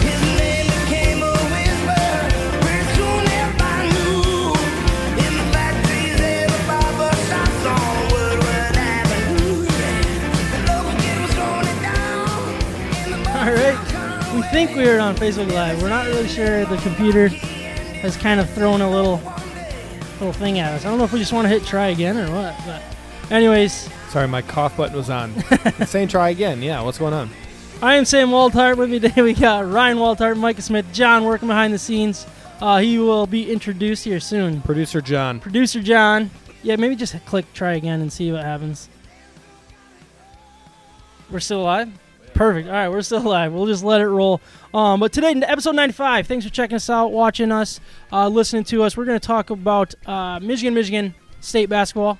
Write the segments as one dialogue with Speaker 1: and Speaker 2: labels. Speaker 1: His name became a whisper, where soon everybody knew. In the factories, everybody was on Woodward Avenue. The local kid was going down.
Speaker 2: All right. We think we are on Facebook Live. We're not really sure. The computer has kind of thrown a little little thing at us. I don't know if we just want to hit try again or what. But anyways,
Speaker 3: Sorry, my cough button was on. It's saying try again. Yeah, what's going on?
Speaker 2: I am Sam Waltart. With me today we got Ryan Waltart, Micah Smith, John working behind the scenes. Uh, he will be introduced here soon.
Speaker 3: Producer John.
Speaker 2: Producer John. Yeah, maybe just click try again and see what happens. We're still alive? Perfect. All right, we're still alive. We'll just let it roll. Um, but today, episode 95, thanks for checking us out, watching us, uh, listening to us. We're going to talk about uh, Michigan, Michigan State basketball.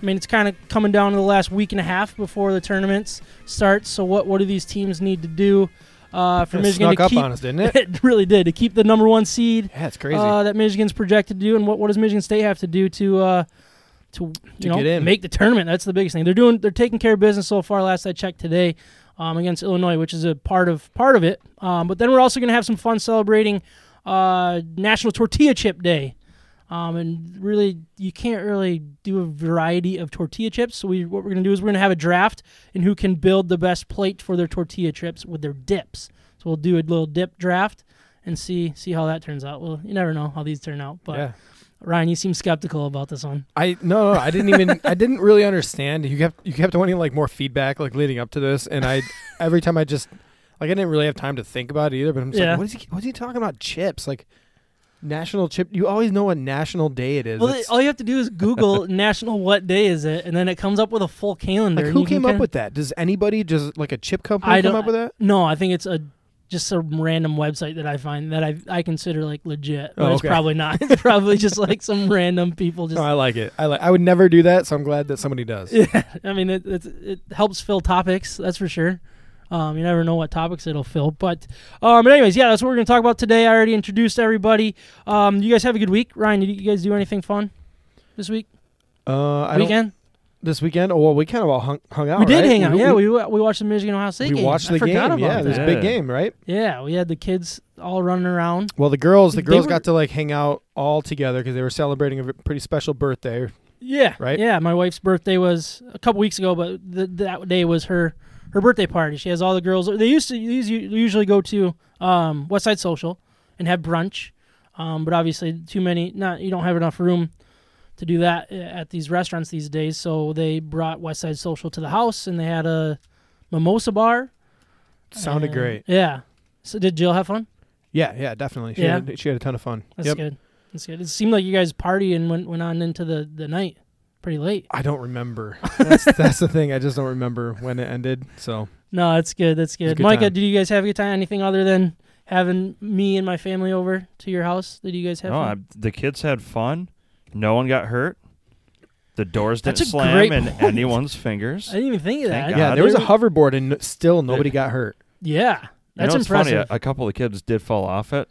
Speaker 2: I mean, it's kind of coming down to the last week and a half before the tournaments start. So, what what do these teams need to do uh, for
Speaker 3: It
Speaker 2: Michigan
Speaker 3: snuck
Speaker 2: to
Speaker 3: up
Speaker 2: keep?
Speaker 3: on us, didn't it?
Speaker 2: it really did to keep the number one seed
Speaker 3: Yeah, it's crazy.
Speaker 2: uh, that Michigan's projected to do, and what, what does Michigan State have to do to uh, to you know
Speaker 3: get in.
Speaker 2: make the tournament? That's the biggest thing. They're doing they're taking care of business so far. Last I checked today um, against Illinois, which is a part of part of it. Um, but then we're also going to have some fun celebrating uh, National Tortilla Chip Day. Um, and really, you can't really do a variety of tortilla chips. So we, what we're gonna do is we're gonna have a draft and who can build the best plate for their tortilla chips with their dips. So we'll do a little dip draft and see see how that turns out. Well, you never know how these turn out. But
Speaker 3: yeah.
Speaker 2: Ryan, you seem skeptical about this one.
Speaker 3: I no, no, I didn't even I didn't really understand. You kept you kept wanting like more feedback like leading up to this, and I every time I just like I didn't really have time to think about it either. But I'm just
Speaker 2: Yeah.
Speaker 3: like, what is he what is he talking about? Chips like national chip. You always know what national day it is.
Speaker 2: Well, uh,
Speaker 3: It's-
Speaker 2: all you have to do is Google National What Day Is It, and then it comes up with a full calendar.
Speaker 3: like
Speaker 2: and
Speaker 3: who
Speaker 2: you can
Speaker 3: came up
Speaker 2: kinda-
Speaker 3: with that? Does anybody just like a chip company
Speaker 2: I
Speaker 3: come
Speaker 2: don't-
Speaker 3: up with that?
Speaker 2: No, I think it's a just a random website that I find that I I consider like legit, but
Speaker 3: Oh,
Speaker 2: it's
Speaker 3: okay.
Speaker 2: probably not. It's probably just like some random people just.
Speaker 3: No, Oh, I like it. I like. I would never do that, so I'm glad that somebody does.
Speaker 2: Yeah, I mean it, it it helps fill topics, that's for sure. Um, you never know what topics it'll fill, but um, but anyways, yeah, that's what we're gonna talk about today. I already introduced everybody. Um, you guys have a good week, Ryan. Did you guys do anything fun this week
Speaker 3: Uh, I don't,
Speaker 2: weekend?
Speaker 3: this weekend. Oh, well, we kind of all hung, hung out.
Speaker 2: we did
Speaker 3: right?
Speaker 2: hang out. yeah, we we watched the Michigan Ohio State
Speaker 3: we
Speaker 2: game.
Speaker 3: watched
Speaker 2: I
Speaker 3: the game.
Speaker 2: forgot About
Speaker 3: Yeah, it was a
Speaker 2: that.
Speaker 3: big game, right?
Speaker 2: yeah, we had the kids all running around.
Speaker 3: Well, the girls, the
Speaker 2: They
Speaker 3: girls
Speaker 2: were-
Speaker 3: got to like hang out all together because they were celebrating a v- pretty special birthday.
Speaker 2: Yeah.
Speaker 3: Right?
Speaker 2: Yeah, my wife's birthday was a couple weeks ago, but th- that day was her her birthday party. She has all the girls. They used to these u- usually go to um, West Side Social and have brunch, um, but obviously too many. Not you don't have enough room to do that uh, at these restaurants these days. So they brought West Side Social to the house, and they had a mimosa bar.
Speaker 3: Sounded
Speaker 2: and-
Speaker 3: great.
Speaker 2: Yeah. So did Jill have fun?
Speaker 3: Yeah, yeah, definitely. She,
Speaker 2: Yeah.
Speaker 3: had, a- she had a ton of fun.
Speaker 2: That's
Speaker 3: Yep.
Speaker 2: good. That's good. It seemed like you guys partied and went went on into the the night pretty late.
Speaker 3: I don't remember. That's, that's the thing. I just don't remember when it ended. So
Speaker 2: No, that's good. That's
Speaker 3: was a
Speaker 2: good.
Speaker 3: good
Speaker 2: Micah,
Speaker 3: time.
Speaker 2: did you guys have a good time? Anything other than having me and my family over to your house? Did you guys have
Speaker 4: No, I,
Speaker 2: fun?
Speaker 4: the kids had fun. No one got hurt. The doors didn't
Speaker 2: That's a
Speaker 4: slam
Speaker 2: great
Speaker 4: in
Speaker 2: point.
Speaker 4: anyone's fingers.
Speaker 2: I didn't even think of that.
Speaker 4: Thank God.
Speaker 3: yeah, there was a hoverboard and n- still nobody got hurt.
Speaker 2: Yeah.
Speaker 4: You know,
Speaker 2: That's
Speaker 4: it's funny, uh,
Speaker 2: impressive.
Speaker 4: A, a couple of kids did fall off it,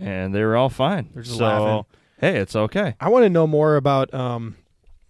Speaker 4: and they were all fine.
Speaker 3: They're just
Speaker 4: so,
Speaker 3: laughing.
Speaker 4: hey, it's okay.
Speaker 3: I want to know more about. Um,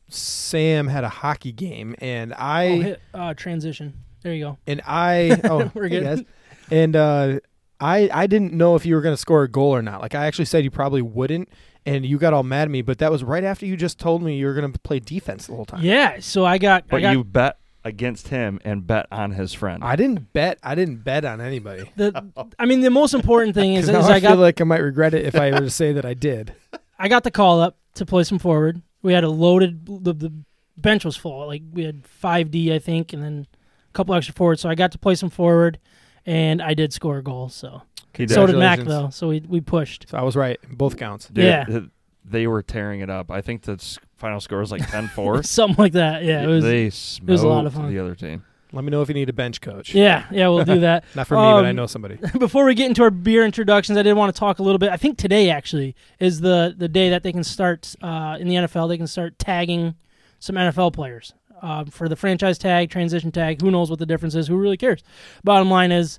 Speaker 3: Sam had a hockey game, and I
Speaker 2: Oh, hit, uh, transition. There you go.
Speaker 3: and I oh
Speaker 2: We're
Speaker 3: we're
Speaker 2: good.
Speaker 3: good. And uh, I I didn't know if you were going to score a goal or not. Like I actually said you probably wouldn't, and you got all mad at me. But that was right after you just told me you were going to play defense the whole time.
Speaker 2: Yeah. So I got. I
Speaker 4: But
Speaker 2: got
Speaker 4: you bet against him and bet on his friend.
Speaker 3: I didn't bet. I didn't bet on anybody.
Speaker 2: the, I mean, the most important thing is,
Speaker 3: 'Cause
Speaker 2: is
Speaker 3: now
Speaker 2: I
Speaker 3: I feel
Speaker 2: got
Speaker 3: like I might regret it if I were to say that I did.
Speaker 2: I got the call up to play some forward. We had a loaded the, the bench was full. Like we had five D, I think, and then a couple extra forwards. So I got to play some forward, and I did score a goal. So
Speaker 4: He
Speaker 2: so did Mac
Speaker 3: Congratulations.
Speaker 2: though. So we we pushed.
Speaker 3: So I was right in both counts.
Speaker 4: Dude,
Speaker 2: Yeah.
Speaker 4: th- They were tearing it up. I think the s- final score was like 10 4.
Speaker 2: Something like that. Yeah, it was.
Speaker 4: they
Speaker 2: it was a lot of
Speaker 4: smoked
Speaker 2: fun.
Speaker 4: the other team.
Speaker 3: Let me know if you need a bench coach.
Speaker 2: yeah, yeah, we'll do that.
Speaker 3: Not for me,
Speaker 2: Um,
Speaker 3: but I know somebody.
Speaker 2: Before we get into our beer introductions, I did want to talk a little bit. I think today actually is the the day that they can start uh, in the NFL. They can start tagging some NFL players um, for the franchise tag, transition tag. Who knows what the difference is? Who really cares? Bottom line is,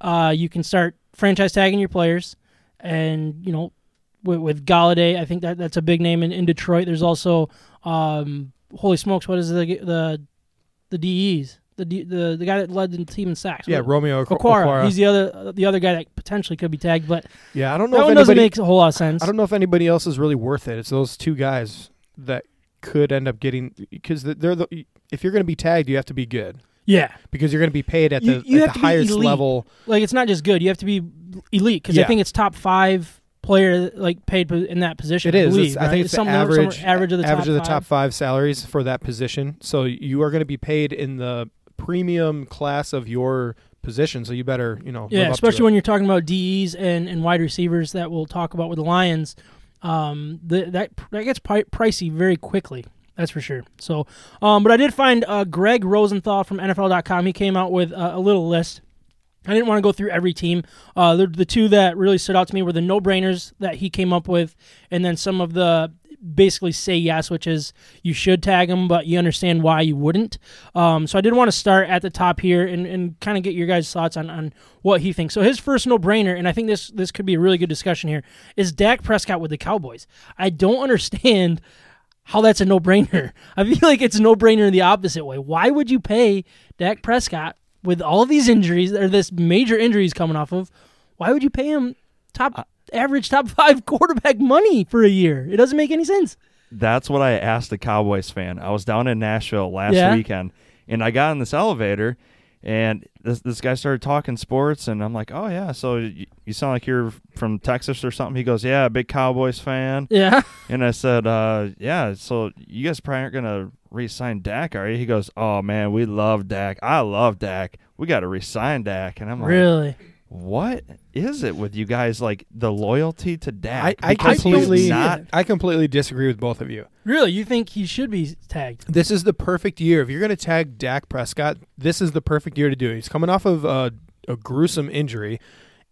Speaker 2: uh, you can start franchise tagging your players, and you know, with, with Galladay, I think that that's a big name in, in Detroit. There's also, um, holy smokes, what is the the the DEs? The, D, the the guy that led the team in sacks.
Speaker 3: Yeah,
Speaker 2: What-
Speaker 3: Romeo Okwara.
Speaker 2: Aquara. He's the other the other guy that potentially could be tagged, but
Speaker 3: yeah, I don't know
Speaker 2: that
Speaker 3: if
Speaker 2: one doesn't
Speaker 3: anybody.
Speaker 2: make a whole lot of sense.
Speaker 3: I don't know if anybody else is really worth it. It's those two guys that could end up getting because they're the. If you're going to be tagged, you have to be good
Speaker 2: yeah,
Speaker 3: because you're going to be paid at
Speaker 2: You-
Speaker 3: the,
Speaker 2: you
Speaker 3: at
Speaker 2: have
Speaker 3: the
Speaker 2: to be
Speaker 3: highest
Speaker 2: elite.
Speaker 3: level.
Speaker 2: like it's not just good. You have to be elite because I
Speaker 3: Yeah.
Speaker 2: think it's top five player like paid po- in that position.
Speaker 3: It
Speaker 2: I
Speaker 3: is.
Speaker 2: believe,
Speaker 3: It's- I
Speaker 2: right?
Speaker 3: think it's the
Speaker 2: somewhere- somewhere
Speaker 3: average-
Speaker 2: average of the
Speaker 3: average
Speaker 2: top
Speaker 3: of the
Speaker 2: five.
Speaker 3: top five salaries for that position. So you are going to be paid in the premium class of your position. So you better, you know, live
Speaker 2: Yeah,
Speaker 3: up
Speaker 2: especially
Speaker 3: to it.
Speaker 2: when you're talking about DEs and, and wide receivers that we'll talk about with the Lions. Um, the, that that gets pri- pricey very quickly. That's for sure. So, um, but I did find uh, Greg Rosenthal from NFL.com. He came out with uh, a little list. I didn't want to go through every team. Uh, the, the two that really stood out to me were the no-brainers that he came up with, and then some of the basically say yes, which is you should tag them, but you understand why you wouldn't. Um, so I did want to start at the top here and, and kind of get your guys' thoughts on, on what he thinks. So his first no-brainer, and I think this this could be a really good discussion here, is Dak Prescott with the Cowboys. I don't understand how that's a no-brainer. I feel like it's a no-brainer in the opposite way. Why would you pay Dak Prescott with all of these injuries or this major injuries coming off of? Why would you pay him top average top 5 quarterback money for a year? It doesn't make any sense.
Speaker 4: That's what I asked the Cowboys fan. I was down in Nashville last
Speaker 2: Yeah.
Speaker 4: weekend, and I got in this elevator, and this this guy started talking sports, and I'm like, "Oh yeah, so you, you sound like you're from Texas or something." He goes, "Yeah, big Cowboys fan,"
Speaker 2: Yeah.
Speaker 4: and I said, uh, "Yeah, so you guys probably aren't gonna re-sign Dak, are you?" He goes, "Oh man, we love Dak. I love Dak. We got to re-sign Dak," and I'm like,
Speaker 2: Really?
Speaker 4: what is it with you guys like the loyalty
Speaker 3: I,
Speaker 4: to Dak?
Speaker 3: I
Speaker 4: Because he's
Speaker 3: completely,
Speaker 4: not.
Speaker 3: I completely disagree with both of you.
Speaker 2: Really? You think he should be tagged?
Speaker 3: This is the perfect year. If you're going to tag Dak Prescott, this is the perfect year to do it. He's coming off of a, a gruesome injury,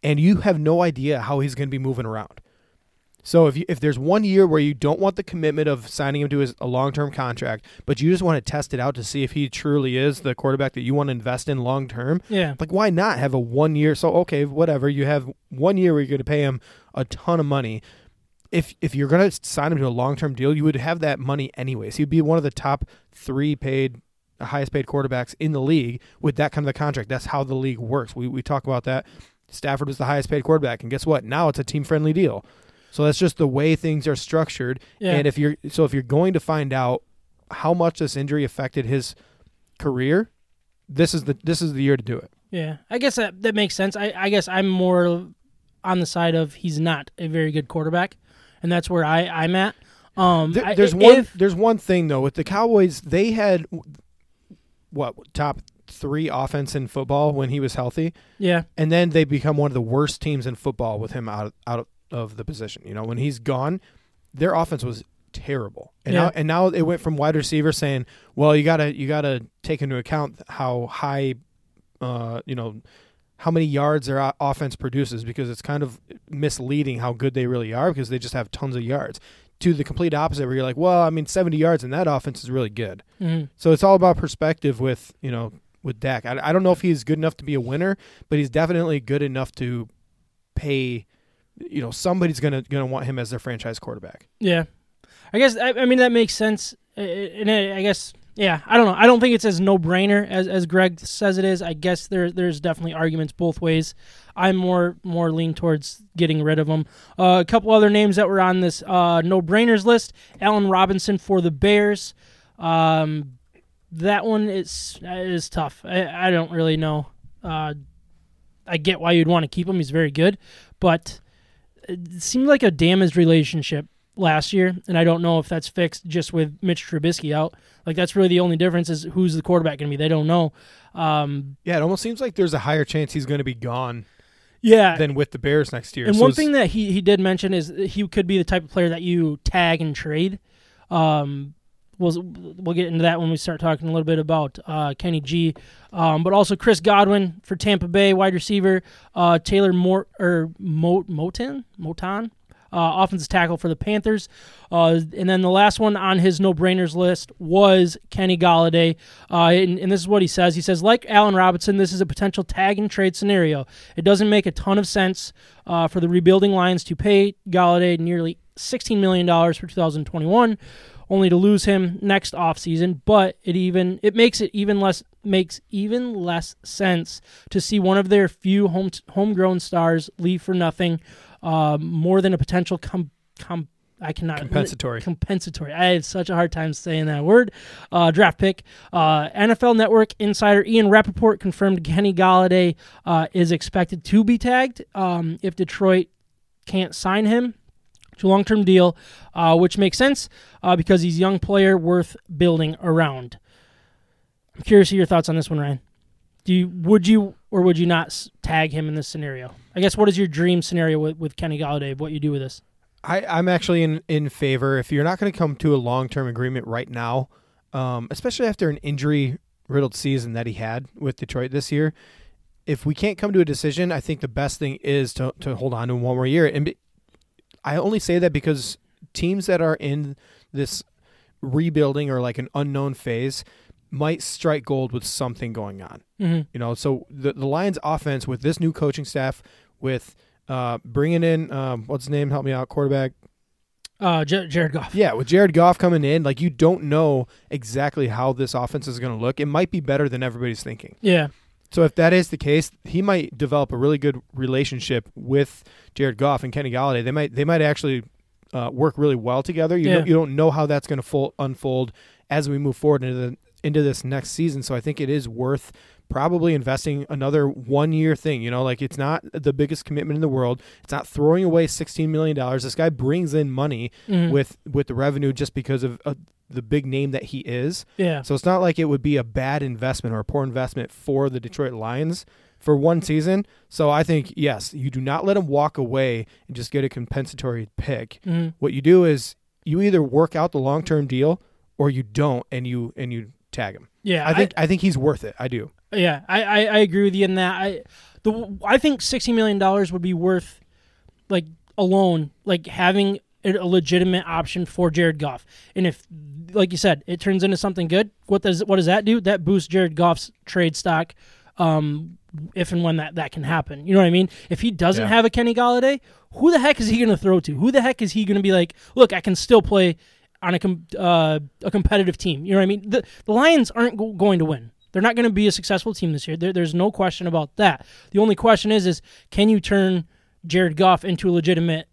Speaker 3: and you have no idea how he's going to be moving around. So if you, if there's one year where you don't want the commitment of signing him to his, a long-term contract, but you just want to test it out to see if he truly is the quarterback that you want to invest in long-term,
Speaker 2: Yeah.
Speaker 3: like why not have a one year? So okay, whatever. You have one year where you're going to pay him a ton of money. If if you're going to sign him to a long term deal, you would have that money anyways. He'd be one of the top three paid, highest paid quarterbacks in the league with that kind of a contract. That's how the league works. We we talk about that. Stafford was the highest paid quarterback, and guess what? Now it's a team friendly deal. So that's just the way things are structured.
Speaker 2: Yeah.
Speaker 3: And if you're so if you're going to find out how much this injury affected his career, this is the this is the year to do it.
Speaker 2: Yeah, I guess that that makes sense. I, I guess I'm more on the side of he's not a very good quarterback, and that's where I I'm at. Um,
Speaker 3: There-
Speaker 2: I-
Speaker 3: there's
Speaker 2: i-
Speaker 3: one.
Speaker 2: if-
Speaker 3: there's one thing though with the Cowboys. They had what top three offense in football when he was healthy,
Speaker 2: yeah,
Speaker 3: and then they become one of the worst teams in football with him out out of the position. You know, when he's gone, their offense was terrible. And
Speaker 2: Yeah.
Speaker 3: now and now it went from wide receiver saying, "Well, you gotta you gotta take into account how high, uh, you know." How many yards their o- offense produces because it's kind of misleading how good they really are because they just have tons of yards. To the complete opposite, where you're like, well, I mean, 70 yards and that offense is really good.
Speaker 2: mhm.
Speaker 3: So it's all about perspective with you know with Dak. I, I don't know if he's good enough to be a winner, but he's definitely good enough to pay. You know, somebody's gonna gonna want him as their franchise quarterback.
Speaker 2: yeah. I guess I, I mean that makes sense, I- I- and I I guess yeah. I don't know. I don't think it's as no brainer as as Greg says it is. I guess there there's definitely arguments both ways. I'm more more lean towards getting rid of him. Uh, a couple other names that were on this uh, no brainers list: Allen Robinson for the Bears. Um, that one is is tough. I, I don't really know. Uh, I get why you'd want to keep him. He's very good, but it seemed like a damaged relationship last year, and I don't know if that's fixed just with Mitch Trubisky out. Like that's really the only difference is who's the quarterback going to be. They don't know. Um,
Speaker 3: Yeah, it almost seems like there's a higher chance he's going to be gone
Speaker 2: yeah,
Speaker 3: than with the Bears next year.
Speaker 2: and
Speaker 3: So
Speaker 2: one
Speaker 3: it's-
Speaker 2: thing that he, he did mention is that he could be the type of player that you tag and trade. Um, we'll, we'll get into that when we start talking a little bit about uh, Kenny G, um, but also Chris Godwin for Tampa Bay wide receiver, uh, Taylor Mort or Mo- Moton Moton. Uh, offensive tackle for the Panthers, uh, and then the last one on his no-brainers list was Kenny Galladay, uh, and, and this is what he says. He says, like Allen Robinson, this is a potential tag and trade scenario. It doesn't make a ton of sense uh, for the rebuilding Lions to pay Galladay nearly $16 million for 2021 only to lose him next offseason but it even it makes it even less makes even less sense to see one of their few home homegrown stars leave for nothing uh, more than a potential com, com I cannot
Speaker 3: Compensatory.
Speaker 2: compensatory I have such a hard time saying that word uh, draft pick uh, NFL Network insider Ian Rappaport confirmed Kenny Galladay uh, is expected to be tagged um, if Detroit can't sign him to a long-term deal, uh, which makes sense uh, because he's a young player worth building around. I'm curious of your thoughts on this one, Ryan. Do you would you or would you not s- tag him in this scenario? I guess what is your dream scenario with, with Kenny Galladay? What you do with this?
Speaker 3: I, I'm actually in, in favor. If you're not going to come to a long term agreement right now, um, especially after an injury riddled season that he had with Detroit this year, if we can't come to a decision, I think the best thing is to, to hold on to him one more year. And be, I only say that because teams that are in this rebuilding or like an unknown phase might strike gold with something going on.
Speaker 2: Mm-hmm.
Speaker 3: You know, so the, the Lions' offense with this new coaching staff, with uh, bringing in um, what's his name? Help me out, quarterback.
Speaker 2: Uh, J- Jared Goff.
Speaker 3: Yeah, with Jared Goff coming in, like you don't know exactly how this offense is going to look. It might be better than everybody's thinking.
Speaker 2: Yeah.
Speaker 3: So if that is the case, he might develop a really good relationship with Jared Goff and Kenny Galladay. They might they might actually uh, work really well together. You
Speaker 2: Yeah.
Speaker 3: don't, you don't know how that's going to unfold as we move forward into the, into this next season. So I think it is worth probably investing another one year thing. You know, like it's not the biggest commitment in the world. It's not throwing away sixteen million dollars. This guy brings in money
Speaker 2: Mhm.
Speaker 3: with with the revenue just because of. Uh, the big name that he is,
Speaker 2: Yeah.
Speaker 3: so it's not like it would be a bad investment or a poor investment for the Detroit Lions for one season. So I think yes, you do not let him walk away and just get a compensatory pick.
Speaker 2: Mhm.
Speaker 3: What you do is you either work out the long term deal or you don't and you and you tag him.
Speaker 2: Yeah.
Speaker 3: I think I, think he's worth it. I do.
Speaker 2: Yeah, I, I, I agree with you in that. I the I think sixty million dollars would be worth like alone, like having a a legitimate option for Jared Goff. And if, like you said, it turns into something good, what does what does that do? That boosts Jared Goff's trade stock. Um, if and when that, that can happen, you know what I mean. If he doesn't
Speaker 3: Yeah.
Speaker 2: have a Kenny Galladay, who the heck is he going to throw to? Who the heck is he going to be like? Look, I can still play on a com- uh, a competitive team. You know what I mean? The, the Lions aren't go- going to win. They're not going to be a successful team this year. There, there's no question about that. The only question is is can you turn Jared Goff into a legitimate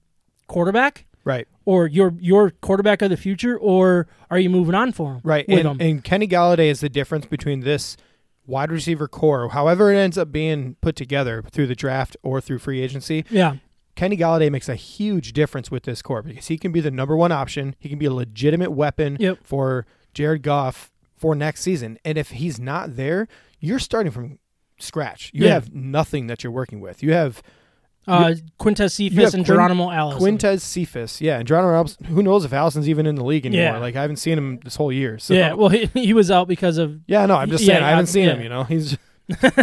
Speaker 2: quarterback
Speaker 3: Right.
Speaker 2: or your your quarterback of the future or are you moving on for him?
Speaker 3: Right.
Speaker 2: With
Speaker 3: And,
Speaker 2: him?
Speaker 3: and Kenny Galladay is the difference between this wide receiver core, however it ends up being put together through the draft or through free agency.
Speaker 2: yeah.
Speaker 3: Kenny Galladay makes a huge difference with this core because he can be the number one option. He can be a legitimate weapon
Speaker 2: Yep.
Speaker 3: for Jared Goff for next season. And if he's not there, you're starting from scratch. You
Speaker 2: Yeah.
Speaker 3: have nothing that you're working with. You have
Speaker 2: Uh, Quintez Cephas
Speaker 3: have
Speaker 2: and
Speaker 3: Quin-
Speaker 2: Geronimo Allison.
Speaker 3: Quintez Cephas. Yeah. And John Robinson. Who knows if Allison's even in the league anymore?
Speaker 2: Yeah.
Speaker 3: Like, I haven't seen him this whole year. So,
Speaker 2: yeah, well, he, he was out because of
Speaker 3: Yeah, no, I'm just
Speaker 2: Yeah,
Speaker 3: saying. I haven't
Speaker 2: yeah,
Speaker 3: seen him,
Speaker 2: yeah.
Speaker 3: you know? He's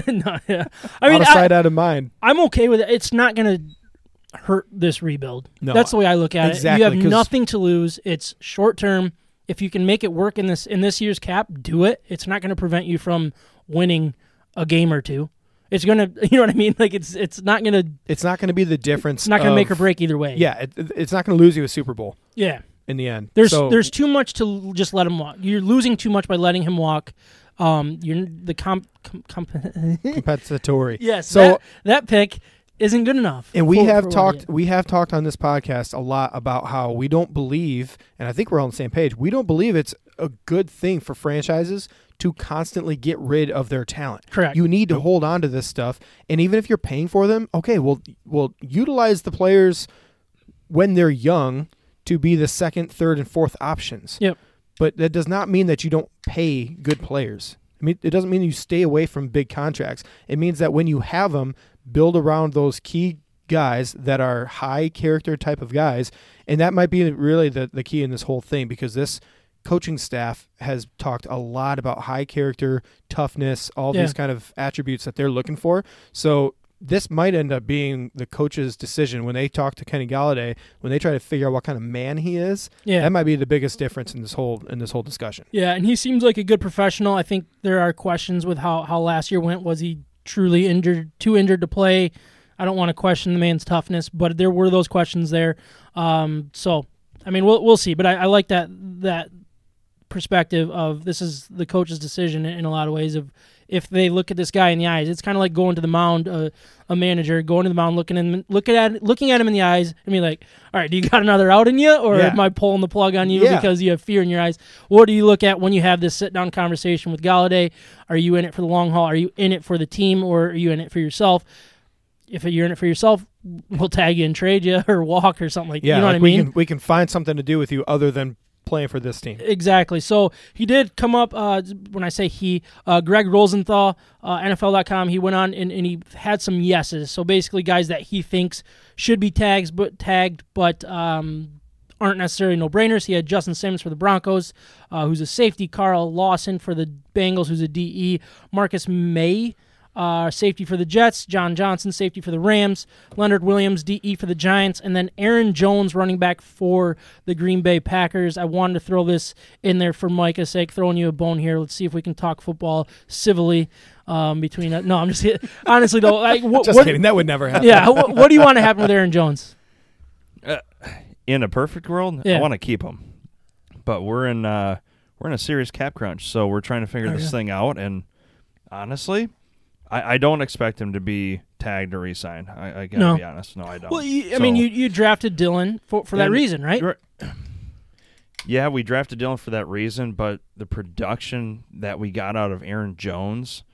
Speaker 2: no, yeah. I mean,
Speaker 3: out of
Speaker 2: I-
Speaker 3: sight, out of mind.
Speaker 2: I'm okay with it. It's not going to hurt this rebuild.
Speaker 3: No,
Speaker 2: that's the way I look at
Speaker 3: exactly,
Speaker 2: it. You
Speaker 3: 'cause-
Speaker 2: have nothing to lose. It's short term. If you can make it work in this in this year's cap, do it. It's not going to prevent you from winning a game or two. It's going to, you know what I mean? Like it's it's not going to
Speaker 3: It's not going to be the difference.
Speaker 2: it's not going to make or
Speaker 3: of-
Speaker 2: break either way.
Speaker 3: Yeah. It, it's not going to lose you a Super Bowl
Speaker 2: yeah.
Speaker 3: in the end.
Speaker 2: There's
Speaker 3: So-
Speaker 2: there's too much to l- just let him walk. You're losing too much by letting him walk. Um, you're the comp, com comp
Speaker 3: compensatory.
Speaker 2: yes.
Speaker 3: So
Speaker 2: that, that pick isn't good enough.
Speaker 3: and we
Speaker 2: for-
Speaker 3: have
Speaker 2: for what
Speaker 3: talked
Speaker 2: it-
Speaker 3: we have talked on this podcast a lot about how we don't believe and I think we're all on the same page. We don't believe it's a good thing for franchises to constantly get rid of their talent.
Speaker 2: Correct.
Speaker 3: You need to hold on to this stuff and even if you're paying for them, okay, well well utilize the players when they're young to be the second, third, and fourth options.
Speaker 2: Yep.
Speaker 3: But that does not mean that you don't pay good players. I mean, it doesn't mean you stay away from big contracts. It means that when you have them, build around those key guys that are high character type of guys. And that might be really the, the key in this whole thing because this coaching staff has talked a lot about high character, toughness, all
Speaker 2: Yeah.
Speaker 3: these kind of attributes that they're looking for. So this might end up being the coach's decision when they talk to Kenny Galladay, when they try to figure out what kind of man he is.
Speaker 2: Yeah.
Speaker 3: That might be the biggest difference in this whole in this whole discussion.
Speaker 2: Yeah, and he seems like a good professional. I think there are questions with how, how last year went. Was he truly injured, too injured to play? I don't want to question the man's toughness, but there were those questions there. Um, so, I mean, we'll we'll see. But I, I like that that perspective of this is the coach's decision in a lot of ways. Of if they look at this guy in the eyes, it's kind of like going to the mound, uh, a manager going to the mound, looking in, looking at looking at him in the eyes, and be like, "All right, do you got another out in you, or
Speaker 3: Yeah.
Speaker 2: am I pulling the plug on you
Speaker 3: Yeah.
Speaker 2: because you have fear in your eyes?" What do you look at when you have this sit down conversation with Galladay? Are you in it for the long haul? Are you in it for the team, or are you in it for yourself? If you're in it for yourself, we'll tag you and trade you or walk or something like that.
Speaker 3: Yeah,
Speaker 2: you know
Speaker 3: like
Speaker 2: what I
Speaker 3: we
Speaker 2: mean? Uh,
Speaker 3: can we can find something to do with you other than playing for this team.
Speaker 2: Exactly. So he did come up. Uh, when I say he, uh, Greg Rosenthal, uh, NFL.com. He went on and, and he had some yeses. So basically, guys that he thinks should be tags, but tagged, but um, aren't necessarily no brainers. He had Justin Simmons for the Broncos, uh, who's a safety. Carl Lawson for the Bengals, who's a DE. Marcus May. Uh, safety for the Jets, John Johnson, safety for the Rams, Leonard Williams, DE for the Giants, and then Aaron Jones, running back for the Green Bay Packers. I wanted to throw this in there for Micah's sake, throwing you a bone here. Let's see if we can talk football civilly um, between. no, I'm just honestly though. Like, what,
Speaker 3: Just
Speaker 2: what,
Speaker 3: kidding, that would never happen.
Speaker 2: Yeah, what, what do you want to happen with Aaron Jones?
Speaker 4: in a perfect world,
Speaker 2: Yeah.
Speaker 4: I want to keep him. But we're in uh, we're in a serious cap crunch, so we're trying to figure
Speaker 2: Oh,
Speaker 4: this thing out. And honestly, I, I don't expect him to be tagged or re-signed. I, I gotta
Speaker 2: No.
Speaker 4: be honest. No, I don't.
Speaker 2: Well, you, I
Speaker 4: So-
Speaker 2: mean, you, you drafted Dylan for, for that
Speaker 4: And-
Speaker 2: reason, right?
Speaker 4: You're- Yeah, we drafted Dylan for that reason, but the production that we got out of Aaron Jones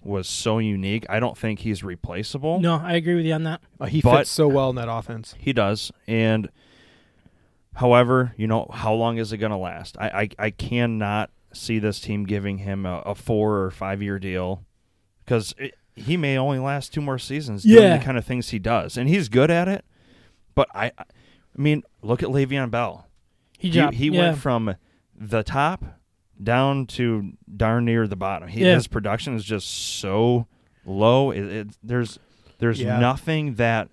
Speaker 4: was so unique. I don't think he's replaceable.
Speaker 2: No, I agree with you on that.
Speaker 3: Uh, he
Speaker 4: But-
Speaker 3: fits so well in that offense.
Speaker 4: He does. And however, you know, how long is it going to last? I, I, I cannot see this team giving him a, a four or five year deal because he may only last two more seasons doing
Speaker 2: Yeah.
Speaker 4: the kind of things he does. And he's good at it. But I, I mean, look at Le'Veon Bell.
Speaker 2: He
Speaker 4: He,
Speaker 2: dropped.
Speaker 4: he
Speaker 2: yeah.
Speaker 4: went from the top down to darn near the bottom. He,
Speaker 2: Yeah.
Speaker 4: His production is just so low. It, it, there's there's
Speaker 3: Yeah.
Speaker 4: nothing that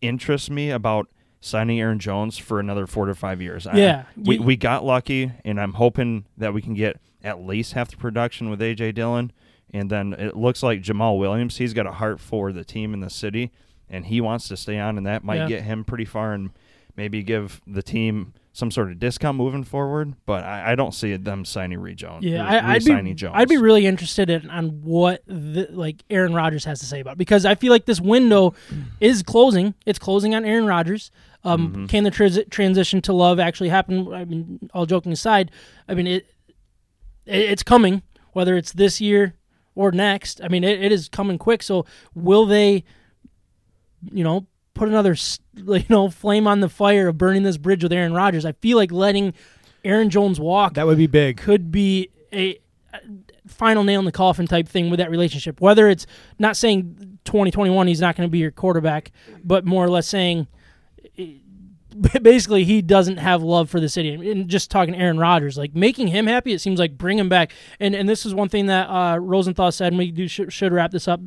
Speaker 4: interests me about signing Aaron Jones for another four to five years. I-
Speaker 2: Yeah.
Speaker 4: we,
Speaker 2: You-
Speaker 4: we got lucky, and I'm hoping that we can get at least half the production with AJ Dillon. And then it looks like Jamal Williams, he's got a heart for the team and the city, and he wants to stay on, and that might
Speaker 2: Yeah.
Speaker 4: get him pretty far and maybe give the team some sort of discount moving forward. But I, I don't see them signing Reed Jones.
Speaker 2: Yeah,
Speaker 4: or
Speaker 2: I, I'd
Speaker 4: re-signing
Speaker 2: be
Speaker 4: Jones.
Speaker 2: I'd be really interested in on what the, like Aaron Rodgers has to say about it, because I feel like this window is closing. It's closing on Aaron Rodgers. Um,
Speaker 4: Mm-hmm.
Speaker 2: Can the transi- transition to love actually happen? I mean, all joking aside, I mean it, it it's coming, whether it's this year or next. I mean, it, it is coming quick. So will they? you know, put another s- you know flame on the fire of burning this bridge with Aaron Rodgers. I feel like letting Aaron Jones walk
Speaker 3: That would be big.
Speaker 2: could be a uh, final nail in the coffin type thing with that relationship. Whether it's not saying 2021 he's not going to be your quarterback, but more or less saying eh, basically he doesn't have love for the city. And just talking Aaron Rodgers, like making him happy, it seems like bring him back. And and this is one thing that uh, Rosenthal said, and we do should, should wrap this up.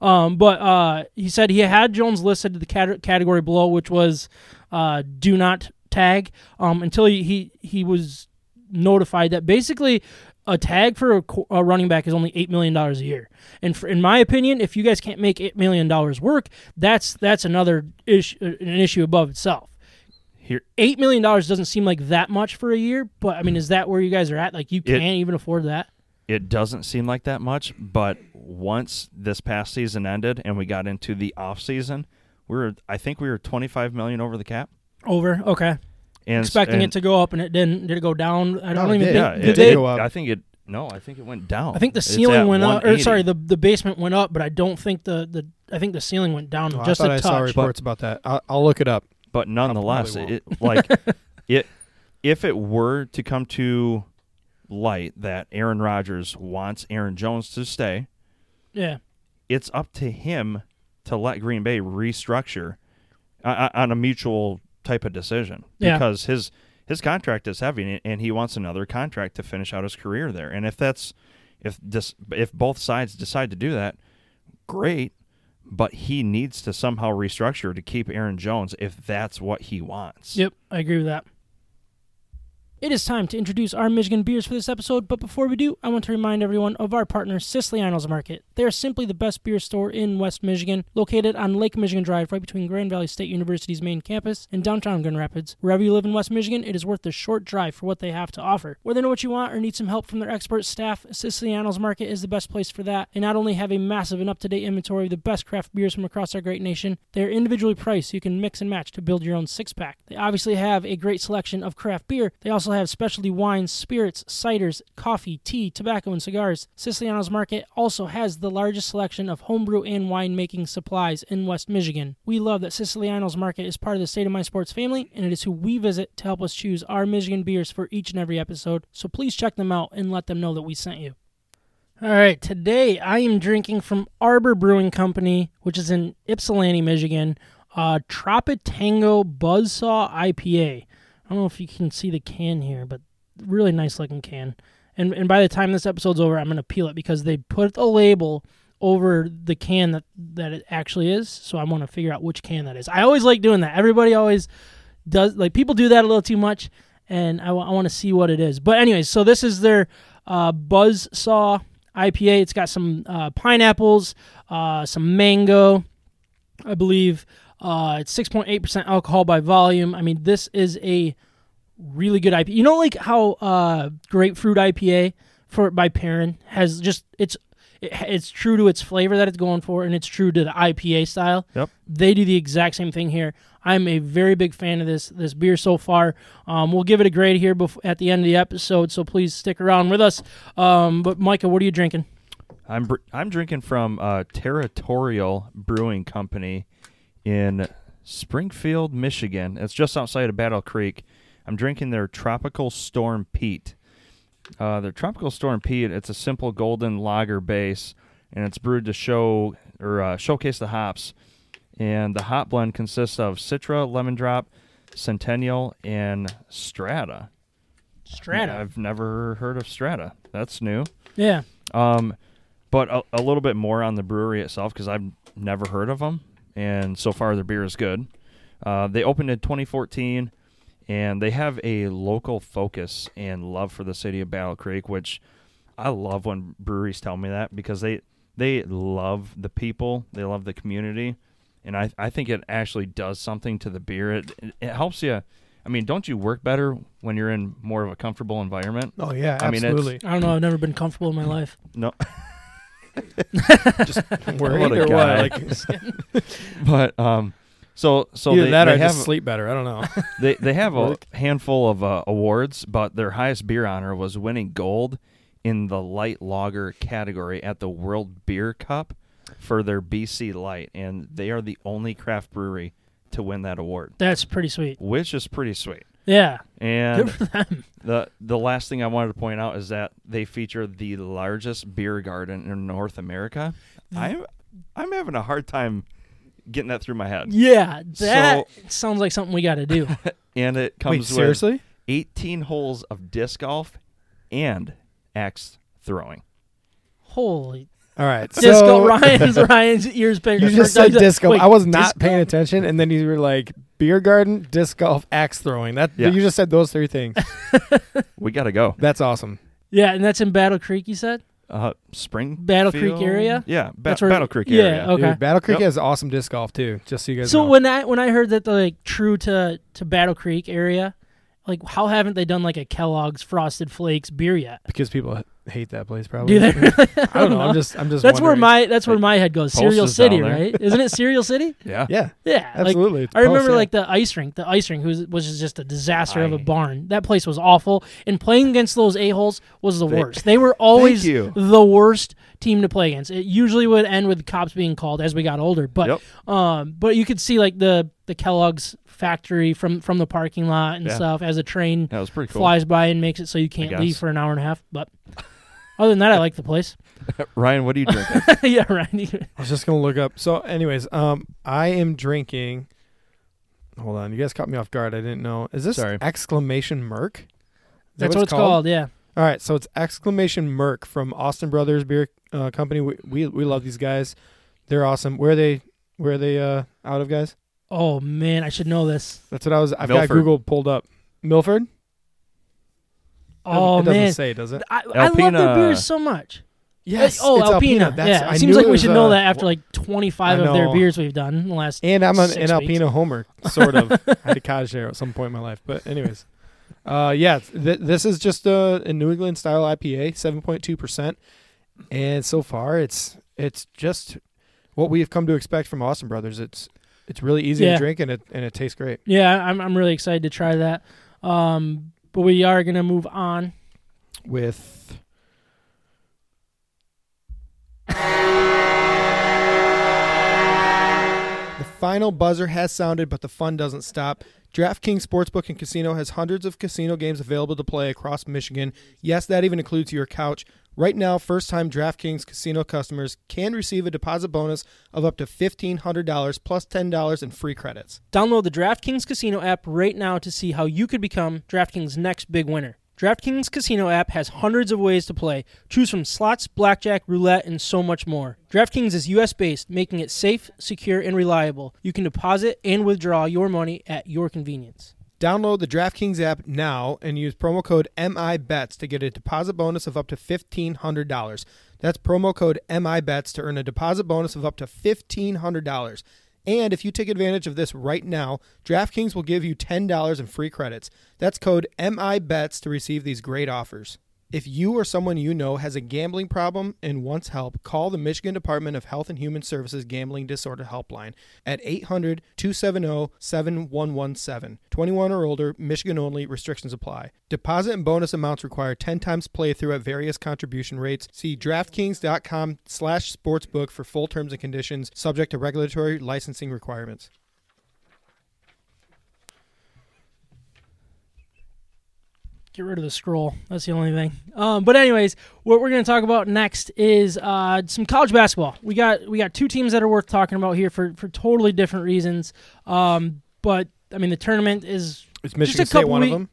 Speaker 2: Um, but uh, he said he had Jones listed to the cat- category below, which was uh, do not tag um, until he, he he was notified that basically a tag for a, qu- a running back is only eight million dollars a year. And for, in my opinion, if you guys can't make eight million dollars work, that's that's another issue, an issue above itself.
Speaker 4: Here-
Speaker 2: eight million dollars doesn't seem like that much for a year, but I mean, is that where you guys are at? Like, you
Speaker 4: It-
Speaker 2: can't even afford that.
Speaker 4: it doesn't seem like that much, but once this past season ended and we got into the off season, we were I think we were 25 million over the cap.
Speaker 2: Over. Okay.
Speaker 4: And
Speaker 2: Expecting
Speaker 4: and-
Speaker 2: it to go up, and it didn't. Did it go down? I don't
Speaker 3: it
Speaker 2: even
Speaker 3: did.
Speaker 2: think.
Speaker 4: yeah,
Speaker 2: did
Speaker 4: it,
Speaker 2: they-
Speaker 4: it-
Speaker 3: go up.
Speaker 4: I think it no, I think it went down.
Speaker 2: I think the
Speaker 4: It's
Speaker 2: ceiling
Speaker 4: at
Speaker 2: went up, or
Speaker 4: 180.
Speaker 2: sorry, the the basement went up, but I don't think the the I think the ceiling went down
Speaker 3: Oh,
Speaker 2: just
Speaker 3: I
Speaker 2: a
Speaker 3: thought I
Speaker 2: touch.
Speaker 3: saw reports about that. I'll, I'll look it up.
Speaker 4: but nonetheless,
Speaker 3: won't.
Speaker 4: it, it- like It if it were to come to light that Aaron Rodgers wants Aaron Jones to stay,
Speaker 2: Yeah.
Speaker 4: it's up to him to let Green Bay restructure uh, on a mutual type of decision
Speaker 2: Yeah.
Speaker 4: because his his contract is heavy and- and he wants another contract to finish out his career there. And if that's if this if both sides decide to do that, great. But he needs to somehow restructure to keep Aaron Jones if that's what he wants.
Speaker 2: Yep, I agree with that. It is time to introduce our Michigan beers for this episode, but before we do, I want to remind everyone of our partner, Siciliano's Market. They are simply the best beer store in West Michigan, located on Lake Michigan Drive, right between Grand Valley State University's main campus and downtown Grand Rapids. Wherever you live in West Michigan, it is worth the short drive for what they have to offer. Whether you know what you want or need some help from their expert staff, Siciliano's Market is the best place for that. They not only have a massive and up to date inventory of the best craft beers from across our great nation, they are individually priced so you can mix and match to build your own six pack. They obviously have a great selection of craft beer. They also have specialty wines, spirits, ciders, coffee, tea, tobacco, and cigars. Siciliano's Market also has the largest selection of homebrew and winemaking supplies in West Michigan. We love that Siciliano's Market is part of the State of My Sports family, and it is who we visit to help us choose our Michigan beers for each and every episode. So please check them out and let them know that we sent you. All right, today I am drinking from Arbor Brewing Company, which is in Ypsilanti, Michigan, uh, Tropitango Buzzsaw IPA. I don't know if you can see the can here, but really nice looking can. And and by the time this episode's over, I'm gonna peel it because they put a label over the can that that it actually is. So I want to figure out which can that is. I always like doing that. Everybody always does like people do that a little too much, and I want to see what it is. But anyways, so this is their uh, Buzzsaw IPA. It's got some uh, pineapples, uh, some mango, I believe. Uh, it's 6.8% alcohol by volume. I mean, this is a really good IPA. You know, like how uh, grapefruit IPA for by Perrin has just it's it, it's true to its flavor that it's going for, and it's true to the IPA style.
Speaker 4: Yep.
Speaker 2: They do the exact same thing here. I'm a very big fan of this this beer so far. Um, we'll give it a grade here bef- at the end of the episode, so please stick around with us. Um, but Micah, what are you drinking?
Speaker 4: I'm br- I'm drinking from uh, Territorial Brewing Company in Springfield, Michigan. It's just outside of Battle Creek. I'm drinking their Tropical Storm Pete. Uh, their Tropical Storm Pete. It's a simple golden lager base, and it's brewed to show or uh, showcase the hops. And the hop blend consists of Citra, Lemon Drop, Centennial, and Strata.
Speaker 2: Strata.
Speaker 4: I've never heard of Strata. That's new.
Speaker 2: Yeah.
Speaker 4: Um, but a, a little bit more on the brewery itself because I've never heard of them, and so far their beer is good. Uh, they opened in 2014, and they have a local focus and love for the city of Battle Creek, which I love when breweries tell me that because they they love the people, they love the community, and I I think it actually does something to the beer. It it helps you. I mean, don't you work better when you're in more of a comfortable environment?
Speaker 3: Oh yeah,
Speaker 4: I mean, it's-
Speaker 3: absolutely.
Speaker 2: I don't know. I've never been comfortable in my life.
Speaker 4: No.
Speaker 3: We're
Speaker 4: What a
Speaker 3: either
Speaker 4: guy.
Speaker 3: one. Like,
Speaker 4: but um, so so
Speaker 3: either
Speaker 4: they,
Speaker 3: that
Speaker 4: they
Speaker 3: or I
Speaker 4: have
Speaker 3: just sleep better. I don't know.
Speaker 4: they they have a
Speaker 3: Work.
Speaker 4: handful of uh, awards, but their highest beer honor was winning gold in the light lager category at the World Beer Cup for their BC Light, and they are the only craft brewery to win that award,
Speaker 2: That's pretty sweet.
Speaker 4: which is pretty sweet.
Speaker 2: Yeah.
Speaker 4: And the the last thing I wanted to point out is that they feature the largest beer garden in North America. I'm I'm having a hard time getting that through my head.
Speaker 2: Yeah. That sounds like something we got to do.
Speaker 4: And it comes
Speaker 3: Wait,
Speaker 4: with
Speaker 3: seriously?
Speaker 4: 18 holes of disc golf and axe throwing.
Speaker 2: Holy
Speaker 3: All right.
Speaker 2: disco!
Speaker 3: so-
Speaker 2: Ryan's Ryan's ears bigger.
Speaker 3: You just
Speaker 2: He's
Speaker 3: said
Speaker 2: like,
Speaker 3: disco.
Speaker 2: wait,
Speaker 3: I was not
Speaker 2: disco?
Speaker 3: paying attention, and then you were like beer garden, disc golf, axe throwing. That
Speaker 4: Yeah.
Speaker 3: you just said those three things.
Speaker 4: We got to go.
Speaker 3: That's awesome.
Speaker 2: Yeah, and that's in Battle Creek. You said
Speaker 4: Uh, Spring
Speaker 2: Battle Creek area?
Speaker 4: Yeah, ba-
Speaker 2: That's where-
Speaker 4: Battle Creek
Speaker 2: yeah,
Speaker 4: area.
Speaker 2: Okay.
Speaker 3: Dude, Battle Creek
Speaker 4: Yep.
Speaker 3: has awesome disc golf too. Just so you guys
Speaker 2: so.
Speaker 3: know.
Speaker 2: When I when I heard that the like true to to Battle Creek area, like how haven't they done like a Kellogg's Frosted Flakes beer yet?
Speaker 3: because people h- hate that place, probably.
Speaker 2: Do they?
Speaker 3: I don't know.
Speaker 2: know.
Speaker 3: I'm just. I'm just.
Speaker 2: that's where
Speaker 3: wondering.
Speaker 2: my that's where my head goes.
Speaker 4: Pulse
Speaker 2: Cereal
Speaker 4: is down
Speaker 2: City,
Speaker 4: there.
Speaker 2: right? Isn't it Cereal City?
Speaker 4: Yeah.
Speaker 3: Yeah,
Speaker 2: Yeah, like,
Speaker 3: absolutely. It's
Speaker 2: I remember
Speaker 3: Pulse, yeah.
Speaker 2: like the ice rink. The ice rink was was just a disaster of a
Speaker 4: I-
Speaker 2: barn. That place was awful, and playing against those a holes was the
Speaker 4: They-
Speaker 2: worst. They were always
Speaker 4: you.
Speaker 2: the worst team to play against. It usually would end with cops being called as we got older, but
Speaker 4: Yep.
Speaker 2: um, but you could see like the the the Kellogg's factory from from the parking lot and
Speaker 4: Yeah.
Speaker 2: stuff as a train
Speaker 4: That was pretty cool.
Speaker 2: flies by and makes it so you can't leave
Speaker 4: guess.
Speaker 2: for an hour and a half. But other than that, I like the place.
Speaker 4: Ryan, what are you drinking?
Speaker 2: yeah, right.
Speaker 3: I was just gonna look up. So, anyways, um, I am drinking. Hold on, you guys caught me off guard. I didn't know. Is this
Speaker 4: Sorry.
Speaker 3: exclamation Merc? Is that
Speaker 2: That's what it's called. Yeah.
Speaker 3: All right, so it's exclamation Merc from Austin Brothers Beer uh, Company. We, we we love these guys. They're awesome. Where are they where are they uh, out of guys?
Speaker 2: Oh man, I should know this.
Speaker 3: That's what I was. I've got
Speaker 4: Milford.
Speaker 3: Google pulled up. Milford.
Speaker 2: Oh
Speaker 3: it doesn't
Speaker 2: man,
Speaker 3: say, does it?
Speaker 2: I, I love their
Speaker 4: Alpena.
Speaker 2: beers so much.
Speaker 3: Yes.
Speaker 2: oh,
Speaker 3: it's
Speaker 2: Alpina.
Speaker 3: That's,
Speaker 2: yeah,
Speaker 3: I
Speaker 2: it seems
Speaker 3: knew
Speaker 2: like we
Speaker 3: was,
Speaker 2: should know
Speaker 3: uh,
Speaker 2: that after like 25
Speaker 3: I
Speaker 2: of their
Speaker 3: know.
Speaker 2: beers we've done in the last.
Speaker 3: And I'm an,
Speaker 2: six
Speaker 3: an
Speaker 2: weeks.
Speaker 3: Alpina homer, sort of. I had a cottage there at some point in my life, but anyways, uh, yeah, th- this is just a, a New England style IPA, seven point two percent, and so far it's it's just what we have come to expect from Austin Brothers. It's it's really easy
Speaker 2: Yeah.
Speaker 3: to drink and it and it tastes great.
Speaker 2: Yeah, I'm I'm really excited to try that. Um, but we are gonna move on.
Speaker 3: With The final buzzer has sounded, but the fun doesn't stop. DraftKings Sportsbook and Casino has hundreds of casino games available to play across Michigan. Yes, that even includes your couch. Right now, first time DraftKings Casino customers can receive a deposit bonus of up to $1,500 plus $10 in free credits.
Speaker 2: Download the DraftKings Casino app right now to see how you could become DraftKings' next big winner. DraftKings Casino app has hundreds of ways to play. Choose from slots, blackjack, roulette, and so much more. DraftKings is US based, making it safe, secure, and reliable. You can deposit and withdraw your money at your convenience.
Speaker 3: Download the DraftKings app now and use promo code MIBETS to get a deposit bonus of up to $1,500. That's promo code MIBETS to earn a deposit bonus of up to $1,500. And if you take advantage of this right now, DraftKings will give you $10 in free credits. That's code MIBETS to receive these great offers. If you or someone you know has a gambling problem and wants help, call the Michigan Department of Health and Human Services Gambling Disorder Helpline at 800 270 7117. 21 or older, Michigan only, restrictions apply. Deposit and bonus amounts require 10 times playthrough at various contribution rates. See DraftKings.com slash sportsbook for full terms and conditions, subject to regulatory licensing requirements.
Speaker 2: get rid of the scroll. That's the only thing. Um, but anyways, what we're going to talk about next is uh, some college basketball. We got we got two teams that are worth talking about here for for totally different reasons. Um, but I mean, the tournament is
Speaker 3: It's
Speaker 2: Michigan a State couple one of week- them?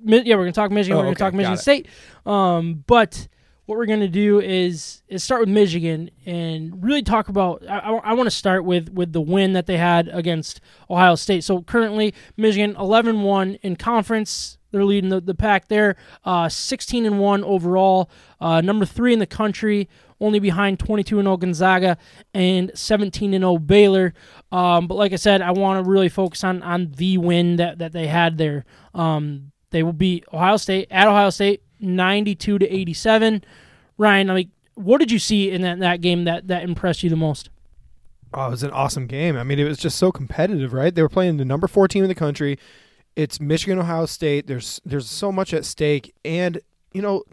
Speaker 2: Mi- yeah, we're gonna talk Michigan.
Speaker 3: Oh,
Speaker 2: we're gonna
Speaker 3: okay,
Speaker 2: talk Michigan
Speaker 3: got it.
Speaker 2: State. Um, but what we're gonna do is is start with Michigan and really talk about. I, want to start with with the win that they had against Ohio State. So currently, Michigan 11-1 in conference. They're leading the, the pack there. Uh, 16 and one overall. Uh, number three in the country. Only behind 22 and 0 Gonzaga and 17 and 0 Baylor. Um, but like I said, I want to really focus on on the win that, that they had there. Um, they will beat Ohio State at Ohio State, ninety-two to eighty-seven. Ryan, like, what did you see in that, that game that that impressed you the most?
Speaker 3: Oh, it was an awesome game. I mean, it was just so competitive, right? They were playing the number four team in the country. It's Michigan, Ohio State. There's there's so much at stake, and you know,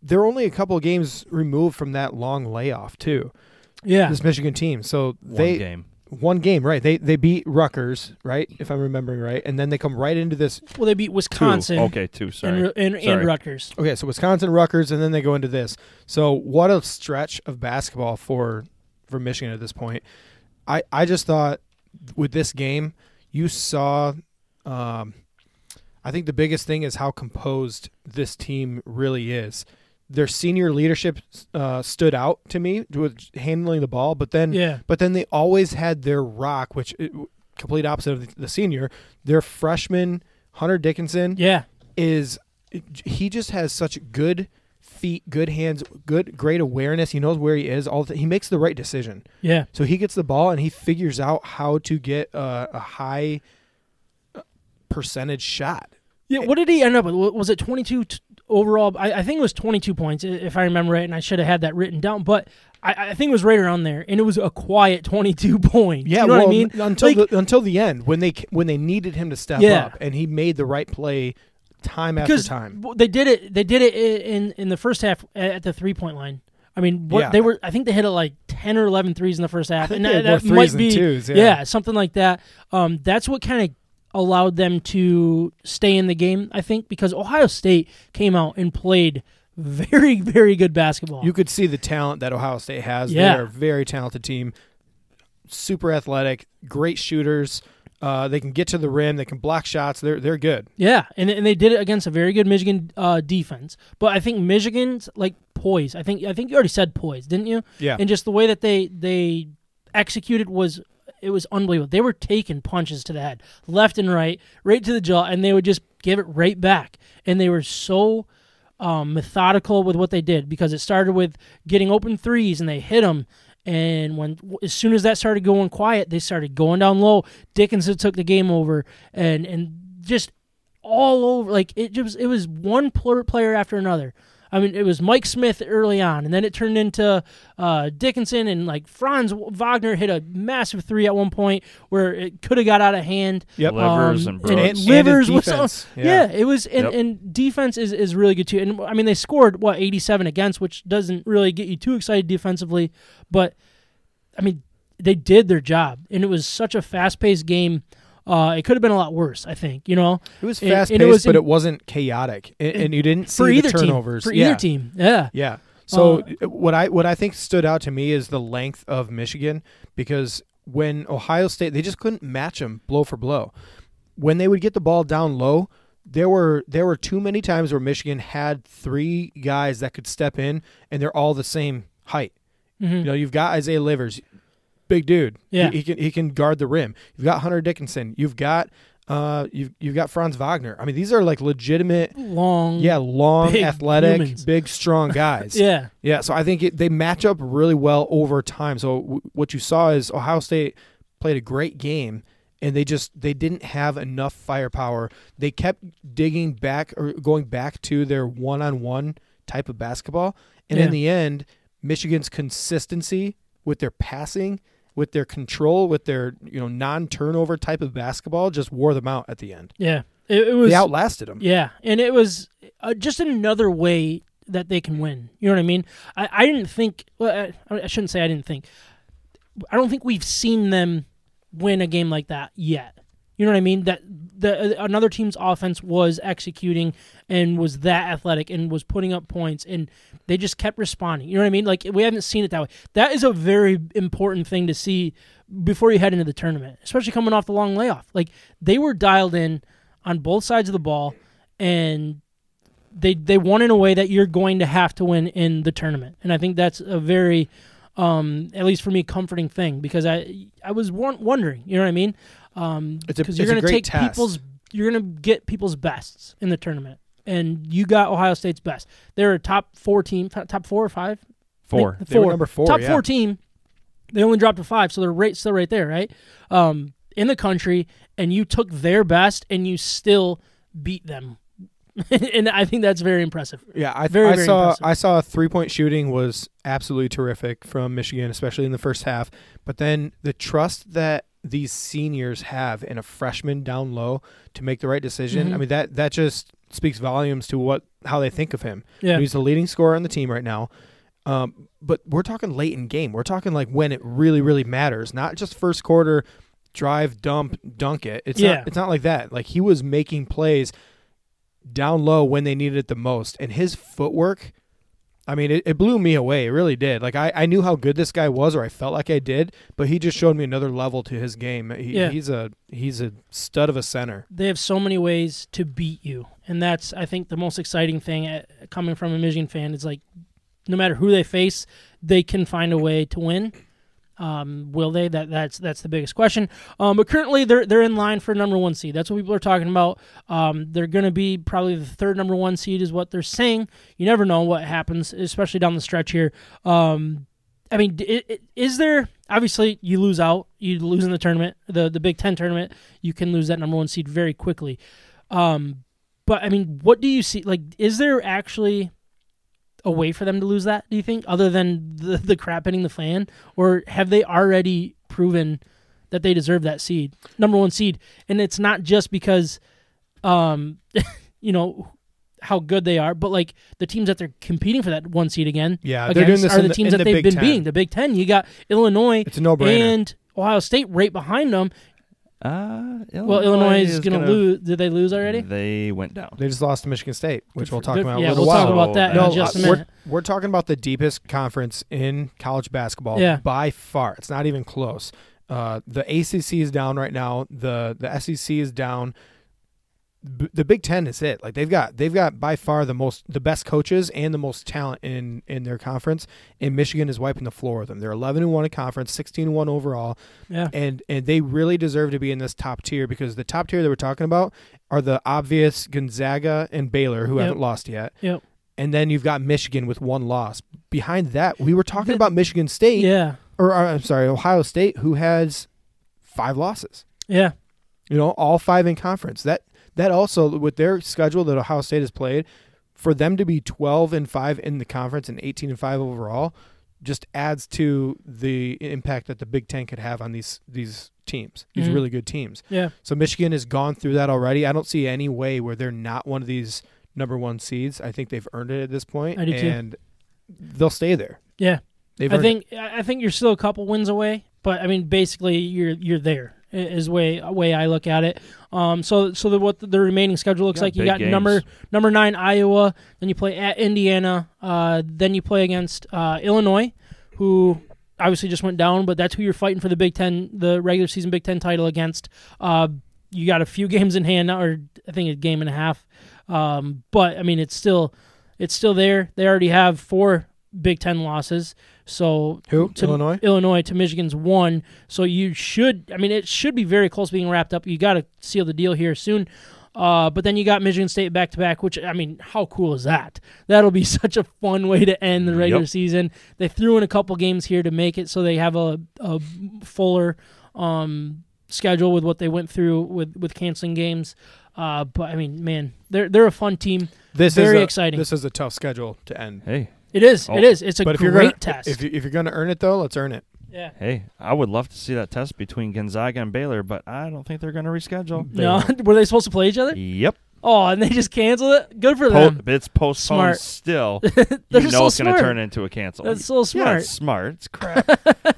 Speaker 3: they're only a couple of games removed from that long layoff too.
Speaker 2: Yeah,
Speaker 3: This Michigan team, so
Speaker 4: One
Speaker 3: they
Speaker 4: game.
Speaker 3: one game, right? They they beat Rutgers, right? If I'm remembering right, and then they come right into this.
Speaker 2: well, they beat Wisconsin
Speaker 4: Two. Okay, two. Sorry.
Speaker 2: and, and, and
Speaker 4: Sorry.
Speaker 2: Rutgers.
Speaker 3: Okay, so Wisconsin, Rutgers, and then they go into this. So what a stretch of basketball for for Michigan at this point. I I just thought with this game, you saw. Um, I think the biggest thing is how composed this team really is. Their senior leadership uh, stood out to me with handling the ball, but then
Speaker 2: Yeah.
Speaker 3: but then they always had their rock, which it, complete opposite of the, the senior. Their freshman Hunter Dickinson,
Speaker 2: Yeah,
Speaker 3: is he just has such good feet, good hands, good great awareness. He knows where he is. All the, he makes the right decision.
Speaker 2: yeah,
Speaker 3: So he gets the ball and he figures out how to get a, a high uh, percentage shot.
Speaker 2: yeah. What did he end up with? Wa- Was it twenty-two t- overall? I, I think it was twenty-two points, i- if I remember right, and I should have had that written down. But I, I think it was right around there, and it was a quiet twenty-two points. you know what I mean?
Speaker 3: Until
Speaker 2: Like,
Speaker 3: the, until the end when they c- when they needed him to step
Speaker 2: Yeah.
Speaker 3: up and he made the right play time after
Speaker 2: because
Speaker 3: time.
Speaker 2: w- they did it. They did it i- in in the first half a- at the three point line. I mean, what
Speaker 3: Yeah.
Speaker 2: they were, I think they hit it like 10 or 11 threes in the first half.
Speaker 3: think
Speaker 2: and
Speaker 3: they
Speaker 2: that,
Speaker 3: had more
Speaker 2: that
Speaker 3: threes
Speaker 2: might
Speaker 3: than
Speaker 2: be,
Speaker 3: twos, yeah.
Speaker 2: something like that. Um, that's what kind of allowed them to stay in the game, I think, because Ohio State came out and played very, very good basketball.
Speaker 3: You could see the talent that Ohio State has.
Speaker 2: Yeah.
Speaker 3: They are a very talented team, super athletic, great shooters. Uh, they can get to the rim. They can block shots. They're they're good.
Speaker 2: Yeah, and, and they did it against a very good Michigan uh, defense. But I think Michigan's like poise. I think I think you already said poise, didn't you?
Speaker 3: Yeah.
Speaker 2: And just the way that they they executed was it was unbelievable. They were taking punches to the head, left and right, right to the jaw, and they would just give it right back. And they were so um, methodical with what they did because it started with getting open threes and they hit them. And when as soon as that started going quiet, they started going down low. Dickinson took the game over, and and just all over. Like it just it was one pl- player after another. I mean, it was Mike Smith early on, and then it turned into uh, Dickinson and like Franz Wagner hit a massive three at one point where it could have got out of hand.
Speaker 3: Yep.
Speaker 4: Livers and Brooks.
Speaker 3: And- and
Speaker 2: Um, Livers
Speaker 3: his
Speaker 2: was
Speaker 3: defense,
Speaker 2: yeah.
Speaker 3: yeah.
Speaker 2: it was and,
Speaker 4: Yep.
Speaker 2: and defense is, is really good too. And I mean, they scored what eighty seven against, which doesn't really get you too excited defensively, but I mean, they did their job, and it was such a fast paced game. Uh, it could have been a lot worse, I think. You know,
Speaker 3: It was
Speaker 2: And- and
Speaker 3: fast paced,
Speaker 2: was
Speaker 3: but
Speaker 2: in-
Speaker 3: it wasn't chaotic, and, and you didn't see
Speaker 2: for
Speaker 3: the
Speaker 2: either
Speaker 3: turnovers
Speaker 2: team. For
Speaker 3: yeah.
Speaker 2: either team, yeah,
Speaker 3: Yeah. So
Speaker 2: Uh,
Speaker 3: uh, what I what I think stood out to me is the length of Michigan because when Ohio State they just couldn't match them blow for blow. When they would get the ball down low, there were there were too many times where Michigan had three guys that could step in and they're all the same height. You
Speaker 2: Mm-hmm.
Speaker 3: know, you've got Isaiah Livers, big dude. He-
Speaker 2: Yeah.
Speaker 3: He, can he can guard the rim. You've got Hunter Dickinson. You've got uh you've you've got Franz Wagner. I mean, these are like legitimate
Speaker 2: long,
Speaker 3: yeah, long,
Speaker 2: Mm. Big
Speaker 3: athletic,
Speaker 2: humans.
Speaker 3: big, strong guys.
Speaker 2: yeah.
Speaker 3: Yeah, so I think it, they match up really well over time. So w- what you saw is Ohio State played a great game and they just they didn't have enough firepower. They kept digging back or going back to their one-on-one type of basketball. And
Speaker 2: Yeah.
Speaker 3: in the end, Michigan's consistency with their passing, with their control, with their, you know, non-turnover type of basketball just wore them out at the end.
Speaker 2: yeah. It, it was
Speaker 3: They outlasted them.
Speaker 2: Yeah, and it was uh, just another way that they can win. You know what I mean? I, I didn't think. Well, I, I shouldn't say I didn't think. I don't think we've seen them win a game like that yet. You know what I mean? That the uh, another team's offense was executing and was that athletic and was putting up points and they just kept responding. You know what I mean? Like we haven't seen it that way. That is a very important thing to see before you head into the tournament, especially coming off the long layoff. Like they were dialed in on both sides of the ball and they they won in a way that you're going to have to win in the tournament. And I think that's a very um, at least for me, comforting thing because I I was won- wondering, you know what I mean? Um,
Speaker 3: It's a-
Speaker 2: because you're
Speaker 3: it's a
Speaker 2: going to
Speaker 3: great
Speaker 2: take
Speaker 3: test.
Speaker 2: people's you're going to get people's bests in the tournament, and you got Ohio State's best. They're a top four team, top top four or five, I think
Speaker 4: Four.
Speaker 2: the
Speaker 3: They were number four,
Speaker 2: top
Speaker 3: yeah.
Speaker 2: four team. They only dropped to five, so they're right still right there, right? Um, in the country, and you took their best, and you still beat them, and I think that's very impressive.
Speaker 3: Yeah, I,
Speaker 2: Very,
Speaker 3: I
Speaker 2: very
Speaker 3: saw
Speaker 2: impressive.
Speaker 3: I saw three point shooting was absolutely terrific from Michigan, especially in the first half. But then the trust that these seniors have in a freshman down low to make the right decision.
Speaker 2: Mm-hmm.
Speaker 3: I mean that that just speaks volumes to what how they think of him.
Speaker 2: Yeah.
Speaker 3: He's the leading scorer on the team right now. Um, but we're talking late in game. We're talking like when it really, really matters, not just first quarter drive, dump, dunk it. It's
Speaker 2: Yeah.
Speaker 3: not, it's not like that. Like he was making plays down low when they needed it the most, and his footwork. I mean, it, it blew me away. It really did. Like I, I knew how good this guy was, or I felt like I did, but he just showed me another level to his game. He,
Speaker 2: Yeah.
Speaker 3: He's a he's a stud of a center.
Speaker 2: they have so many ways to beat you, and that's I think the most exciting thing uh, coming from a Michigan fan is like, no matter who they face, they can find a way to win. Um, will they? That that's that's the biggest question. Um, but currently they're they're in line for number one seed. That's what people are talking about. Um, they're going to be probably the third number one seed is what they're saying. You never know what happens, especially down the stretch here. Um, I mean, d- i- i- is there obviously you lose out, you lose in the tournament, the the Big Ten tournament, you can lose that number one seed very quickly. Um, but I mean, what do you see? Like, is there actually a way for them to lose that? Do you think, other than the the crap hitting the fan, or have they already proven that they deserve that seed, number one seed? And it's not just because, um, you know, how good they are, but like the teams that they're competing for that one seed again.
Speaker 3: Yeah, they're
Speaker 2: against
Speaker 3: doing this
Speaker 2: are
Speaker 3: in
Speaker 2: the
Speaker 3: the-
Speaker 2: teams
Speaker 3: in
Speaker 2: that
Speaker 3: the
Speaker 2: they've
Speaker 3: Big
Speaker 2: been
Speaker 3: Ten.
Speaker 2: beating. The Big Ten. You got Illinois
Speaker 3: It's a no-brainer.
Speaker 2: and Ohio State right behind them.
Speaker 4: Uh,
Speaker 2: Well, Illinois is going to lose. Did they lose already?
Speaker 4: They went down.
Speaker 3: They just lost to Michigan State, which
Speaker 2: Good
Speaker 3: we'll
Speaker 2: for-
Speaker 3: Mm, talk
Speaker 2: good-
Speaker 3: about. in
Speaker 2: yeah,
Speaker 3: a little
Speaker 2: we'll
Speaker 3: while.
Speaker 2: talk about that
Speaker 4: No,
Speaker 2: in just a
Speaker 4: uh,
Speaker 2: minute.
Speaker 3: We're, we're talking about the deepest conference in college basketball
Speaker 2: Yeah.
Speaker 3: by far. It's not even close. Uh, the ACC is down right now. The the SEC is down. B- the Big Ten is it. Like they've got they've got by far the most the best coaches and the most talent in in their conference. And Michigan is wiping the floor with them. They're eleven and one in conference, sixteen and one overall
Speaker 2: Yeah.
Speaker 3: and and they really deserve to be in this top tier because the top tier that we're talking about are the obvious Gonzaga and Baylor who
Speaker 2: Yep.
Speaker 3: haven't lost yet.
Speaker 2: Yep.
Speaker 3: And then you've got Michigan with one loss. Behind that, we were talking
Speaker 2: The-
Speaker 3: about Michigan State
Speaker 2: Yeah.
Speaker 3: or, uh, I'm sorry, Ohio State who has five losses.
Speaker 2: Yeah.
Speaker 3: You know, all five in conference. That that also with their schedule that Ohio State has played for them to be 12 and 5 in the conference and 18 and 5 overall just adds to the impact that the Big 10 could have on these these teams. These
Speaker 2: Mhm.
Speaker 3: really good teams.
Speaker 2: Yeah.
Speaker 3: So Michigan has gone through that already. I don't see any way where they're not one of these number 1 seeds. I think they've earned it at this point
Speaker 2: I do too.
Speaker 3: and they'll stay there.
Speaker 2: Yeah.
Speaker 3: They've
Speaker 2: I
Speaker 3: earned
Speaker 2: think I I think you're still a couple wins away, but I mean, basically, you're you're there i- is way way I look at it. Um, so so the, what the remaining schedule looks
Speaker 4: Yeah,
Speaker 2: like, you
Speaker 4: big
Speaker 2: got
Speaker 4: games.
Speaker 2: number number nine Iowa, then you play at Indiana, uh, then you play against uh, Illinois, who obviously just went down, but that's who you're fighting for the Big Ten, the regular season Big Ten title against. Uh, you got a few games in hand now, or I think a game and a half. Um, but I mean, it's still it's still there. They already have four Big Ten losses, so
Speaker 3: Who?
Speaker 2: to
Speaker 3: Illinois?
Speaker 2: Illinois to Michigan's one. So you should, I mean, it should be very close being wrapped up. You got to seal the deal here soon. Uh, but then you got Michigan State back to back, which I mean, how cool is that? That'll be such a fun way to end the regular
Speaker 4: Yep.
Speaker 2: season. They threw in a couple games here to make it so they have a, a fuller um, schedule with what they went through with with canceling games. Uh, but I mean, man, they're they're a fun team.
Speaker 3: this
Speaker 2: very
Speaker 3: is a,
Speaker 2: exciting.
Speaker 3: This is a tough schedule to end.
Speaker 4: Hey,
Speaker 2: It is,
Speaker 4: Oh.
Speaker 2: it is. It's a
Speaker 3: but if
Speaker 2: great
Speaker 3: you're gonna,
Speaker 2: test.
Speaker 3: If, you- if you're going to earn it though, let's earn it.
Speaker 2: yeah.
Speaker 4: hey, I would love to see that test between Gonzaga and Baylor, but I don't think they're going to reschedule.
Speaker 2: No, were they supposed to play each other?
Speaker 4: Yep.
Speaker 2: Oh, and they just canceled it. Good for
Speaker 4: Po-
Speaker 2: them.
Speaker 4: it's postponed
Speaker 2: Smart.
Speaker 4: still.
Speaker 2: They're
Speaker 4: you know
Speaker 2: so
Speaker 4: it's going
Speaker 2: smart.
Speaker 4: to turn into a cancel.
Speaker 2: That's so
Speaker 4: Yeah,
Speaker 2: smart.
Speaker 4: it's smart. It's crap.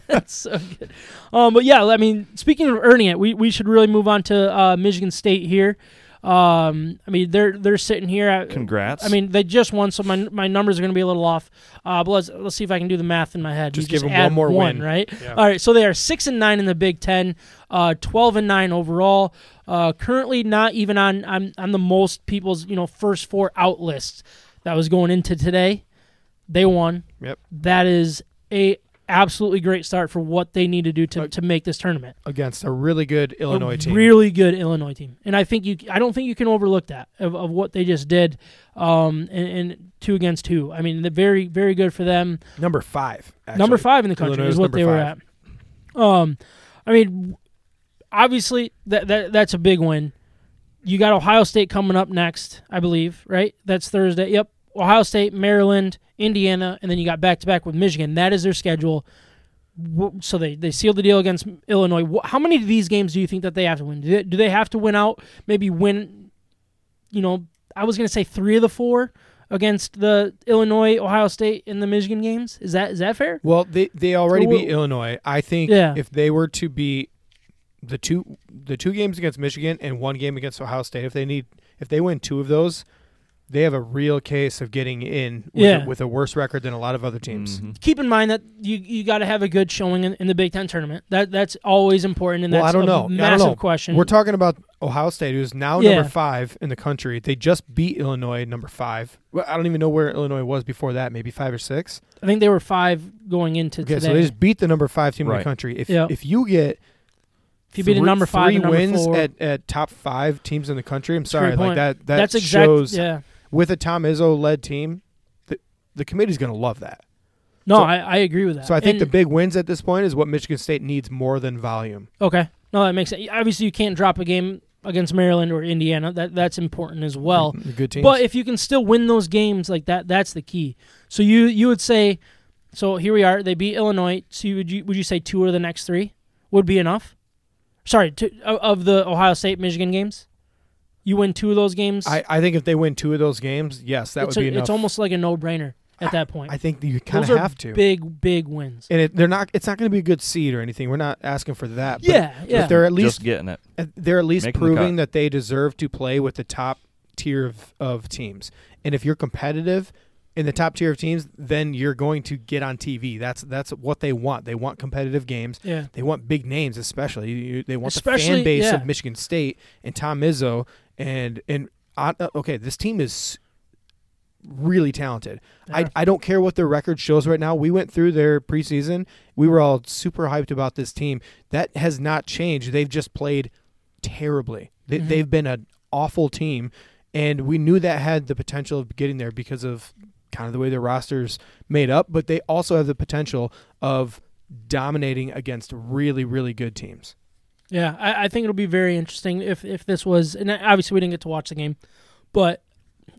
Speaker 2: That's so good. Um, but yeah, I mean, speaking of earning it, we, we should really move on to uh, Michigan State here. Um, I mean, they're they're sitting here. At,
Speaker 4: Congrats.
Speaker 2: I mean, they just won, so my my numbers are going to be a little off. Uh, but let's let's see if I can do the math in my head.
Speaker 3: Just
Speaker 2: You
Speaker 3: give 'em
Speaker 2: add
Speaker 3: one more
Speaker 2: one,
Speaker 3: win.
Speaker 2: right? All right, so they are six and nine in the Big Ten, uh, twelve and nine overall. Uh, currently, not even on on on the most people's you know first four out list that was going into today. They won.
Speaker 3: Yep.
Speaker 2: That is a absolutely great start for what they need to do to,
Speaker 3: Like-
Speaker 2: to make this tournament.
Speaker 3: Against a really good Illinois
Speaker 2: a
Speaker 3: team.
Speaker 2: really good Illinois team, and I think you I don't think you can overlook that of, of what they just did, um, and, and two against two. I mean, they're very very good for them.
Speaker 3: number five. Actually.
Speaker 2: number five in the country
Speaker 3: Illinois
Speaker 2: is
Speaker 3: is
Speaker 2: what
Speaker 3: number
Speaker 2: they
Speaker 3: five.
Speaker 2: were at. Um, I mean, obviously that, that that's a big win. You got Ohio State coming up next, I believe, right? That's Thursday. Yep, Ohio State, Maryland, Indiana, and then you got back to back with Michigan. That is their schedule. Wh- So they they sealed the deal against Illinois. Wh- How many of these games do you think that they have to win? Do they, do they have to win out? Maybe win. You know, I was gonna say three of the four against the Illinois, Ohio State, and the Michigan games. Is that is that fair?
Speaker 3: Well, they they already
Speaker 2: So
Speaker 3: beat
Speaker 2: we'll-
Speaker 3: Illinois. I think
Speaker 2: Yeah.
Speaker 3: if they were to beat the two the two games against Michigan and one game against Ohio State, if they need if they win two of those, they have a real case of getting in with,
Speaker 2: Yeah.
Speaker 3: a, with a worse record than a lot of other teams.
Speaker 4: Mhm.
Speaker 2: keep in mind that you you got to have a good showing in, in the Big Ten tournament. That that's always important, and
Speaker 3: Well,
Speaker 2: that's
Speaker 3: I don't
Speaker 2: a
Speaker 3: know. I don't
Speaker 2: massive
Speaker 3: know.
Speaker 2: question.
Speaker 3: We're talking about Ohio State, who's now
Speaker 2: Yeah.
Speaker 3: number five in the country. They just beat Illinois, number five. Well, I don't even know where Illinois was before that. Maybe five or six.
Speaker 2: I think they were five going into
Speaker 3: Okay,
Speaker 2: today.
Speaker 3: so they just beat the number five team in the
Speaker 4: Right.
Speaker 3: country. If
Speaker 2: Yeah.
Speaker 3: if you get
Speaker 2: if you beat a
Speaker 3: three-
Speaker 2: number five
Speaker 3: three
Speaker 2: and number
Speaker 3: wins
Speaker 2: four,
Speaker 3: at, at top five teams in the country. I'm
Speaker 2: a
Speaker 3: sorry,
Speaker 2: great point.
Speaker 3: like that. That
Speaker 2: that's exact.
Speaker 3: shows
Speaker 2: yeah.
Speaker 3: with a Tom Izzo led team, the, the committee's going to love that.
Speaker 2: No,
Speaker 3: so-
Speaker 2: I, I agree with that.
Speaker 3: So I think
Speaker 2: And-
Speaker 3: the big wins at this point is what Michigan State needs more than volume.
Speaker 2: Okay. No, that makes sense. Obviously, you can't drop a game against Maryland or Indiana. That that's important as well.
Speaker 3: The good teams.
Speaker 2: But if you can still win those games like that, that's the key. So you you would say, so here we are. They beat Illinois. So you, would you would you say two of the next three would be enough? Sorry, two, of of the Ohio State Michigan games, You win two of those games.
Speaker 3: I, I think if they win two of those games, yes, that
Speaker 2: it's,
Speaker 3: would
Speaker 2: a-
Speaker 3: be enough.
Speaker 2: it's almost like a no-brainer at that point.
Speaker 3: I think that you kind
Speaker 2: those
Speaker 3: of
Speaker 2: are
Speaker 3: have to.
Speaker 2: big, big wins.
Speaker 3: and it, they're not. It's not going to be a good seed or anything. We're not asking for that. but-
Speaker 2: yeah, yeah.
Speaker 3: But they're at
Speaker 4: Just
Speaker 3: least
Speaker 4: getting it.
Speaker 3: Uh, they're at least
Speaker 4: making the
Speaker 3: proving
Speaker 4: cut.
Speaker 3: that they deserve to play with the top tier of, of teams. And if you're competitive in the top tier of teams, then you're going to get on TV. That's that's what they want. They want competitive games.
Speaker 2: yeah.
Speaker 3: They want big names, especially. You- you- They want the
Speaker 2: Especially-
Speaker 3: fan base
Speaker 2: yeah.
Speaker 3: of Michigan State and Tom Izzo and and uh, okay, this team is really talented.
Speaker 2: Yeah.
Speaker 3: I, I don't care what their record shows right now. We went through their preseason. We were all super hyped about this team. That has not changed. They've just played terribly. They,
Speaker 2: Mhm.
Speaker 3: They've been an awful team, and we knew that had the potential of getting there because of kind of the way their rosters made up. But they also have the potential of dominating against really really good teams.
Speaker 2: Yeah, I, I think it'll be very interesting if if this was, and obviously we didn't get to watch the game, but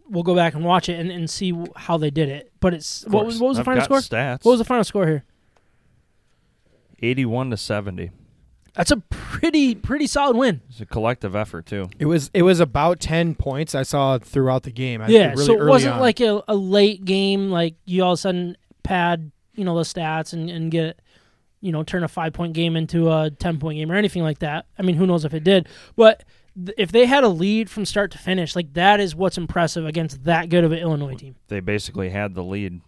Speaker 2: we'll go back and watch it and, and see w- how they did it. But it's
Speaker 4: Of
Speaker 2: what was
Speaker 4: course.
Speaker 2: what was the
Speaker 4: I've
Speaker 2: final
Speaker 4: got
Speaker 2: score?
Speaker 4: Stats.
Speaker 2: What was the final score here?
Speaker 4: eighty-one to seventy?
Speaker 2: That's a pretty pretty solid win.
Speaker 4: It's a collective effort too.
Speaker 3: It was it was about ten points I saw throughout the game. I-
Speaker 2: yeah,
Speaker 3: really
Speaker 2: so it
Speaker 3: early
Speaker 2: wasn't
Speaker 3: on.
Speaker 2: like a, a late game like you all of a sudden pad you know the stats and and get you know turn a five point game into a ten point game or anything like that. I mean, who knows if it did, but. th- If they had a lead from start to finish, like that is what's impressive against that good of an Illinois team.
Speaker 4: They basically had the lead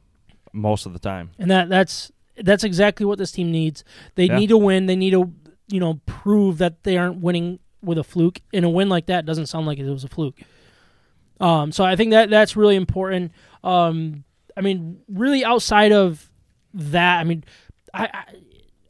Speaker 4: most of the time.
Speaker 2: and that that's that's exactly what this team needs. They
Speaker 4: Yeah.
Speaker 2: need to win. They need to you know prove that they aren't winning with a fluke. And a win like that doesn't sound like it was a fluke. Um, so I think that that's really important. Um, I mean, really outside of that, I mean, I I,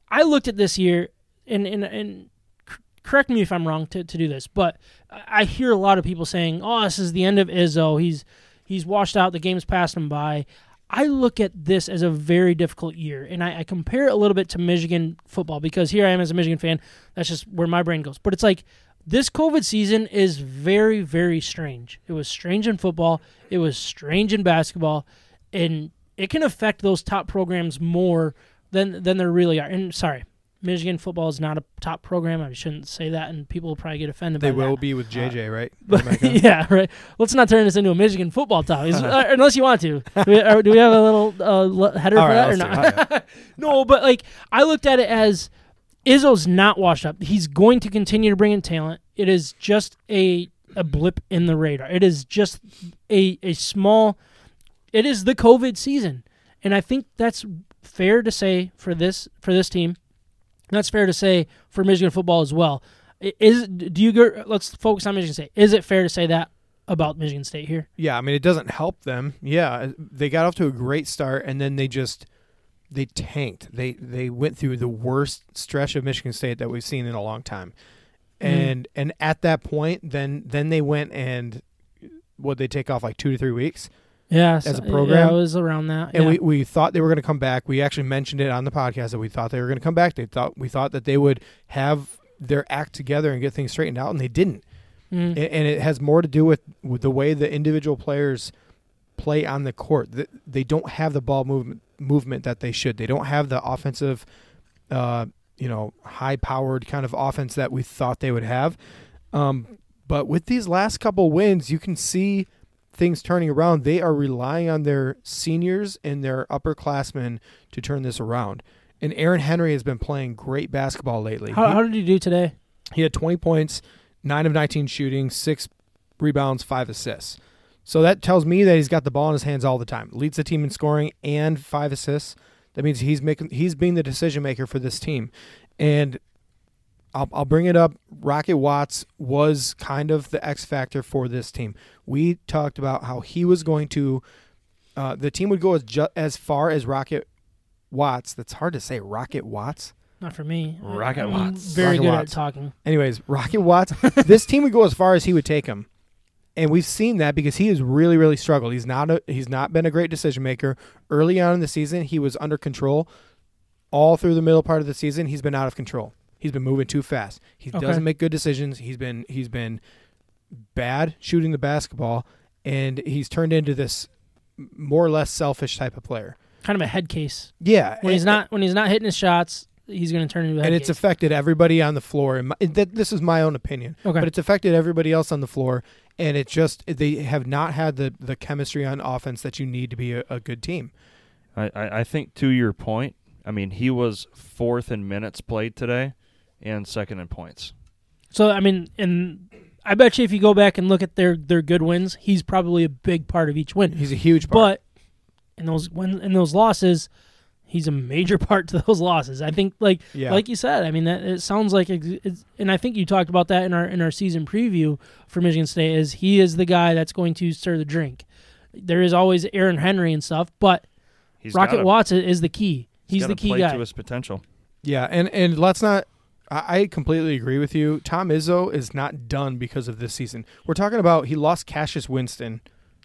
Speaker 2: I looked at this year and and and cor- correct me if I'm wrong to, to do this, but I I hear a lot of people saying, "Oh, this is the end of Izzo. He's he's washed out. The game's passed him by." I look at this as a very difficult year, and I, I compare it a little bit to Michigan football because here I am as a Michigan fan. That's just where my brain goes. But it's like this COVID season is very, very strange. It was strange in football. It was strange in basketball, and it can affect those top programs more than than there really are. And sorry, Michigan football is not a top program. I shouldn't say that, and people will probably get offended.
Speaker 3: they
Speaker 2: by that.
Speaker 3: will be with JJ, right?
Speaker 2: But, yeah, right. Let's not turn this into a Michigan football talk, is- uh, unless you want to. Do we, uh, do we have a little uh, le- header
Speaker 3: All
Speaker 2: for
Speaker 3: right,
Speaker 2: that or
Speaker 3: let's do
Speaker 2: not?
Speaker 3: it.
Speaker 2: No, but like I looked at it as Izzo's not washed up. He's going to continue to bring in talent. It is just a a blip in the radar. It is just a a small. It is the COVID season, and I think that's fair to say for this for this team. And That's fair to say for Michigan football as well. I- Is do you go? Let's focus on Michigan State. Is it fair to say that about Michigan State here?
Speaker 3: Yeah, I mean it doesn't help them. Yeah, uh, they got off to a great start and then they just they tanked. They they went through the worst stretch of Michigan State that we've seen in a long time. And and at that point then then they went and what they take off like 2 to 3 weeks
Speaker 2: Yeah,
Speaker 3: As a program?
Speaker 2: yeah, it was around that.
Speaker 3: and
Speaker 2: yeah.
Speaker 3: we, we thought they were going to come back. We actually mentioned it on the podcast that we thought they were going to come back. They thought we thought that they would have their act together and get things straightened out and they didn't.
Speaker 2: Mm.
Speaker 3: and, and it has more to do with, with the way the individual players play on the court. Th- They don't have the ball movement movement that they should. They don't have the offensive, uh, you know, high powered kind of offense that we thought they would have. Um, but with these last couple wins, you can see things turning around. They are relying on their seniors and their upperclassmen to turn this around. And Aaron Henry has been playing great basketball lately.
Speaker 2: how,
Speaker 3: He-
Speaker 2: how did you do today?
Speaker 3: he had 20 points, 9 of 19 shooting, 6 rebounds, 5 assists. So that tells me that he's got the ball in his hands all the time. Leads the team in scoring and 5 assists. That means he's making he's being the decision maker for this team. And I'll, I'll bring it up. Rocket Watts was kind of the X factor for this team. We talked about how he was going to, uh, the team would go as ju- as far as Rocket Watts. That's hard to say. Rocket Watts.
Speaker 2: Not for me. I-
Speaker 4: Rocket
Speaker 2: I'm
Speaker 4: Watts.
Speaker 2: Very
Speaker 3: Rocket
Speaker 2: good
Speaker 3: Watts.
Speaker 2: at talking.
Speaker 3: Anyways, Rocket Watts, this team would go as far as he would take him. And we've seen that because he has really, really struggled. He's not a, he's not been a great decision maker. Early on in the season, he was under control. All through the middle part of the season, he's been out of control. He's been moving too fast. He
Speaker 2: Okay.
Speaker 3: doesn't make good decisions. He's been he's been bad shooting the basketball, and he's turned into this more or less selfish type of player.
Speaker 2: Kind of a head case
Speaker 3: Yeah,
Speaker 2: when he's
Speaker 3: and-
Speaker 2: not when he's not hitting his shots. he's going to turn into a head
Speaker 3: and it's
Speaker 2: case.
Speaker 3: affected everybody on the floor. And my, that, this is my own opinion,
Speaker 2: Okay.
Speaker 3: but it's affected everybody else on the floor. And it just they have not had the the chemistry on offense that you need to be a, a good team.
Speaker 4: I, I, I think to your point, I mean, he was fourth in minutes played today and second in points.
Speaker 2: so I mean, and I bet you if you go back and look at their their good wins, he's probably a big part of each win.
Speaker 3: He's a huge part.
Speaker 2: but in those when in those losses, he's a major part to those losses. I think, like
Speaker 3: Yeah.
Speaker 2: like you said, I mean that it sounds like, ex- it's, and I think you talked about that in our in our season preview for Michigan State is he is the guy that's going to stir the drink. There is always Aaron Henry and stuff, but
Speaker 4: He's
Speaker 2: Rocket
Speaker 4: gotta-
Speaker 2: Watts is the key. He's,
Speaker 4: gotta
Speaker 2: the key
Speaker 4: play
Speaker 2: guy.
Speaker 4: to his potential.
Speaker 3: yeah, and and let's not. I I completely agree with you. Tom Izzo is not done because of this season. We're talking about he lost Cassius Winston.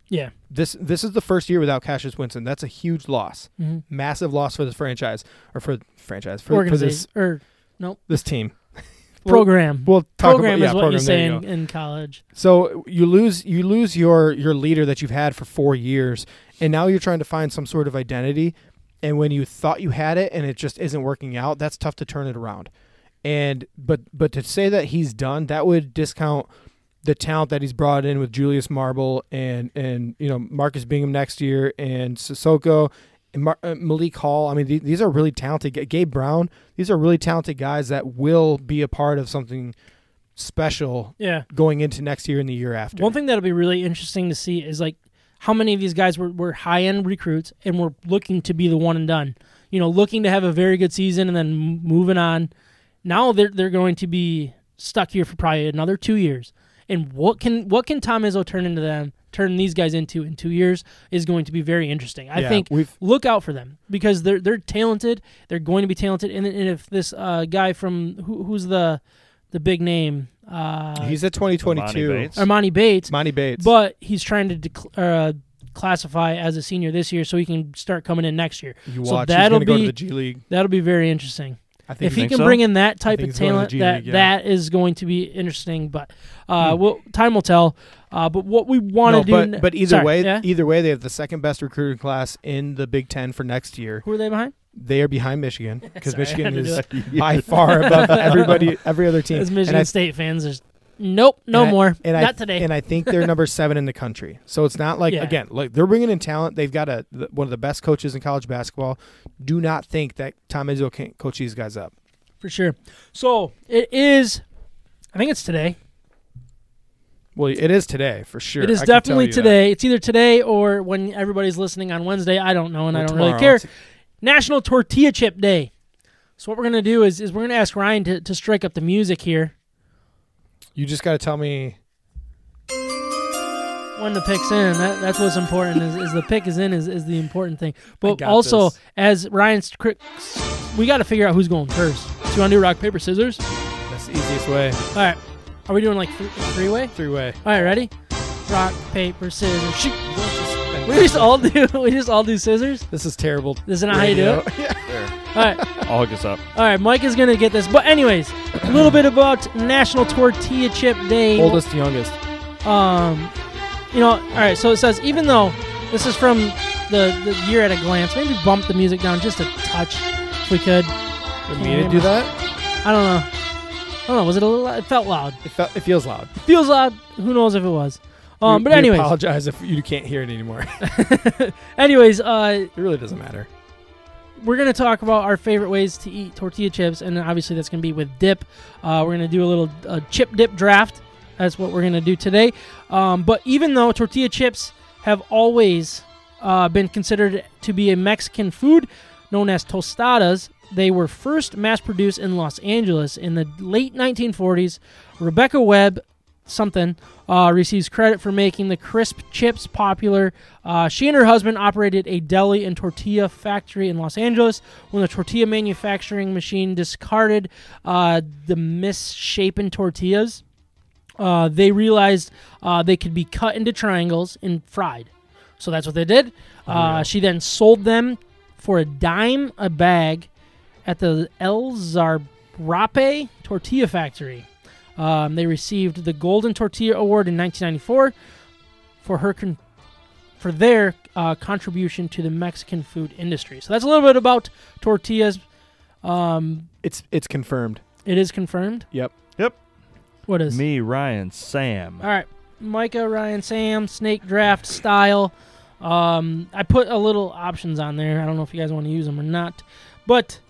Speaker 2: yeah,
Speaker 3: This this is the first year without Cassius Winston. That's a huge loss,
Speaker 2: Mhm.
Speaker 3: massive loss for this franchise or for franchise for, for this
Speaker 2: organization or nope
Speaker 3: this team.
Speaker 2: program.
Speaker 3: We'll talk
Speaker 2: program
Speaker 3: about yeah,
Speaker 2: is what
Speaker 3: program.
Speaker 2: you
Speaker 3: there
Speaker 2: say
Speaker 3: go.
Speaker 2: in, in college.
Speaker 3: So you lose you lose your your leader that you've had for 4 years and now you're trying to find some sort of identity and when you thought you had it and it just isn't working out that's tough to turn it around. And but but to say that he's done that would discount the talent that he's brought in with Julius Marble and and you know Marcus Bingham next year and Sissoko and Mar- uh, Malik Hall. I mean the- these are really talented G- Gabe Brown. These are really talented guys that will be a part of something special
Speaker 2: Yeah.
Speaker 3: going into next year and the year after.
Speaker 2: One thing that'll be really interesting to see is like how many of these guys were, were high end recruits and were looking to be the one and done. You know, looking to have a very good season and then m- moving on. Now they're they're going to be stuck here for probably another two years. And what can what can Tom Izzo turn into them? Turn these guys into in two years is going to be very interesting. I
Speaker 3: Yeah,
Speaker 2: think
Speaker 3: we've-
Speaker 2: look out for them because they're they're talented. They're going to be talented. And, and if this uh, guy from who, who's the the big name uh,
Speaker 3: He's at 2022.
Speaker 4: Armani Bates.
Speaker 2: Armani Bates,
Speaker 3: Monty Bates.
Speaker 2: but he's trying to dec- uh, classify as a senior this year, so he can start coming in next year.
Speaker 3: you
Speaker 2: so
Speaker 3: watch,
Speaker 2: that'll
Speaker 3: he's going to go to
Speaker 2: be-
Speaker 3: the G League.
Speaker 2: That'll be very interesting.
Speaker 3: I think
Speaker 2: If he
Speaker 4: think
Speaker 2: can
Speaker 4: so?
Speaker 2: bring in that
Speaker 3: I
Speaker 2: type
Speaker 3: think
Speaker 2: of
Speaker 3: he's going to the
Speaker 2: talent,
Speaker 3: G
Speaker 2: that
Speaker 3: League, yeah. Hmm.
Speaker 2: that is going to be interesting. But uh, well, time will tell. Uh, but what we want to
Speaker 3: No,
Speaker 2: do,
Speaker 3: but,
Speaker 2: n-
Speaker 3: but either
Speaker 2: Sorry,
Speaker 3: way, e
Speaker 2: yeah?
Speaker 3: either way, they have the second best recruiting class in the Big Ten for next year.
Speaker 2: who are they behind?
Speaker 3: They are behind Michigan because
Speaker 2: Sorry, I had
Speaker 3: Michigan
Speaker 2: to do
Speaker 3: is
Speaker 2: it.
Speaker 3: by far above everybody, every other team.
Speaker 2: As
Speaker 3: And
Speaker 2: Michigan
Speaker 3: I-
Speaker 2: State fans, there's nope, no
Speaker 3: and I-
Speaker 2: more,
Speaker 3: and I-
Speaker 2: not today.
Speaker 3: And I think they're number seven in the country. So it's not like
Speaker 2: Yeah.
Speaker 3: again, like they're bringing in talent. They've got a th- one of the best coaches in college basketball. Do not think that Tom Izzo can't coach these guys up.
Speaker 2: for sure. So it is. I think it's today.
Speaker 3: Well, it is today for sure.
Speaker 2: It is
Speaker 3: I can tell
Speaker 2: definitely
Speaker 3: you that.
Speaker 2: today. It's either today or when everybody's listening on Wednesday. I don't know, and
Speaker 3: Or
Speaker 2: I don't really
Speaker 3: tomorrow.
Speaker 2: care. National Tortilla Chip Day. So what we're gonna do is is we're gonna ask Ryan to, to strike up the music here
Speaker 3: You just got to tell me.
Speaker 2: when the pick's in. That, that's what's important is, is the pick is in is, is the important thing. But
Speaker 3: got
Speaker 2: also
Speaker 3: this.
Speaker 2: as Ryan's cri- we got to figure out who's going first. Do you want to do rock paper scissors? All
Speaker 3: That's the easiest way.
Speaker 2: right. Are we doing like th- three way?
Speaker 3: Three way.
Speaker 2: All right, ready? Rock paper scissors. Shoot. We just all do we just all do scissors.
Speaker 3: This is terrible.
Speaker 2: This is not how you do it. All right.
Speaker 4: I'll hook us up.
Speaker 2: All right, Mike is going to get this. But, anyways, a little bit about National Tortilla Chip Day.
Speaker 3: Oldest to youngest.
Speaker 2: Um, you know, all right, so it says, even though this is from the, the year at a glance, maybe bump the music down just a touch if we could.
Speaker 3: Did me to do that?
Speaker 2: I don't know. I don't know. Was it a little loud? It felt loud.
Speaker 3: It, felt, it feels loud.
Speaker 2: It feels loud. Who knows if it was.
Speaker 3: We-
Speaker 2: Um, but
Speaker 3: we
Speaker 2: anyways,
Speaker 3: apologize if you can't hear it anymore. it
Speaker 2: anyways, uh,
Speaker 3: really doesn't matter.
Speaker 2: we're gonna talk about our favorite ways to eat tortilla chips, and obviously that's gonna be with dip. Uh, we're gonna do a little uh, chip dip draft. That's what we're gonna do today. Um, but even though tortilla chips have always uh, been considered to be a Mexican food known as tostadas, they were first mass produced in Los Angeles in the late 1940s. Rebecca Webb something uh, receives credit for making the crisp chips popular. Uh, she and her husband operated a deli and tortilla factory in Los Angeles when the tortilla manufacturing machine discarded uh, the misshapen tortillas. Uh, they realized uh, they could be cut into triangles and fried. So that's what they did. Uh, she then sold them for a dime a bag at the El Zarrape Tortilla Factory. Um, they received the Golden Tortilla Award in 1994 for her con- for their uh, contribution to the Mexican food industry. So that's a little bit about tortillas. Um,
Speaker 3: It's it's confirmed.
Speaker 2: it is confirmed.
Speaker 3: Yep.
Speaker 2: What is?
Speaker 4: Me, Ryan, Sam.
Speaker 2: All right, Micah, Ryan, Sam, snake draft style. Um, I put a little options on there. I don't know if you guys want to use them or not, but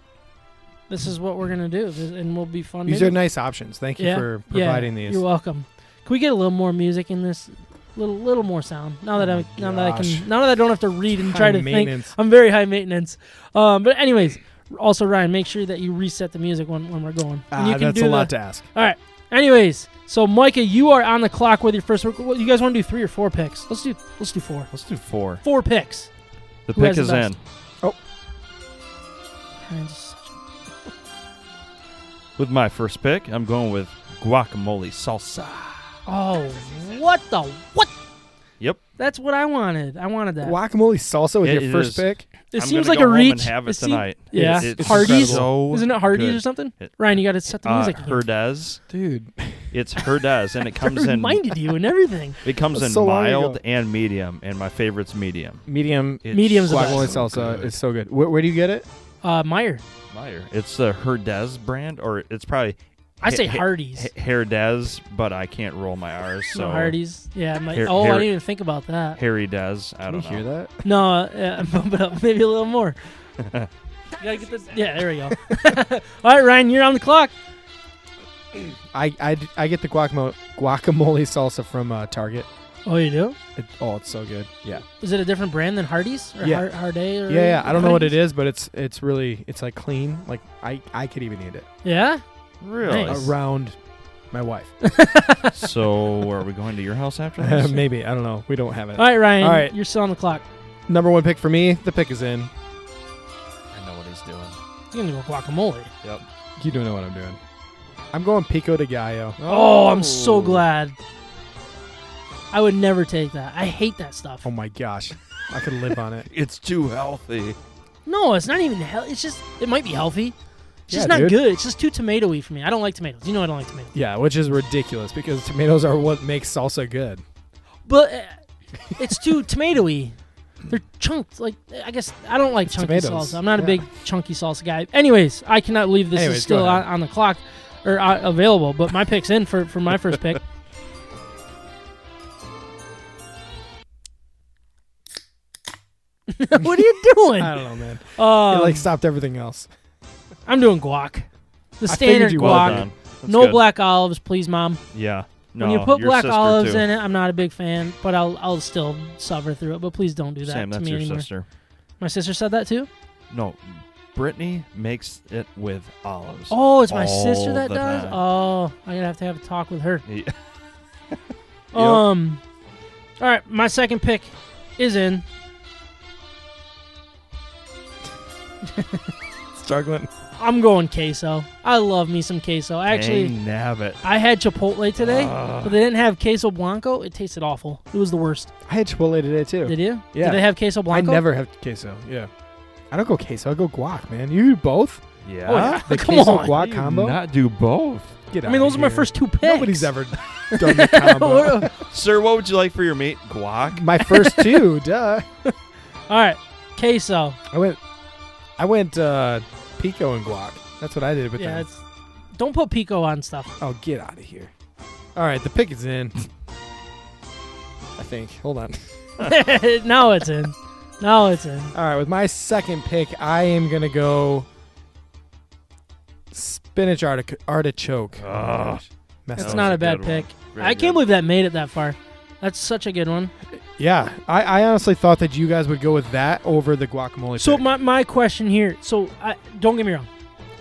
Speaker 2: this is what we're gonna do, This- and we'll be fun.
Speaker 3: These
Speaker 2: Maybe-
Speaker 3: are nice options. Thank you for providing
Speaker 2: yeah,
Speaker 3: these.
Speaker 2: You're welcome. Can we get a little more music in this? Little little more sound. Now that
Speaker 3: Oh
Speaker 2: I
Speaker 3: my
Speaker 2: now that I
Speaker 3: gosh.
Speaker 2: can now that I don't have to read and try
Speaker 3: High
Speaker 2: to think.
Speaker 3: maintenance.
Speaker 2: I'm very high maintenance. Um, but anyways, also Ryan, make sure that you reset the music when, when we're going. And you
Speaker 3: Ah,
Speaker 2: can
Speaker 3: that's
Speaker 2: do
Speaker 3: a lot
Speaker 2: the-
Speaker 3: to ask.
Speaker 2: All right. Anyways, so Micah, you are on the clock with your first. What, you guys want to do three or four picks? Let's do let's do four.
Speaker 4: Let's do four.
Speaker 2: Four picks.
Speaker 4: The
Speaker 2: Who has
Speaker 4: pick
Speaker 2: the
Speaker 4: is
Speaker 2: best?
Speaker 4: in
Speaker 2: Ryan's such
Speaker 4: with my first pick. I'm going with guacamole salsa.
Speaker 2: a- Oh, what the what?
Speaker 4: Yep.
Speaker 2: That's what I wanted. I wanted that.
Speaker 3: Guacamole salsa with
Speaker 4: It
Speaker 3: your first
Speaker 4: is-
Speaker 3: pick.
Speaker 2: It
Speaker 4: I'm
Speaker 2: seems
Speaker 4: gonna
Speaker 2: like
Speaker 4: go
Speaker 2: a
Speaker 4: home and
Speaker 2: reach.
Speaker 4: have it
Speaker 2: seem-
Speaker 4: tonight.
Speaker 2: yeah,
Speaker 4: It's- it's
Speaker 2: Hardee's.
Speaker 4: so
Speaker 2: Isn't it Hardee's
Speaker 4: good.
Speaker 2: or something?
Speaker 4: It-
Speaker 2: Ryan, you got to set the
Speaker 4: Uh,
Speaker 2: music. again.
Speaker 4: Herdez.
Speaker 3: Dude,
Speaker 4: It's Herdez, and it
Speaker 2: I
Speaker 4: comes in.
Speaker 2: reminded you and everything.
Speaker 4: It comes in
Speaker 3: So long ago.
Speaker 4: mild and medium, and my favorite's medium.
Speaker 3: medium
Speaker 4: It's
Speaker 2: Medium's the
Speaker 3: guacamole
Speaker 2: best.
Speaker 3: salsa
Speaker 4: good.
Speaker 3: is so good. Where, where do you get it?
Speaker 2: Uh, Meyer,
Speaker 4: Meyer. It's the Herdez brand, or it's probably
Speaker 2: I say
Speaker 4: H- H-
Speaker 2: Hardee's.
Speaker 4: H- Herdez, but I can't roll my R's,
Speaker 2: No,
Speaker 4: so
Speaker 2: Hardee's. Yeah. My,
Speaker 4: Har-
Speaker 2: oh, I
Speaker 4: Har-
Speaker 2: didn't even think about that.
Speaker 4: Harry Dez. I
Speaker 3: Can
Speaker 4: don't
Speaker 3: you
Speaker 4: know.
Speaker 3: hear that?
Speaker 2: No, uh, bump it up maybe a little more. you gotta get the, yeah, there we go. All right, Ryan, you're on the clock.
Speaker 3: I, I d- I get the guacamole guacamole salsa from uh, Target.
Speaker 2: Oh, you do?
Speaker 3: It, oh, it's so good. Yeah.
Speaker 2: Is it a different brand than Hardee's or
Speaker 3: Yeah.
Speaker 2: Har- Harday? Or
Speaker 3: Yeah, yeah. I don't know what it is, but it's it's really it's like clean. Like I I could even eat it
Speaker 2: Yeah.
Speaker 4: Really?
Speaker 2: Nice.
Speaker 3: around my wife.
Speaker 4: so are we going to your house after this?
Speaker 3: Maybe I don't know. We don't have it.
Speaker 2: All right, Ryan.
Speaker 3: All right.
Speaker 2: You're still on the clock.
Speaker 3: Number one pick for me. The pick is in.
Speaker 4: I know what he's doing.
Speaker 2: You're gonna go guacamole.
Speaker 4: Yep.
Speaker 3: You don't know what I'm doing. I'm going pico de gallo.
Speaker 2: Oh, I'm so glad. I would never take that. I hate that stuff.
Speaker 3: Oh my gosh, I could live on it.
Speaker 4: It's too healthy.
Speaker 2: No, it's not even healthy. It's just it might be healthy. It's just
Speaker 3: Yeah,
Speaker 2: not
Speaker 3: dude.
Speaker 2: good. It's just too tomatoey for me. I don't like tomatoes. You know I don't like tomatoes.
Speaker 3: Yeah, which is ridiculous because tomatoes are what makes salsa good.
Speaker 2: But uh, it's too tomatoey. They're chunked. Like I guess I don't like
Speaker 3: It's
Speaker 2: chunky
Speaker 3: tomatoes.
Speaker 2: salsa. I'm not a
Speaker 3: Yeah.
Speaker 2: big chunky salsa guy. Anyways, I cannot believe this is
Speaker 3: Anyways, go
Speaker 2: still on,
Speaker 3: ahead.
Speaker 2: on the clock or uh, available. But my pick's in for for my first pick. what are you doing?
Speaker 3: I don't know, man.
Speaker 2: Um,
Speaker 3: it like stopped everything else.
Speaker 2: I'm doing guac. The
Speaker 3: I figured
Speaker 2: standard
Speaker 3: you would.
Speaker 4: Well
Speaker 2: guac.
Speaker 4: done. That's
Speaker 2: no
Speaker 4: good.
Speaker 2: black olives, please, mom.
Speaker 4: Yeah. No.
Speaker 2: when you put
Speaker 4: your
Speaker 2: black
Speaker 4: sister,
Speaker 2: olives
Speaker 4: too.
Speaker 2: in it, I'm not a big fan, but I'll I'll still suffer through it. But please don't do that
Speaker 4: Sam,
Speaker 2: to
Speaker 4: that's
Speaker 2: me
Speaker 4: your
Speaker 2: anymore.
Speaker 4: sister.
Speaker 2: My sister said that too.
Speaker 4: No, Brittany makes it with olives.
Speaker 2: Oh, it's my
Speaker 4: all
Speaker 2: sister that
Speaker 4: the
Speaker 2: does.
Speaker 4: time.
Speaker 2: Oh, I'm gonna have to have a talk with her.
Speaker 4: Yeah.
Speaker 2: Um, all right, my second pick is in.
Speaker 3: Struggling.
Speaker 2: I'm going queso. I love me some queso. Actually,
Speaker 4: Dang Uh. nabbit.
Speaker 2: I had Chipotle today,
Speaker 4: Ugh.
Speaker 2: but they didn't have queso blanco. It tasted awful. It was the worst.
Speaker 3: I had Chipotle today too.
Speaker 2: Did you?
Speaker 3: Yeah.
Speaker 2: Did they have queso
Speaker 3: I
Speaker 2: blanco?
Speaker 3: never have queso. Yeah. I don't go queso. I go guac, man. You do both?
Speaker 4: Yeah.
Speaker 2: Oh, yeah.
Speaker 3: The
Speaker 2: Come
Speaker 3: queso
Speaker 2: on.
Speaker 4: How
Speaker 3: guac
Speaker 4: do you
Speaker 3: combo?
Speaker 4: Not do both,
Speaker 3: Get
Speaker 2: I mean, those
Speaker 3: outta
Speaker 2: are my
Speaker 3: here.
Speaker 2: first two picks.
Speaker 3: Nobody's ever done the combo.
Speaker 2: All
Speaker 4: sir. What would you like for your meat? Guac.
Speaker 3: my first two, duh.
Speaker 2: right, queso.
Speaker 3: I went, I went uh, pico and guac. That's what I did with
Speaker 2: yeah,
Speaker 3: them.
Speaker 2: it's, don't put pico on stuff.
Speaker 3: Oh, get out of here! All right, the pick is in. I think. Hold on.
Speaker 2: now it's in. Now it's in.
Speaker 3: All right, with my second pick, I am gonna go spinach artic- artichoke. Oh my
Speaker 4: Ugh.
Speaker 3: gosh. Messed
Speaker 2: That's
Speaker 4: was
Speaker 3: up.
Speaker 2: not
Speaker 4: a
Speaker 2: a bad
Speaker 4: good one.
Speaker 2: pick.
Speaker 4: Very
Speaker 2: I can't
Speaker 4: good.
Speaker 2: believe that made it that far. That's such a good one.
Speaker 3: Yeah, I, I honestly thought that you guys would go with that over the guacamole.
Speaker 2: So
Speaker 3: pick.
Speaker 2: my, my question here. So I, don't get me wrong,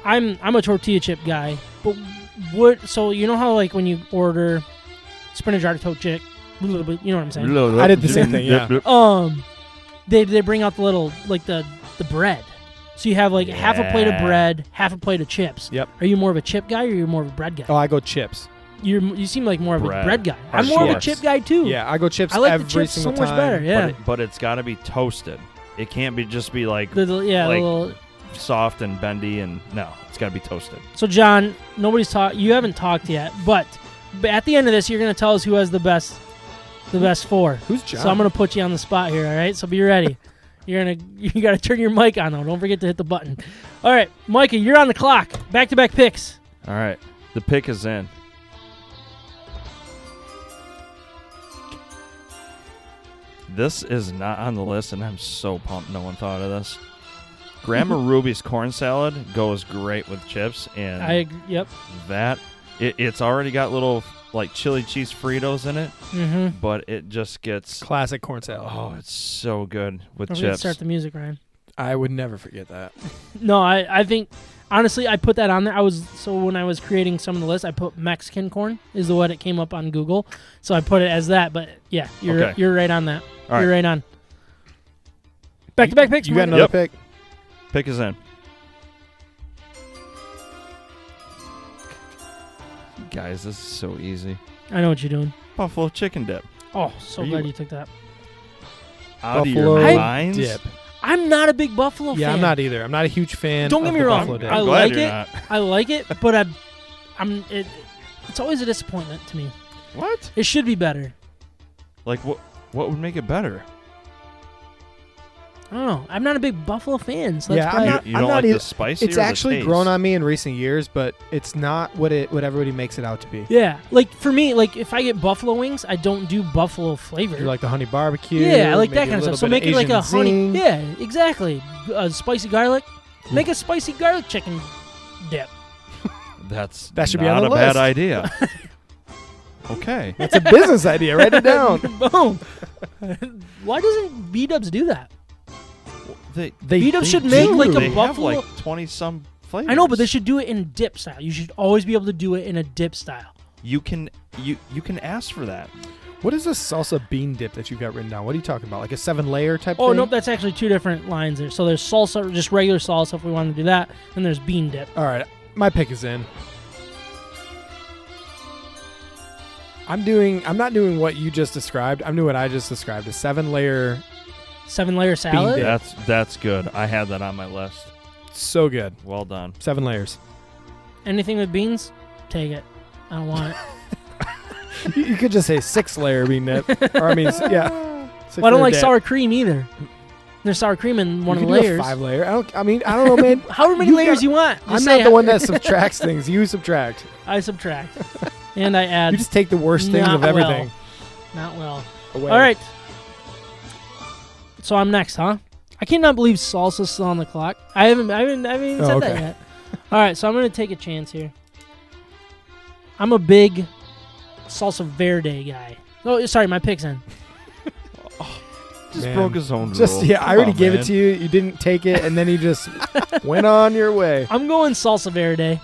Speaker 2: I'm I'm a tortilla chip guy, but what? So you know how like when you order spinach artichoke chip, you know what I'm saying?
Speaker 3: I did the same thing, yeah.
Speaker 2: Um, they they bring out the little like the the bread. So you have like half a plate of
Speaker 4: Yeah.
Speaker 2: bread, half a plate of chips.
Speaker 3: Yep.
Speaker 2: Are you more of a chip guy or you're more of a bread guy?
Speaker 3: oh, I go chips.
Speaker 2: You're you seem like more of a
Speaker 4: Bread.
Speaker 2: bread guy. I'm
Speaker 4: Hard
Speaker 2: more of a
Speaker 4: chips.
Speaker 2: chip guy too.
Speaker 3: Yeah, I go chips.
Speaker 2: I like
Speaker 3: every
Speaker 2: the chips so
Speaker 3: single
Speaker 2: much
Speaker 3: time.
Speaker 2: better. Yeah.
Speaker 4: But, it, has got to be toasted. It can't be just be like
Speaker 2: The- the- yeah, the
Speaker 4: like-
Speaker 2: little-
Speaker 4: soft and bendy and no. It's got to be toasted.
Speaker 2: so John, nobody's talked. You haven't talked yet, but b- at the end of this, you're gonna tell us who has the best, the best four.
Speaker 3: Who's John?
Speaker 2: So I'm gonna put you on the spot here. All right. So be ready. You're gonna you gotta turn your mic on though. Don't forget to hit the button. All right, Micah, you're on the clock. Back to back picks.
Speaker 4: All right. The pick is in. This is not on the list, and I'm so pumped no one thought of this. Grandma Ruby's corn salad goes great with chips, and
Speaker 2: I agree. Yep.
Speaker 4: that it, it's already got little like chili cheese Fritos in it,
Speaker 2: Mm-hmm.
Speaker 4: but it just gets
Speaker 3: Classic corn salad.
Speaker 4: oh, it's so good with
Speaker 2: Don't forget to
Speaker 4: chips.
Speaker 2: start the music, Ryan.
Speaker 3: I would never forget that.
Speaker 2: No, I, I think honestly I put that on there. I was so when I was creating some of the list, I put Mexican corn is the one that came up on Google, so I put it as that. But yeah, you're
Speaker 4: Okay.
Speaker 2: you're right on that.
Speaker 4: All
Speaker 2: You're
Speaker 4: right.
Speaker 2: right on. Back to back picks.
Speaker 3: You got
Speaker 2: Micah.
Speaker 3: another pick?
Speaker 4: Pick is in. Guys, this is so easy.
Speaker 2: I know what you're doing.
Speaker 4: Buffalo chicken dip.
Speaker 2: Oh, so
Speaker 4: Are you-
Speaker 2: glad you took that.
Speaker 4: Out of
Speaker 3: Buffalo
Speaker 4: your
Speaker 2: I-
Speaker 4: minds.
Speaker 3: Dip.
Speaker 2: I'm not a big buffalo
Speaker 3: Yeah,
Speaker 2: fan.
Speaker 3: I'm not either. I'm not a huge fan.
Speaker 2: Don't get
Speaker 3: of
Speaker 2: me
Speaker 3: the
Speaker 2: wrong.
Speaker 3: Buffalo dip.
Speaker 2: I
Speaker 4: I'm glad
Speaker 2: like
Speaker 4: you're
Speaker 2: it.
Speaker 4: not.
Speaker 2: I like it, but I, I'm it. It's always a disappointment to me.
Speaker 4: What?
Speaker 2: It should be better.
Speaker 4: Like what? What would make it better?
Speaker 2: I don't know. I'm not a big buffalo fan. So
Speaker 3: Yeah,
Speaker 2: that's
Speaker 3: I'm
Speaker 2: why
Speaker 4: You,
Speaker 3: not-
Speaker 4: you don't
Speaker 3: not
Speaker 4: like
Speaker 3: either-
Speaker 4: the spicy.
Speaker 3: It's
Speaker 4: or the
Speaker 3: actually
Speaker 4: taste?
Speaker 3: grown on me in recent years, but it's not what it what everybody makes it out to be.
Speaker 2: Yeah, like for me, like if I get buffalo wings, I don't do buffalo flavor.
Speaker 3: You like the honey barbecue.
Speaker 2: yeah, I like that
Speaker 3: maybe
Speaker 2: kind of
Speaker 3: a
Speaker 2: stuff. So
Speaker 3: little
Speaker 2: make
Speaker 3: bit
Speaker 2: it like a
Speaker 3: of Asian
Speaker 2: honey.
Speaker 3: zing. Hmm.
Speaker 2: Yeah, exactly. Uh, spicy garlic. Make a spicy garlic chicken dip.
Speaker 4: That's
Speaker 3: That should be
Speaker 4: not
Speaker 3: on the
Speaker 4: a bad
Speaker 3: list.
Speaker 4: idea. okay.
Speaker 3: It's a business idea. Write it down.
Speaker 2: Boom. why doesn't B Dubs do that?
Speaker 4: They,
Speaker 3: They
Speaker 2: B Dubs
Speaker 3: they
Speaker 2: should make like
Speaker 3: do.
Speaker 2: a
Speaker 4: they have
Speaker 2: buffalo.
Speaker 4: like twenty some flavors.
Speaker 2: I know, but they should do it in dip style. You should always be able to do it in a dip style.
Speaker 4: You can you you can ask for that.
Speaker 3: What is this salsa bean dip that you've got written down? What are you talking about? Like a seven layer type
Speaker 2: Oh
Speaker 3: thing?
Speaker 2: nope, that's actually two different lines there. So there's salsa, just regular salsa if we want to do that, and there's bean dip.
Speaker 3: All right, my pick is in. I'm doing. I'm not doing what you just described. I'm doing what I just described. A seven layer,
Speaker 2: Seven layer salad.
Speaker 3: dip.
Speaker 4: That's that's good. I had that on my list.
Speaker 3: so good.
Speaker 4: Well done.
Speaker 3: Seven layers.
Speaker 2: Anything with beans, take it. I don't want it.
Speaker 3: you, you could just say six layer bean dip. Or I mean, s- yeah. Six
Speaker 2: well, I don't
Speaker 3: layer
Speaker 2: like
Speaker 3: dip.
Speaker 2: sour cream either. There's sour cream in one
Speaker 3: you
Speaker 2: of the
Speaker 3: could do a
Speaker 2: layers.
Speaker 3: five layer. I don't. I mean, I don't know, man.
Speaker 2: However many
Speaker 3: You
Speaker 2: layers
Speaker 3: got-
Speaker 2: you want. Just
Speaker 3: I'm
Speaker 2: say
Speaker 3: not the one that subtracts things. You subtract.
Speaker 2: I subtract and I add.
Speaker 3: You just take the worst things
Speaker 2: not
Speaker 3: of everything
Speaker 2: Not well.
Speaker 3: away.
Speaker 2: All right. So I'm next, huh? I cannot believe salsa's still on the clock. I haven't, I haven't, I haven't even
Speaker 3: Oh,
Speaker 2: said that
Speaker 3: okay.
Speaker 2: yet. All right, so I'm gonna take a chance here. I'm a big salsa verde guy. Oh, sorry, my pick's in.
Speaker 4: Just
Speaker 3: Man.
Speaker 4: broke his own rule.
Speaker 3: Just yeah,
Speaker 4: Come
Speaker 3: I already
Speaker 4: on,
Speaker 3: gave
Speaker 4: man.
Speaker 3: it to you. You didn't take it, and then you just went on your way.
Speaker 2: I'm going salsa verde.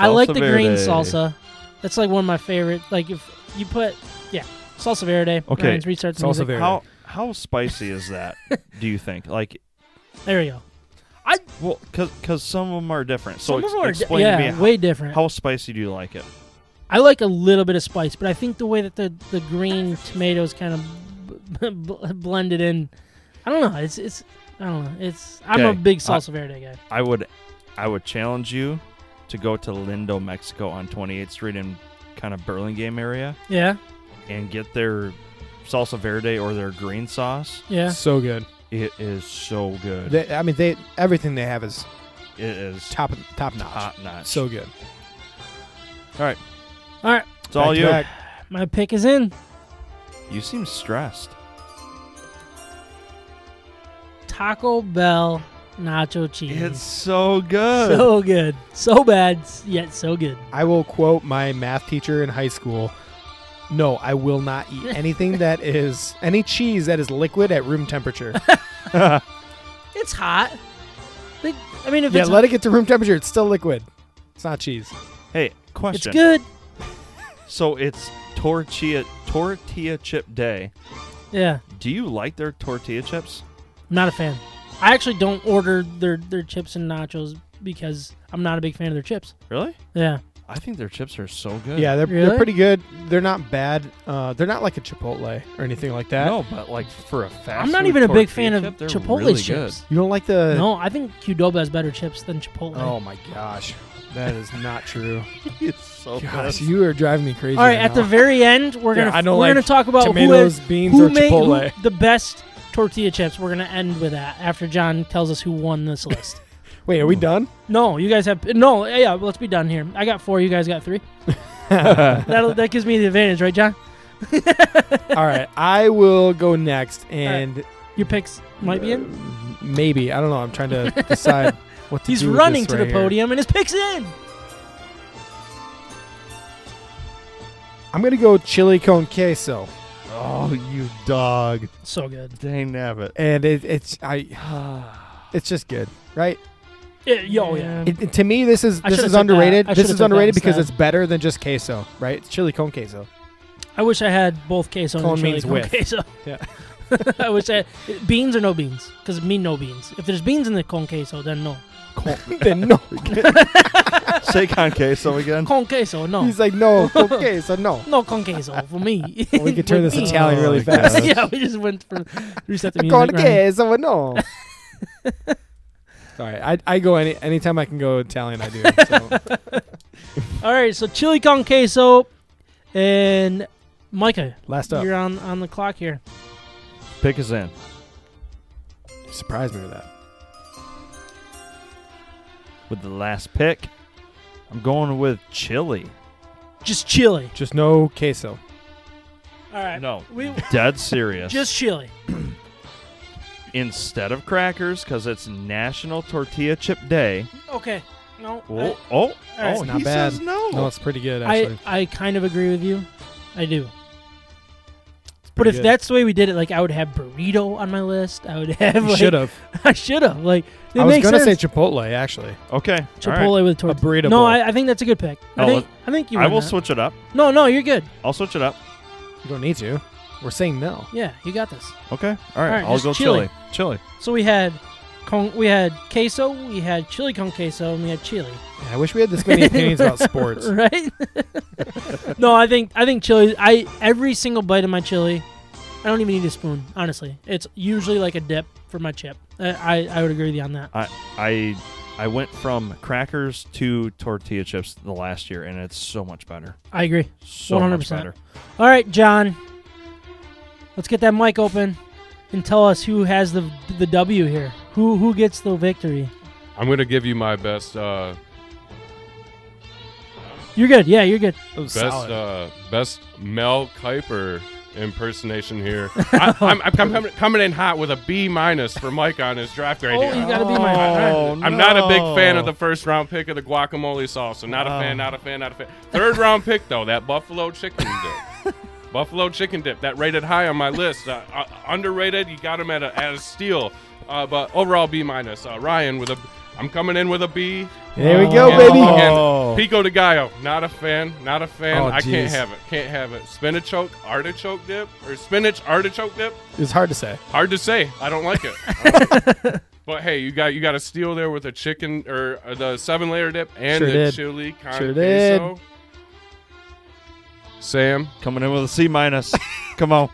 Speaker 2: I like
Speaker 4: Salsa
Speaker 2: the green
Speaker 4: verde.
Speaker 2: salsa. That's like one of my favorite. Like if you put, yeah, salsa verde.
Speaker 4: Okay.
Speaker 2: Ryan's restart the
Speaker 3: Salsa
Speaker 2: music.
Speaker 3: verde.
Speaker 4: How how spicy is that? do you think? Like
Speaker 2: There we go.
Speaker 4: well, cause, 'cause some of them are different. So
Speaker 2: Some
Speaker 4: ex-
Speaker 2: of 'em are di-
Speaker 4: explain
Speaker 2: yeah,
Speaker 4: to me
Speaker 2: way different.
Speaker 4: How spicy do you like it?
Speaker 2: I like a little bit of spice, but I think the way that the, the green tomatoes kind of b- b- blended in, I don't know. It's it's I don't know. It's I'm a
Speaker 4: Okay.
Speaker 2: big salsa verde guy.
Speaker 4: I would, I would challenge you to go to Lindo, Mexico, on 28th Street in kind of Burlingame area,
Speaker 2: Yeah,
Speaker 4: and get their salsa verde or their green sauce.
Speaker 2: yeah.
Speaker 3: So good.
Speaker 4: It is so good.
Speaker 3: They, I mean, they everything they have is
Speaker 4: it is top,
Speaker 3: top top notch.
Speaker 4: notch.
Speaker 3: So good.
Speaker 4: all right,
Speaker 2: All right,
Speaker 4: it's all
Speaker 3: Back to
Speaker 4: you.
Speaker 3: back.
Speaker 2: my pick is in.
Speaker 4: You seem stressed.
Speaker 2: Taco Bell nacho cheese.
Speaker 4: It's so good.
Speaker 2: so good, so bad yet so good.
Speaker 3: I will quote my math teacher in high school. No, I will not eat anything that is any cheese that is liquid at room temperature.
Speaker 2: It's hot. Like, I mean, if
Speaker 3: yeah,
Speaker 2: it's
Speaker 3: let it get to room temperature. It's still liquid. It's not cheese.
Speaker 4: hey,
Speaker 2: it's
Speaker 4: question.
Speaker 2: good.
Speaker 4: So it's tortilla tortilla chip day.
Speaker 2: Yeah,
Speaker 4: Do you like their tortilla chips?
Speaker 2: I'm not a fan. I actually don't order their their chips and nachos because I'm not a big fan of their chips.
Speaker 4: Really?
Speaker 2: Yeah.
Speaker 4: I think their chips are so good.
Speaker 3: Yeah, they're,
Speaker 2: Really?
Speaker 3: they're pretty good. They're not bad. Uh, they're not like a Chipotle or anything like that.
Speaker 4: No, but like for a fast.
Speaker 2: I'm not
Speaker 4: food
Speaker 2: even a big
Speaker 4: tortilla
Speaker 2: fan of
Speaker 4: chip, they're
Speaker 2: Chipotle
Speaker 4: really
Speaker 2: chips.
Speaker 3: You don't like the.
Speaker 2: No, I think Qdoba has better chips than Chipotle.
Speaker 3: Uh, Oh my gosh, that is not true.
Speaker 4: good. it's so
Speaker 3: Gosh,
Speaker 4: good.
Speaker 3: you are driving me crazy.
Speaker 2: All right,
Speaker 3: right
Speaker 2: at the
Speaker 3: now.
Speaker 2: very end, we're
Speaker 3: Yeah,
Speaker 2: gonna
Speaker 3: I don't
Speaker 2: we're
Speaker 3: like
Speaker 2: gonna talk about
Speaker 3: tomatoes,
Speaker 2: who,
Speaker 3: beans,
Speaker 2: who
Speaker 3: or
Speaker 2: made who
Speaker 3: Chipotle.
Speaker 2: the best tortilla chips. We're gonna end with that after John tells us who won this list.
Speaker 3: Wait, are we done?
Speaker 2: no, you guys have no. Yeah, yeah, let's be done here. I got four. You guys got three. that that gives me the advantage, right, John?
Speaker 3: All right, I will go next, and
Speaker 2: Your picks might be in.
Speaker 3: Uh, maybe I don't know. I'm trying to decide what to
Speaker 2: He's
Speaker 3: do with
Speaker 2: running
Speaker 3: this
Speaker 2: to
Speaker 3: right
Speaker 2: the
Speaker 3: here.
Speaker 2: podium, and his picks in.
Speaker 3: I'm gonna go chili con queso,
Speaker 5: Oh, you dog.
Speaker 2: So good.
Speaker 5: Dang nabbit.
Speaker 3: and it, it's I. It's just good, right?
Speaker 2: Yeah, yo, yeah.
Speaker 3: It, it- to me, this is
Speaker 2: I should've
Speaker 3: this is
Speaker 2: took that.
Speaker 3: underrated.
Speaker 2: I should've
Speaker 3: This
Speaker 2: took
Speaker 3: is
Speaker 2: that
Speaker 3: underrated because
Speaker 2: instead.
Speaker 3: it's better than just queso, right? It's chili con queso.
Speaker 2: I wish I had both queso
Speaker 3: Cone
Speaker 2: and chili
Speaker 3: means
Speaker 2: con
Speaker 3: with.
Speaker 2: queso.
Speaker 3: Yeah.
Speaker 2: I wish I beans or no beans because mean no beans. If there's beans in the con queso, then no.
Speaker 3: then no,
Speaker 5: Say con queso again.
Speaker 2: Con queso, no.
Speaker 3: he's like no con queso, no.
Speaker 2: no con queso for me.
Speaker 3: Well, we could turn
Speaker 2: With
Speaker 3: this
Speaker 2: me.
Speaker 3: Italian
Speaker 5: Oh
Speaker 3: really
Speaker 5: my God.
Speaker 3: fast.
Speaker 2: yeah, we just went from reset the music.
Speaker 3: Con
Speaker 2: right?
Speaker 3: queso, no. Sorry, I, I go any anytime I can go Italian. I do. So.
Speaker 2: All right, so chili con queso and Micah,
Speaker 3: Last up,
Speaker 2: you're on on the clock here.
Speaker 4: Pick us in.
Speaker 3: surprised me with that.
Speaker 4: With the last pick, I'm going with chili.
Speaker 2: Just chili.
Speaker 3: Just no queso.
Speaker 2: All right.
Speaker 4: No.
Speaker 2: We
Speaker 4: Dead serious.
Speaker 2: just chili.
Speaker 4: Instead of crackers, because it's National Tortilla Chip Day.
Speaker 2: Okay. No.
Speaker 4: Oh, oh,
Speaker 2: right.
Speaker 4: oh
Speaker 3: Not
Speaker 4: he
Speaker 3: bad.
Speaker 4: says no.
Speaker 3: No, it's pretty good actually.
Speaker 2: I, I I kind of agree with you. I do. But
Speaker 3: pretty
Speaker 2: if
Speaker 3: good.
Speaker 2: that's the way we did it, like I would have burrito on my list. I would have. Like,
Speaker 3: should have.
Speaker 2: I should have. Like it
Speaker 3: I was
Speaker 2: makes
Speaker 3: gonna
Speaker 2: sense.
Speaker 3: say Chipotle actually.
Speaker 4: okay. all right.
Speaker 2: Chipotle with tortilla.
Speaker 3: burrito
Speaker 2: No,
Speaker 3: bowl.
Speaker 2: I, I think that's a good pick. I
Speaker 4: Oh,
Speaker 2: think I think you.
Speaker 4: I
Speaker 2: won
Speaker 4: will
Speaker 2: that.
Speaker 4: switch it up.
Speaker 2: No, no, you're good.
Speaker 4: I'll switch it up.
Speaker 3: You don't need to. We're saying no.
Speaker 2: Yeah, you got this.
Speaker 4: Okay. All right.
Speaker 2: right,
Speaker 4: I'll
Speaker 2: just
Speaker 4: go
Speaker 2: chili.
Speaker 4: chili. Chili.
Speaker 2: So we had, con- we had queso, we had chili con queso, and we had chili.
Speaker 3: I wish we had this many opinions about sports.
Speaker 2: right? no, I think I think chili. I every single bite of my chili, I don't even need a spoon. Honestly, it's usually like a dip for my chip. Uh, I I, I would agree with you on that.
Speaker 4: I I I went from crackers to tortilla chips the last year, and it's so much better.
Speaker 2: I agree.
Speaker 4: So
Speaker 2: 100%.
Speaker 4: much better.
Speaker 2: All right, John. Let's get that mic open and tell us who has the the W here. Who who gets the victory?
Speaker 6: I'm going to give you my best uh,
Speaker 2: You're good. Yeah, you're good.
Speaker 3: It was
Speaker 6: best
Speaker 3: solid.
Speaker 6: uh, best Mel Kiper impersonation here. I, I'm, I'm com- coming in hot with a B minus for Mike on his draft grade.
Speaker 2: Oh,
Speaker 6: here.
Speaker 2: you gotta be my.
Speaker 6: I'm not a big fan of
Speaker 5: no.
Speaker 6: the first round pick of the guacamole sauce. So not a
Speaker 5: Oh.
Speaker 6: fan, not a fan, not a fan. Third round pick though, that buffalo chicken dip. buffalo chicken dip that rated high on my list. Uh, uh, underrated. You got him at a, at a steal. Uh, but overall B minus. Uh, Ryan with a. I'm coming in with a B.
Speaker 3: There we go,
Speaker 6: Yeah,
Speaker 3: baby.
Speaker 6: again,
Speaker 5: Oh.
Speaker 6: Pico de Gallo, not a fan, not a fan.
Speaker 3: Oh,
Speaker 6: I
Speaker 3: jeez.
Speaker 6: can't have it, can't have it. Spinach artichoke dip or spinach artichoke dip?
Speaker 3: It's hard to say.
Speaker 6: Hard to say. I don't like it. but hey, you got you got a steal there with the chicken or uh, the seven layer dip and
Speaker 3: Sure
Speaker 6: the
Speaker 3: did.
Speaker 6: chili con
Speaker 3: Sure did.
Speaker 6: queso. Sam
Speaker 4: Coming in with a C minus. Come on.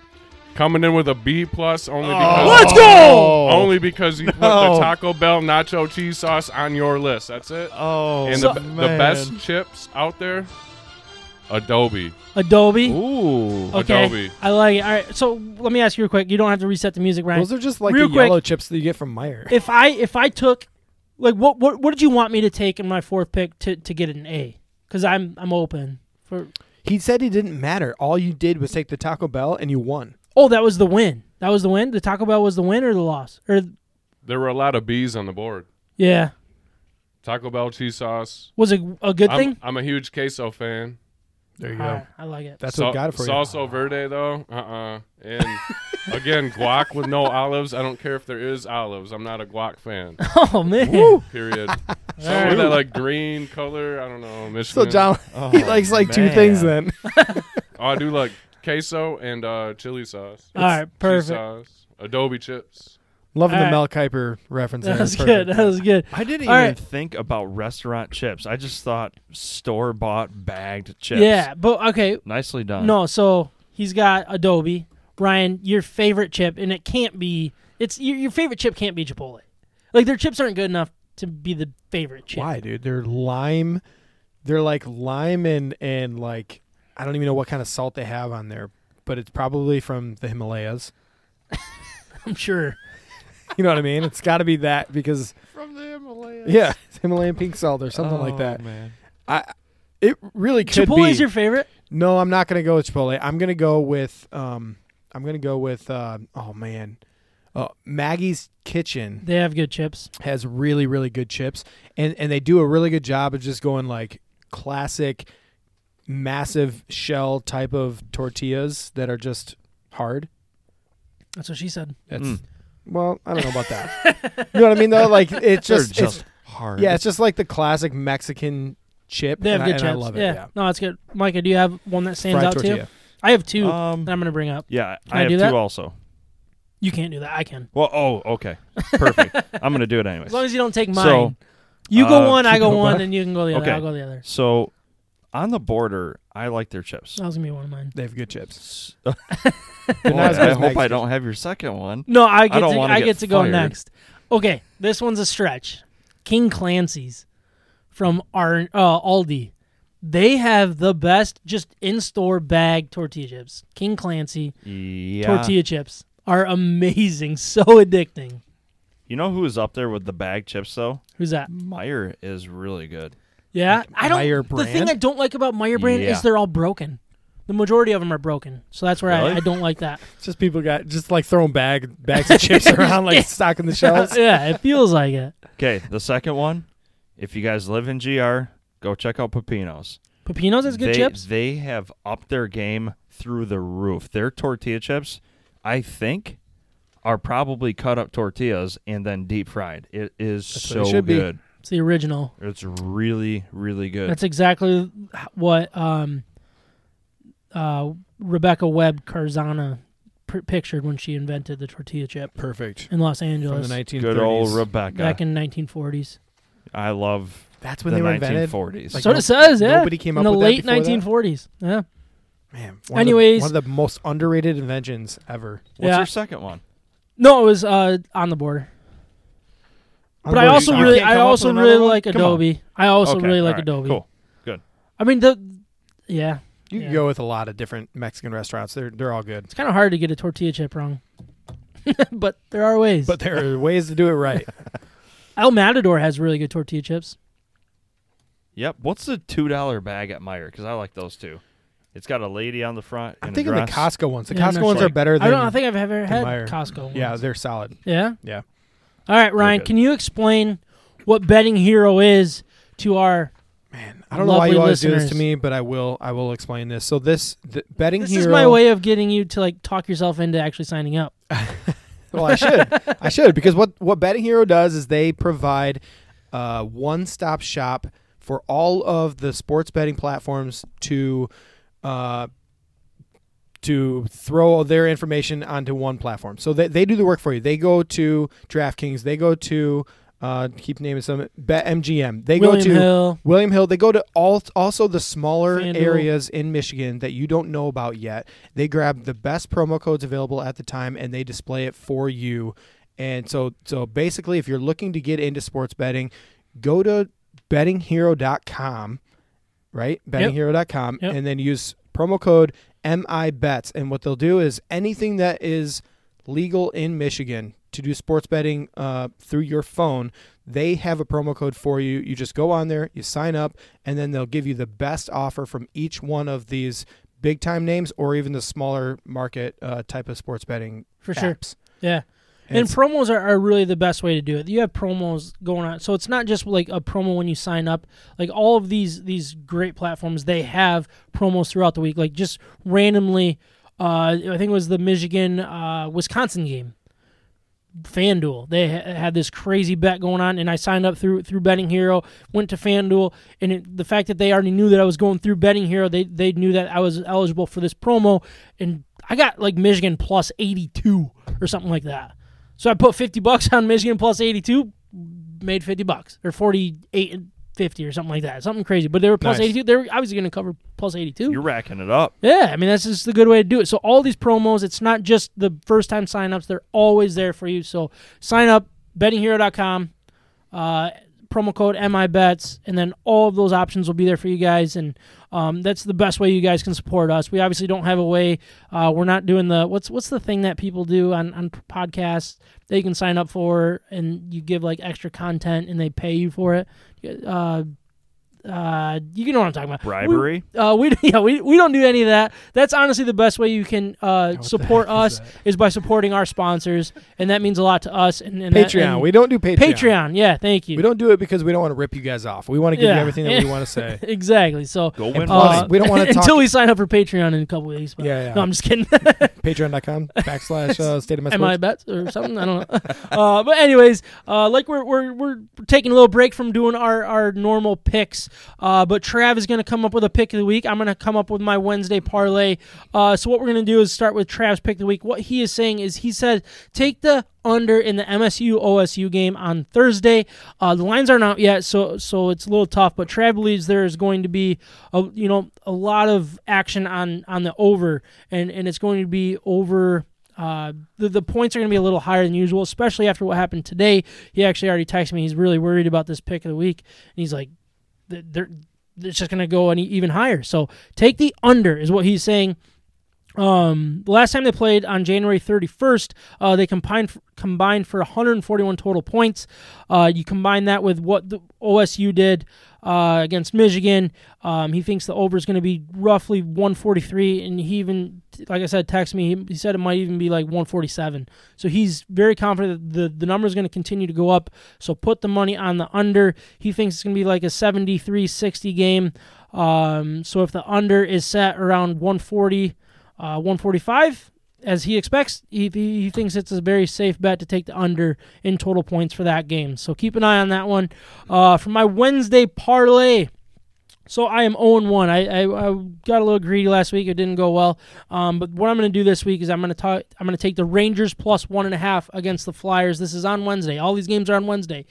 Speaker 6: coming in with a B plus only
Speaker 5: Oh.
Speaker 6: because
Speaker 5: go!
Speaker 6: only because you put
Speaker 5: No.
Speaker 6: the Taco Bell nacho cheese sauce on your list. That's it.
Speaker 5: Oh,
Speaker 6: and the, the
Speaker 5: man.
Speaker 6: best chips out there, Adobe.
Speaker 2: Adobe.
Speaker 4: Ooh.
Speaker 2: Okay.
Speaker 6: Adobe.
Speaker 2: I like it. All right. So let me ask you real quick. You don't have to reset the music, Ryan.
Speaker 3: Those are just like
Speaker 2: Real
Speaker 3: the
Speaker 2: quick.
Speaker 3: yellow chips that you get from Meyer.
Speaker 2: if I if I took like what what what did you want me to take in my fourth pick to, to get an A? Because I'm I'm open for.
Speaker 3: He said he didn't matter. All you did was take the Taco Bell and you won.
Speaker 2: Oh, that was the win. That was the win. The Taco Bell was the win or the loss or
Speaker 6: There were a lot of B's on the board.
Speaker 2: yeah
Speaker 6: Taco Bell cheese sauce.
Speaker 2: was it a good
Speaker 6: I'm,
Speaker 2: thing?
Speaker 6: I'm a huge queso fan.
Speaker 3: There you
Speaker 2: All right, I like it.
Speaker 3: That's
Speaker 6: Sa-
Speaker 3: what got it for you.
Speaker 6: Salsa verde though, uh uh And again, guac with no olives. I don't care if there is olives. I'm not a guac fan.
Speaker 2: Oh man.
Speaker 6: Period. Something with that like green color. I don't know.
Speaker 3: So
Speaker 6: Michigan.
Speaker 3: John, he likes like two things then.
Speaker 6: Oh, I do like queso and uh, chili sauce.
Speaker 2: All right,
Speaker 6: Cheese
Speaker 2: perfect.
Speaker 6: sauce, Adobe chips.
Speaker 3: Loving
Speaker 2: All
Speaker 3: the
Speaker 2: right.
Speaker 3: Mel Kiper reference.
Speaker 2: That
Speaker 3: there.
Speaker 2: was
Speaker 3: It's
Speaker 2: good.
Speaker 3: perfect.
Speaker 2: That was good.
Speaker 4: I didn't
Speaker 2: All
Speaker 4: even
Speaker 2: right.
Speaker 4: think about restaurant chips. I just thought store bought bagged chips.
Speaker 2: Yeah, but okay.
Speaker 4: Nicely done.
Speaker 2: No, so he's got Adobe. Brian, your favorite chip, and it can't be. It's your, your favorite chip can't be Chipotle. Like their chips aren't good enough to be the favorite chip.
Speaker 3: Why, dude? They're lime. They're like lime and and like I don't even know what kind of salt they have on there, but it's probably from the Himalayas.
Speaker 2: I'm sure.
Speaker 3: You know what I mean? It's got to be that because
Speaker 5: From the Himalayas.
Speaker 3: yeah, it's Himalayan pink salt or something like
Speaker 5: Oh,
Speaker 3: that.
Speaker 5: Man.
Speaker 3: I it really could
Speaker 2: Chipotle
Speaker 3: be.
Speaker 2: is your favorite.
Speaker 3: no, I'm not gonna go with Chipotle. I'm gonna go with um, I'm gonna go with uh, oh man, uh, Maggie's Kitchen.
Speaker 2: They have good chips.
Speaker 3: has really really good chips and and they do a really good job of just going like classic massive shell type of tortillas that are just hard
Speaker 2: That's what she said.
Speaker 3: that's
Speaker 5: Mm.
Speaker 3: well i don't know about that you know what i mean though like it's just,
Speaker 5: They're just
Speaker 3: it's,
Speaker 5: hard.
Speaker 3: yeah it's just like the classic mexican chip
Speaker 2: They have
Speaker 3: and
Speaker 2: good
Speaker 3: I,
Speaker 2: chips.
Speaker 3: and I love it
Speaker 2: yeah.
Speaker 3: yeah,
Speaker 2: No, it's good. Micah, do you have one that stands
Speaker 3: fried
Speaker 2: out to
Speaker 3: tortilla
Speaker 2: you? I have two
Speaker 4: Um,
Speaker 2: that I'm going to bring up.
Speaker 4: Yeah,
Speaker 2: I
Speaker 4: I have
Speaker 2: do
Speaker 4: two
Speaker 2: that?
Speaker 4: also.
Speaker 2: You can't do that. I can.
Speaker 4: Well, oh, okay, perfect. I'm gonna do it anyways.
Speaker 2: As long as you don't take mine.
Speaker 4: So,
Speaker 2: you go
Speaker 4: uh,
Speaker 2: one, I go
Speaker 3: go
Speaker 2: one,
Speaker 3: back?
Speaker 2: and you can go the other.
Speaker 4: Okay.
Speaker 2: I'll go the other.
Speaker 4: so on the border, I like their chips.
Speaker 2: That was going to be one of mine.
Speaker 3: they have good chips
Speaker 4: S-
Speaker 3: They're
Speaker 4: Boy,
Speaker 3: not as good
Speaker 4: I
Speaker 3: as
Speaker 4: hope I
Speaker 3: Maggie's
Speaker 4: don't have your second one.
Speaker 2: No, I get
Speaker 4: don't
Speaker 2: to,
Speaker 4: wanna
Speaker 2: I
Speaker 4: get
Speaker 2: get to go
Speaker 4: fired.
Speaker 2: next. Okay, this one's a stretch. King Clancy's from our uh, Aldi. Kitchen. They have the best just in-store bag tortilla chips. King Clancy
Speaker 4: Yeah.
Speaker 2: tortilla chips are amazing, so addicting.
Speaker 4: You know who is up there with the bag chips though?
Speaker 2: Who's that?
Speaker 4: Meyer is really good.
Speaker 2: Yeah, I don't.
Speaker 3: Meyer
Speaker 2: The thing
Speaker 3: brand?
Speaker 2: I don't like about Meyer brand
Speaker 4: Yeah.
Speaker 2: is they're all broken. The majority of them are broken, so that's where I,
Speaker 4: Really?
Speaker 2: I don't like that.
Speaker 3: chips. just people got just like throwing bag bags of chips around like stocking the shelves
Speaker 2: yeah, it feels like it.
Speaker 4: Okay, the second one. If you guys live in GR, go check out Pepinos.
Speaker 2: Pepinos has good
Speaker 4: they,
Speaker 2: chips.
Speaker 4: They have upped their game through the roof. Their tortilla chips, I think, are probably cut up tortillas and then deep fried. It is
Speaker 3: what it
Speaker 4: so
Speaker 3: should be.
Speaker 4: good.
Speaker 2: It's the original.
Speaker 4: It's really, really good.
Speaker 2: That's exactly what um, uh, Rebecca Webb Carzana pr- pictured when she invented the tortilla chip
Speaker 3: perfect
Speaker 2: in Los
Speaker 3: from
Speaker 2: Angeles
Speaker 3: the 1930s
Speaker 4: good old Rebecca.
Speaker 2: back in 1940s.
Speaker 4: I love
Speaker 3: that's when
Speaker 4: the
Speaker 3: they were invented
Speaker 4: 1940s.
Speaker 3: Like,
Speaker 2: so
Speaker 3: no-
Speaker 2: it says, yeah.
Speaker 3: nobody came
Speaker 2: in
Speaker 3: up
Speaker 2: the
Speaker 3: with that
Speaker 2: late
Speaker 3: before that?
Speaker 2: 1940s. Yeah,
Speaker 3: Man,
Speaker 2: of the- Anyways.
Speaker 1: one
Speaker 3: one of the most underrated inventions ever.
Speaker 4: What's
Speaker 2: yeah.
Speaker 4: your second one?
Speaker 2: No, it was uh, on the border. But I also
Speaker 4: you
Speaker 2: really,
Speaker 4: can't
Speaker 2: I
Speaker 4: come up
Speaker 2: also
Speaker 4: with
Speaker 2: really
Speaker 4: another one?
Speaker 2: like
Speaker 4: Come on.
Speaker 2: Adobe. I also
Speaker 4: Okay,
Speaker 2: really like
Speaker 4: alright,
Speaker 2: Adobe.
Speaker 4: Cool.
Speaker 2: I mean, the yeah,
Speaker 3: you
Speaker 2: Yeah.
Speaker 3: can go with a lot of different Mexican restaurants. They're they're all good,
Speaker 2: it's kind of hard to get a tortilla chip wrong, but there are ways.
Speaker 3: but there are ways to do it right.
Speaker 2: El Matador has really good tortilla chips.
Speaker 4: Yep. What's the two dollar bag at Meyer? Because I like those two. It's got a lady on the front.
Speaker 3: I'm
Speaker 4: in a
Speaker 3: thinking the
Speaker 4: dress.
Speaker 3: Costco ones. The
Speaker 2: Yeah, I'm
Speaker 3: Costco
Speaker 2: not
Speaker 3: ones
Speaker 2: sure.
Speaker 3: are better than.
Speaker 2: I don't I think I've ever had
Speaker 3: Meyer.
Speaker 2: Costco. Ones.
Speaker 3: yeah, they're solid.
Speaker 2: Yeah.
Speaker 3: Yeah.
Speaker 2: All right, Ryan,
Speaker 4: good.
Speaker 2: can you explain what betting hero is to our?
Speaker 3: Man, I don't know why
Speaker 2: Lovely
Speaker 3: you always do this to
Speaker 2: listeners.
Speaker 3: me, but I will. I will explain this. So this the betting
Speaker 2: This
Speaker 3: hero.
Speaker 2: is my way of getting you to like talk yourself into actually signing up.
Speaker 3: Well, I should. I should because what what Betting Hero does is they provide uh, one stop shop for all of the sports betting platforms to uh, to throw their information onto one platform. So they, they do the work for you. They go to DraftKings. They go to uh, keep naming some BetMGM. They
Speaker 2: William
Speaker 3: go to
Speaker 2: Hill.
Speaker 3: William Hill. They go to all also the smaller
Speaker 2: FanDuel.
Speaker 3: areas in Michigan that you don't know about yet. They grab the best promo codes available at the time and they display it for you. And so so basically if you're looking to get into sports betting, go to bettinghero.com, right? bettinghero.com
Speaker 2: Yep.
Speaker 3: and then use promo code MIBETS and what they'll do is anything that is legal in Michigan to do sports betting uh, through your phone, they have a promo code for you. You just go on there, you sign up, and then they'll give you the best offer from each one of these big time names or even the smaller market uh, type of sports betting
Speaker 2: For sure.
Speaker 3: apps.
Speaker 2: Yeah.
Speaker 3: And
Speaker 2: And,
Speaker 3: it's-
Speaker 2: promos are, are really the best way to do it. You have promos going on, so it's not just like a promo when you sign up. Like all of these these great platforms, they have promos throughout the week. Like just randomly, uh, I think it was the Michigan uh, Wisconsin game. FanDuel, they ha- had this crazy bet going on, and I signed up through through Betting Hero. Went to FanDuel, and it, the fact that they already knew that I was going through Betting Hero, they they knew that I was eligible for this promo, and I got like Michigan plus eighty two or something like that. So I put 50 bucks on Michigan plus 82, made 50 bucks or 48 and 50 or something like that. Something crazy. But they were plus
Speaker 3: Nice.
Speaker 2: 82. They were obviously going to cover plus 82.
Speaker 4: You're racking it up.
Speaker 2: yeah, I mean, that's just the good way to do it. So all these promos, it's not just the first time signups, they're always there for you. So sign up, bettinghero.com. Uh, promo code MIBETS, and then all of those options will be there for you guys. And um, that's the best way you guys can support us. We obviously don't have a way. Uh, we're not doing the what's what's the thing that people do on on podcasts that you can sign up for, and you give like extra content, and they pay you for it. Uh, uh, you know what I'm talking about. We-
Speaker 4: Bribery?
Speaker 2: uh, we yeah we, we don't do any of that. That's honestly the best way you can uh, support us is by supporting our sponsors, and that means a lot to us. And, and that-
Speaker 3: Patreon.
Speaker 2: and-
Speaker 3: we don't do Patreon.
Speaker 2: Patreon. Yeah, thank you.
Speaker 3: We don't do it because we don't want to rip you guys off. We want to give
Speaker 2: Yeah.
Speaker 3: you everything that we want to say.
Speaker 2: exactly. So uh,
Speaker 4: Go win
Speaker 3: plus-
Speaker 4: money.
Speaker 3: we don't wanna talk-
Speaker 2: until we sign up for Patreon in a couple weeks. But
Speaker 3: Yeah, yeah.
Speaker 2: No, I'm just kidding.
Speaker 3: Patreon.com backslash uh, state of my
Speaker 2: Am I bet or something? I don't know. uh, but anyways, uh, like we're, we're we're taking a little break from doing our our normal picks. Uh, but Trav is going to come up with a pick of the week. I'm going to come up with my Wednesday parlay. Uh, so what we're going to do is start with Trav's pick of the week. What he is saying is he said take the under in the MSU OSU game on Thursday. Uh, the lines aren't out yet, so so it's a little tough. But Trav believes there is going to be a you know a lot of action on on the over, and and it's going to be over. Uh, the, the points are going to be a little higher than usual, especially after what happened today. He actually already texted me. He's really worried about this pick of the week. And he's like, "Th- they're, it's just going to go any, even higher. So take the under, is what he's saying. Um, the last time they played on January 31st, uh, they combined for, combined for 141 total points. Uh, you combine that with what the OSU did uh, against Michigan. Um, he thinks the over is going to be roughly 143, and he even, like I said, texted me. He, he said it might even be like 147. So he's very confident that the the number is going to continue to go up. So put the money on the under. He thinks it's going to be like a 73-60 game. Um, so if the under is set around 140 uh, 145 as he expects he, he he thinks it's a very safe bet to take the under in total points for that game so keep an eye on that one uh, for my wednesday parlay so I am 0 1. I, I, I got a little greedy last week. It didn't go well. Um, but what I'm going to do this week is I'm going to talk. I'm going to take the Rangers plus one and a half against the Flyers. This is on Wednesday. All these games are on Wednesday.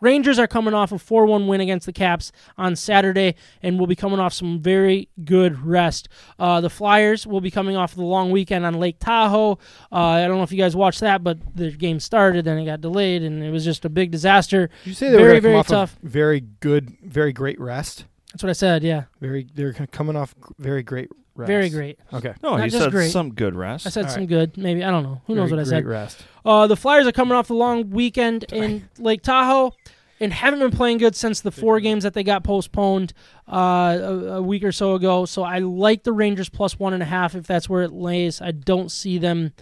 Speaker 2: Rangers are coming off a 4 1 win against the Caps on Saturday and will be coming off some very good rest. Uh, the Flyers will be coming off the long weekend on Lake Tahoe. Uh, I don't know if you guys watched that, but the game started and it got delayed and it was just a big disaster.
Speaker 3: Did you say they
Speaker 2: Very,
Speaker 3: were gonna
Speaker 2: very
Speaker 3: come off of
Speaker 2: tough.
Speaker 3: very good, very great rest?
Speaker 2: That's what I said, yeah.
Speaker 3: Very, they're c- coming off g- very great rest.
Speaker 2: Very great.
Speaker 3: Okay.
Speaker 4: No,
Speaker 2: Not
Speaker 4: he
Speaker 2: just
Speaker 4: said
Speaker 2: great.
Speaker 4: some good rest.
Speaker 2: I said
Speaker 3: All
Speaker 2: some
Speaker 3: right.
Speaker 2: good, maybe. I don't know. Who knows
Speaker 3: Very
Speaker 2: what I
Speaker 3: great
Speaker 2: said?
Speaker 3: Rest.
Speaker 2: Uh, the Flyers are coming off the long weekend in Lake Tahoe and haven't been playing good since the four games that they got postponed uh, a, a week or so ago. So I like the Rangers plus one and a half if that's where it lays. I don't see them.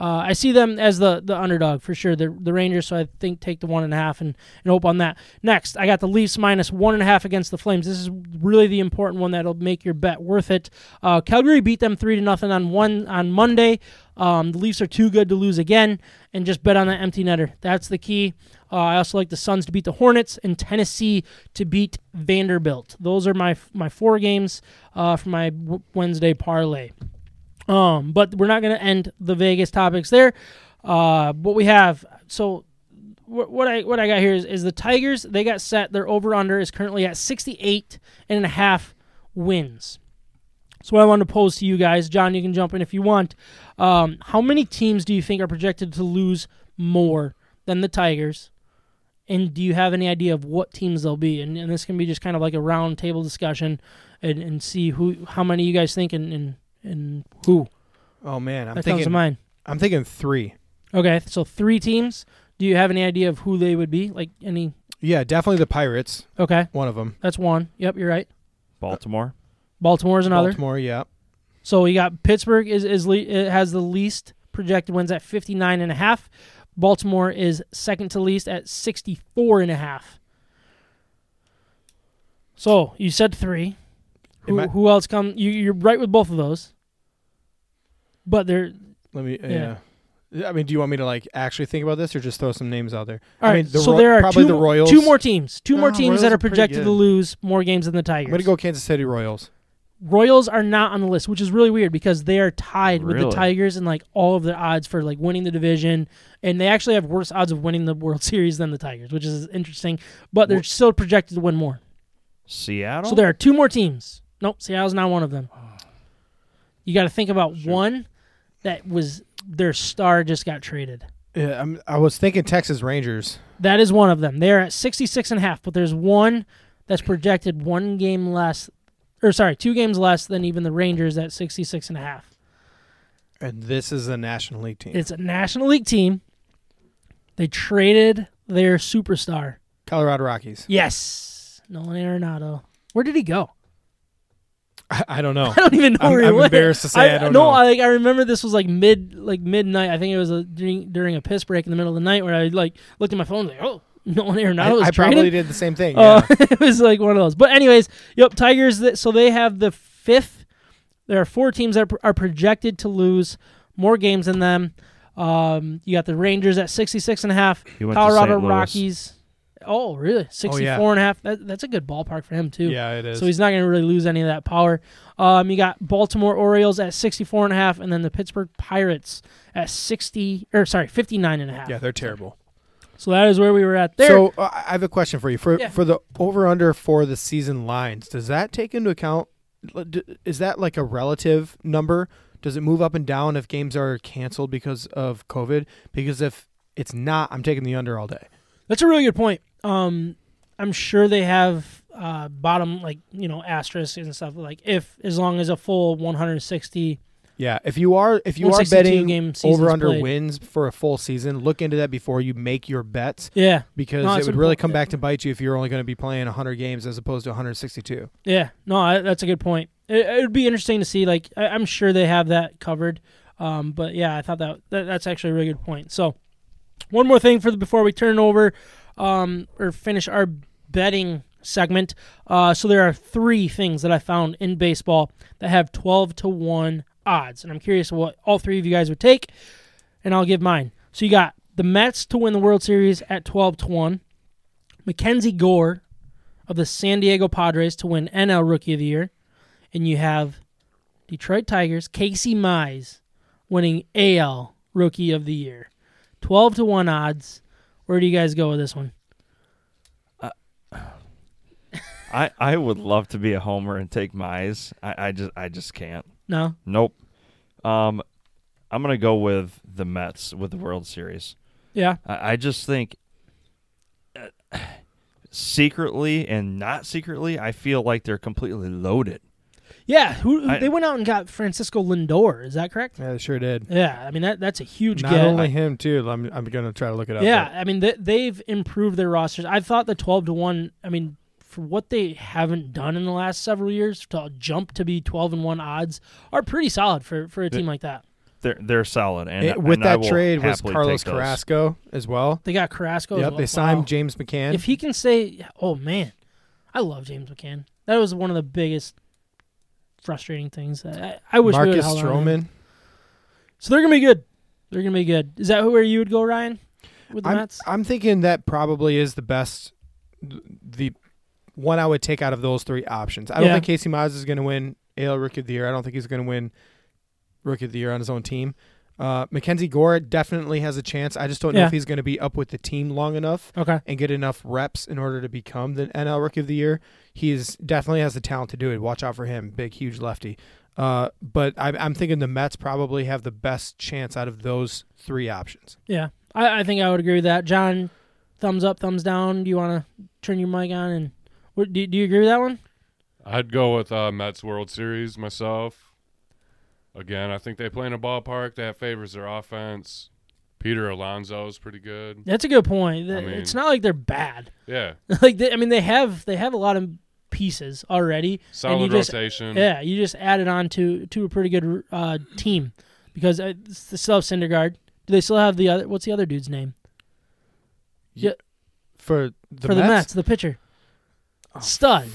Speaker 2: Uh, I see them as the, the underdog for sure. The the Rangers, so I think take the one and a half and, and hope on that. Next, I got the Leafs minus one and a half against the Flames. This is really the important one that'll make your bet worth it. Uh, Calgary beat them three to nothing on one on Monday. Um, the Leafs are too good to lose again, and just bet on that empty netter. That's the key. Uh, I also like the Suns to beat the Hornets and Tennessee to beat Vanderbilt. Those are my my four games uh, for my w- Wednesday parlay. Um, but we're not going to end the Vegas topics there. Uh, what we have so wh- what I what I got here is, is the Tigers. They got set. Their over under is currently at 68 and a half wins. So what I want to pose to you guys, John, you can jump in if you want. Um, how many teams do you think are projected to lose more than the Tigers? And do you have any idea of what teams they'll be? And, and this can be just kind of like a round table discussion, and, and see who how many you guys think and and, and who
Speaker 3: Oh man, I'm
Speaker 2: that comes to
Speaker 3: thinking.
Speaker 2: mind.
Speaker 3: I'm thinking three.
Speaker 2: Okay, so three teams. Do you have any idea of who they would be? Like any?
Speaker 3: Yeah, definitely the Pirates.
Speaker 2: Okay,
Speaker 3: One of them.
Speaker 2: that's one. Yep, you're right.
Speaker 4: Baltimore.
Speaker 2: Baltimore's another.
Speaker 3: Baltimore. Yeah.
Speaker 2: So you got Pittsburgh is is le- it has the least projected wins at 59 and a half. Baltimore is second to least at 64 and a half. So you said three. Who,
Speaker 3: Am I-
Speaker 2: who else come? You, you're right with both of those. But they're
Speaker 3: Let me.
Speaker 2: Yeah.
Speaker 3: Yeah. I mean, do you want me to like actually think about this, or just throw some names out there?
Speaker 2: all right.
Speaker 3: I mean, the
Speaker 2: so
Speaker 3: Roy-
Speaker 2: there are
Speaker 3: probably
Speaker 2: two,
Speaker 3: the Royals. Uh,
Speaker 2: two more teams. Two more
Speaker 5: No,
Speaker 2: teams
Speaker 5: Royals
Speaker 2: that
Speaker 5: are
Speaker 2: are
Speaker 5: pretty
Speaker 2: projected
Speaker 5: good.
Speaker 2: to lose more games than the
Speaker 3: I'm
Speaker 2: Tigers.
Speaker 3: gonna go Kansas City Royals.
Speaker 2: Royals are not on the list, which is really weird because they are tied with
Speaker 4: Really?
Speaker 2: the Tigers and like all of their odds for like winning the division, and they actually have worse odds of winning the World Series than the Tigers, which is interesting. But they're still projected to win more.
Speaker 4: Seattle.
Speaker 2: So there are two more teams. Nope, Seattle's not one of them. You got to think about one that was their star just got traded.
Speaker 3: Yeah, I'm, I was thinking Texas Rangers.
Speaker 2: That is one of them. They're at 66 and a half, but there's one that's projected one game less or sorry, two games less than even the Rangers at 66 and a half.
Speaker 3: And this is a National League team.
Speaker 2: It's a National League team. They traded their superstar.
Speaker 3: Colorado Rockies.
Speaker 2: Yes. Nolan Arenado. Where did he go?
Speaker 3: I, I don't know.
Speaker 2: I don't even know
Speaker 3: I'm-
Speaker 2: where he
Speaker 3: I'm
Speaker 2: went.
Speaker 3: embarrassed to say I don't
Speaker 2: no,
Speaker 3: know.
Speaker 2: I, like I remember this was like mid, like midnight. I think it was a, during during a piss break in the middle of the night where I like looked at my phone like, oh, Nolan Arenado
Speaker 3: I,
Speaker 2: was
Speaker 3: I probably
Speaker 2: traded.
Speaker 3: did the same thing.
Speaker 2: Uh,
Speaker 3: yeah.
Speaker 2: it was like one of those. But anyways, yep, Tigers. That, so they have the fifth. There are four teams that are, are projected to lose more games than them. Um, you got the Rangers at 66 and a half.
Speaker 4: He went to
Speaker 2: Colorado
Speaker 4: St. Louis.
Speaker 2: Rockies. Oh, really? 64 and a half. That, that's a good ballpark for him too.
Speaker 3: Yeah, it is.
Speaker 2: So he's not going to really lose any of that power. Um, you got Baltimore Orioles at 64 and a half and then the Pittsburgh Pirates at 60 or sorry, 59 and a half.
Speaker 3: yeah, they're terrible.
Speaker 2: So that is where we were at there.
Speaker 3: so uh, I have a question for you for
Speaker 2: Yeah.
Speaker 3: for the over under for the season lines. Does that take into account? Is that like a relative number? Does it move up and down if games are canceled because of COVID? Because if it's not, I'm taking the under all day.
Speaker 2: That's a really good point. Um, I'm sure they have uh, bottom like you know asterisks and stuff like if as long as a full 160.
Speaker 3: Yeah, if you are if you are
Speaker 2: 162
Speaker 3: betting
Speaker 2: game seasons
Speaker 3: over under
Speaker 2: played.
Speaker 3: wins for a full season, look into that before you make your bets
Speaker 2: Yeah,
Speaker 3: because
Speaker 2: No,
Speaker 3: it
Speaker 2: it's
Speaker 3: would really
Speaker 2: important.
Speaker 3: come back to bite you if you're only going to be playing 100 games as opposed to 162.
Speaker 2: yeah. No, I, that's a good point. It, it would be interesting to see. Like I, I'm sure they have that covered. Um, but yeah, I thought that, that that's actually a really good point. So one more thing for the, before we turn over um, or finish our betting segment. Uh, so there are three things that I found in baseball that have 12 to 1 odds. And I'm curious what all three of you guys would take, and I'll give mine. So you got the Mets to win the World Series at 12 to 1, Mackenzie Gore of the San Diego Padres to win NL Rookie of the Year, and you have Detroit Tigers, Casey Mize winning AL Rookie of the Year. 12 to 1 odds. Where do you guys go with this one?
Speaker 4: I, I would love to be a homer and take Mize. I, I just I just can't.
Speaker 2: No?
Speaker 4: Nope. Um, I'm gonna go with the Mets with the World Series.
Speaker 2: Yeah.
Speaker 4: I, I just think uh, secretly and not secretly, I feel like they're completely loaded.
Speaker 2: Yeah, who,
Speaker 4: I-
Speaker 2: they went out and got Francisco Lindor. Is that correct?
Speaker 3: Yeah, they sure did.
Speaker 2: Yeah, I mean that that's a huge
Speaker 3: Not
Speaker 2: get.
Speaker 3: only him too. I'm I'm going to try to look it up.
Speaker 2: yeah, I mean they, they've improved their rosters. I thought the twelve to one. I mean, for what they haven't done in the last several years to jump to be twelve and one odds are pretty solid for for a team like that.
Speaker 4: They're they're solid. And
Speaker 3: It- with
Speaker 4: and I
Speaker 3: that
Speaker 4: will
Speaker 3: trade was
Speaker 4: happily
Speaker 3: Carlos
Speaker 4: take those.
Speaker 3: Carrasco as well.
Speaker 2: They got Carrasco. as
Speaker 3: Yep,
Speaker 2: well.
Speaker 3: they signed
Speaker 2: Wow.
Speaker 3: James McCann.
Speaker 2: If he can say, "Oh man, I love James McCann," that was one of the biggest frustrating things. that I, I wish we would
Speaker 3: Marcus
Speaker 2: have held on to him.
Speaker 3: Stroman.
Speaker 2: So they're gonna be good. They're gonna be good. Is that where you would go, Ryan? With the
Speaker 3: I'm,
Speaker 2: Mets?
Speaker 3: I'm thinking that probably is the best, the one I would take out of those three options. I don't
Speaker 2: Yeah.
Speaker 3: think Casey Mize is going to win AL Rookie of the Year. I don't think he's going to win Rookie of the Year on his own team. Uh, Mackenzie Gore definitely has a chance. I just don't know
Speaker 2: Yeah.
Speaker 3: if he's going to be up with the team long enough
Speaker 2: okay.
Speaker 3: and get enough reps in order to become the NL Rookie of the Year. He's definitely has the talent to do it. Watch out for him, big, huge lefty. Uh, but I, I'm thinking the Mets probably have the best chance out of those three options.
Speaker 2: Yeah, I, I think I would agree with that. John, thumbs up, thumbs down. Do you want to turn your mic on? And what, do, do you agree with that one?
Speaker 6: I'd go with uh, Mets World Series myself. Again, I think they play in a ballpark that favors their offense. Peter Alonso's pretty good.
Speaker 2: That's a good point. Th-
Speaker 6: mean-
Speaker 2: it's not like they're bad.
Speaker 6: Yeah,
Speaker 2: like they, I mean, they have they have a lot of pieces already. and you
Speaker 6: solid
Speaker 2: just,
Speaker 6: rotation.
Speaker 2: Yeah, you just added on to to a pretty good uh, team because uh, it's- they still have Syndergaard. Do they still have the other? What's the other dude's name
Speaker 3: For the
Speaker 2: for
Speaker 3: Mets?
Speaker 2: the Mets? The pitcher,
Speaker 6: Oh,
Speaker 2: stud.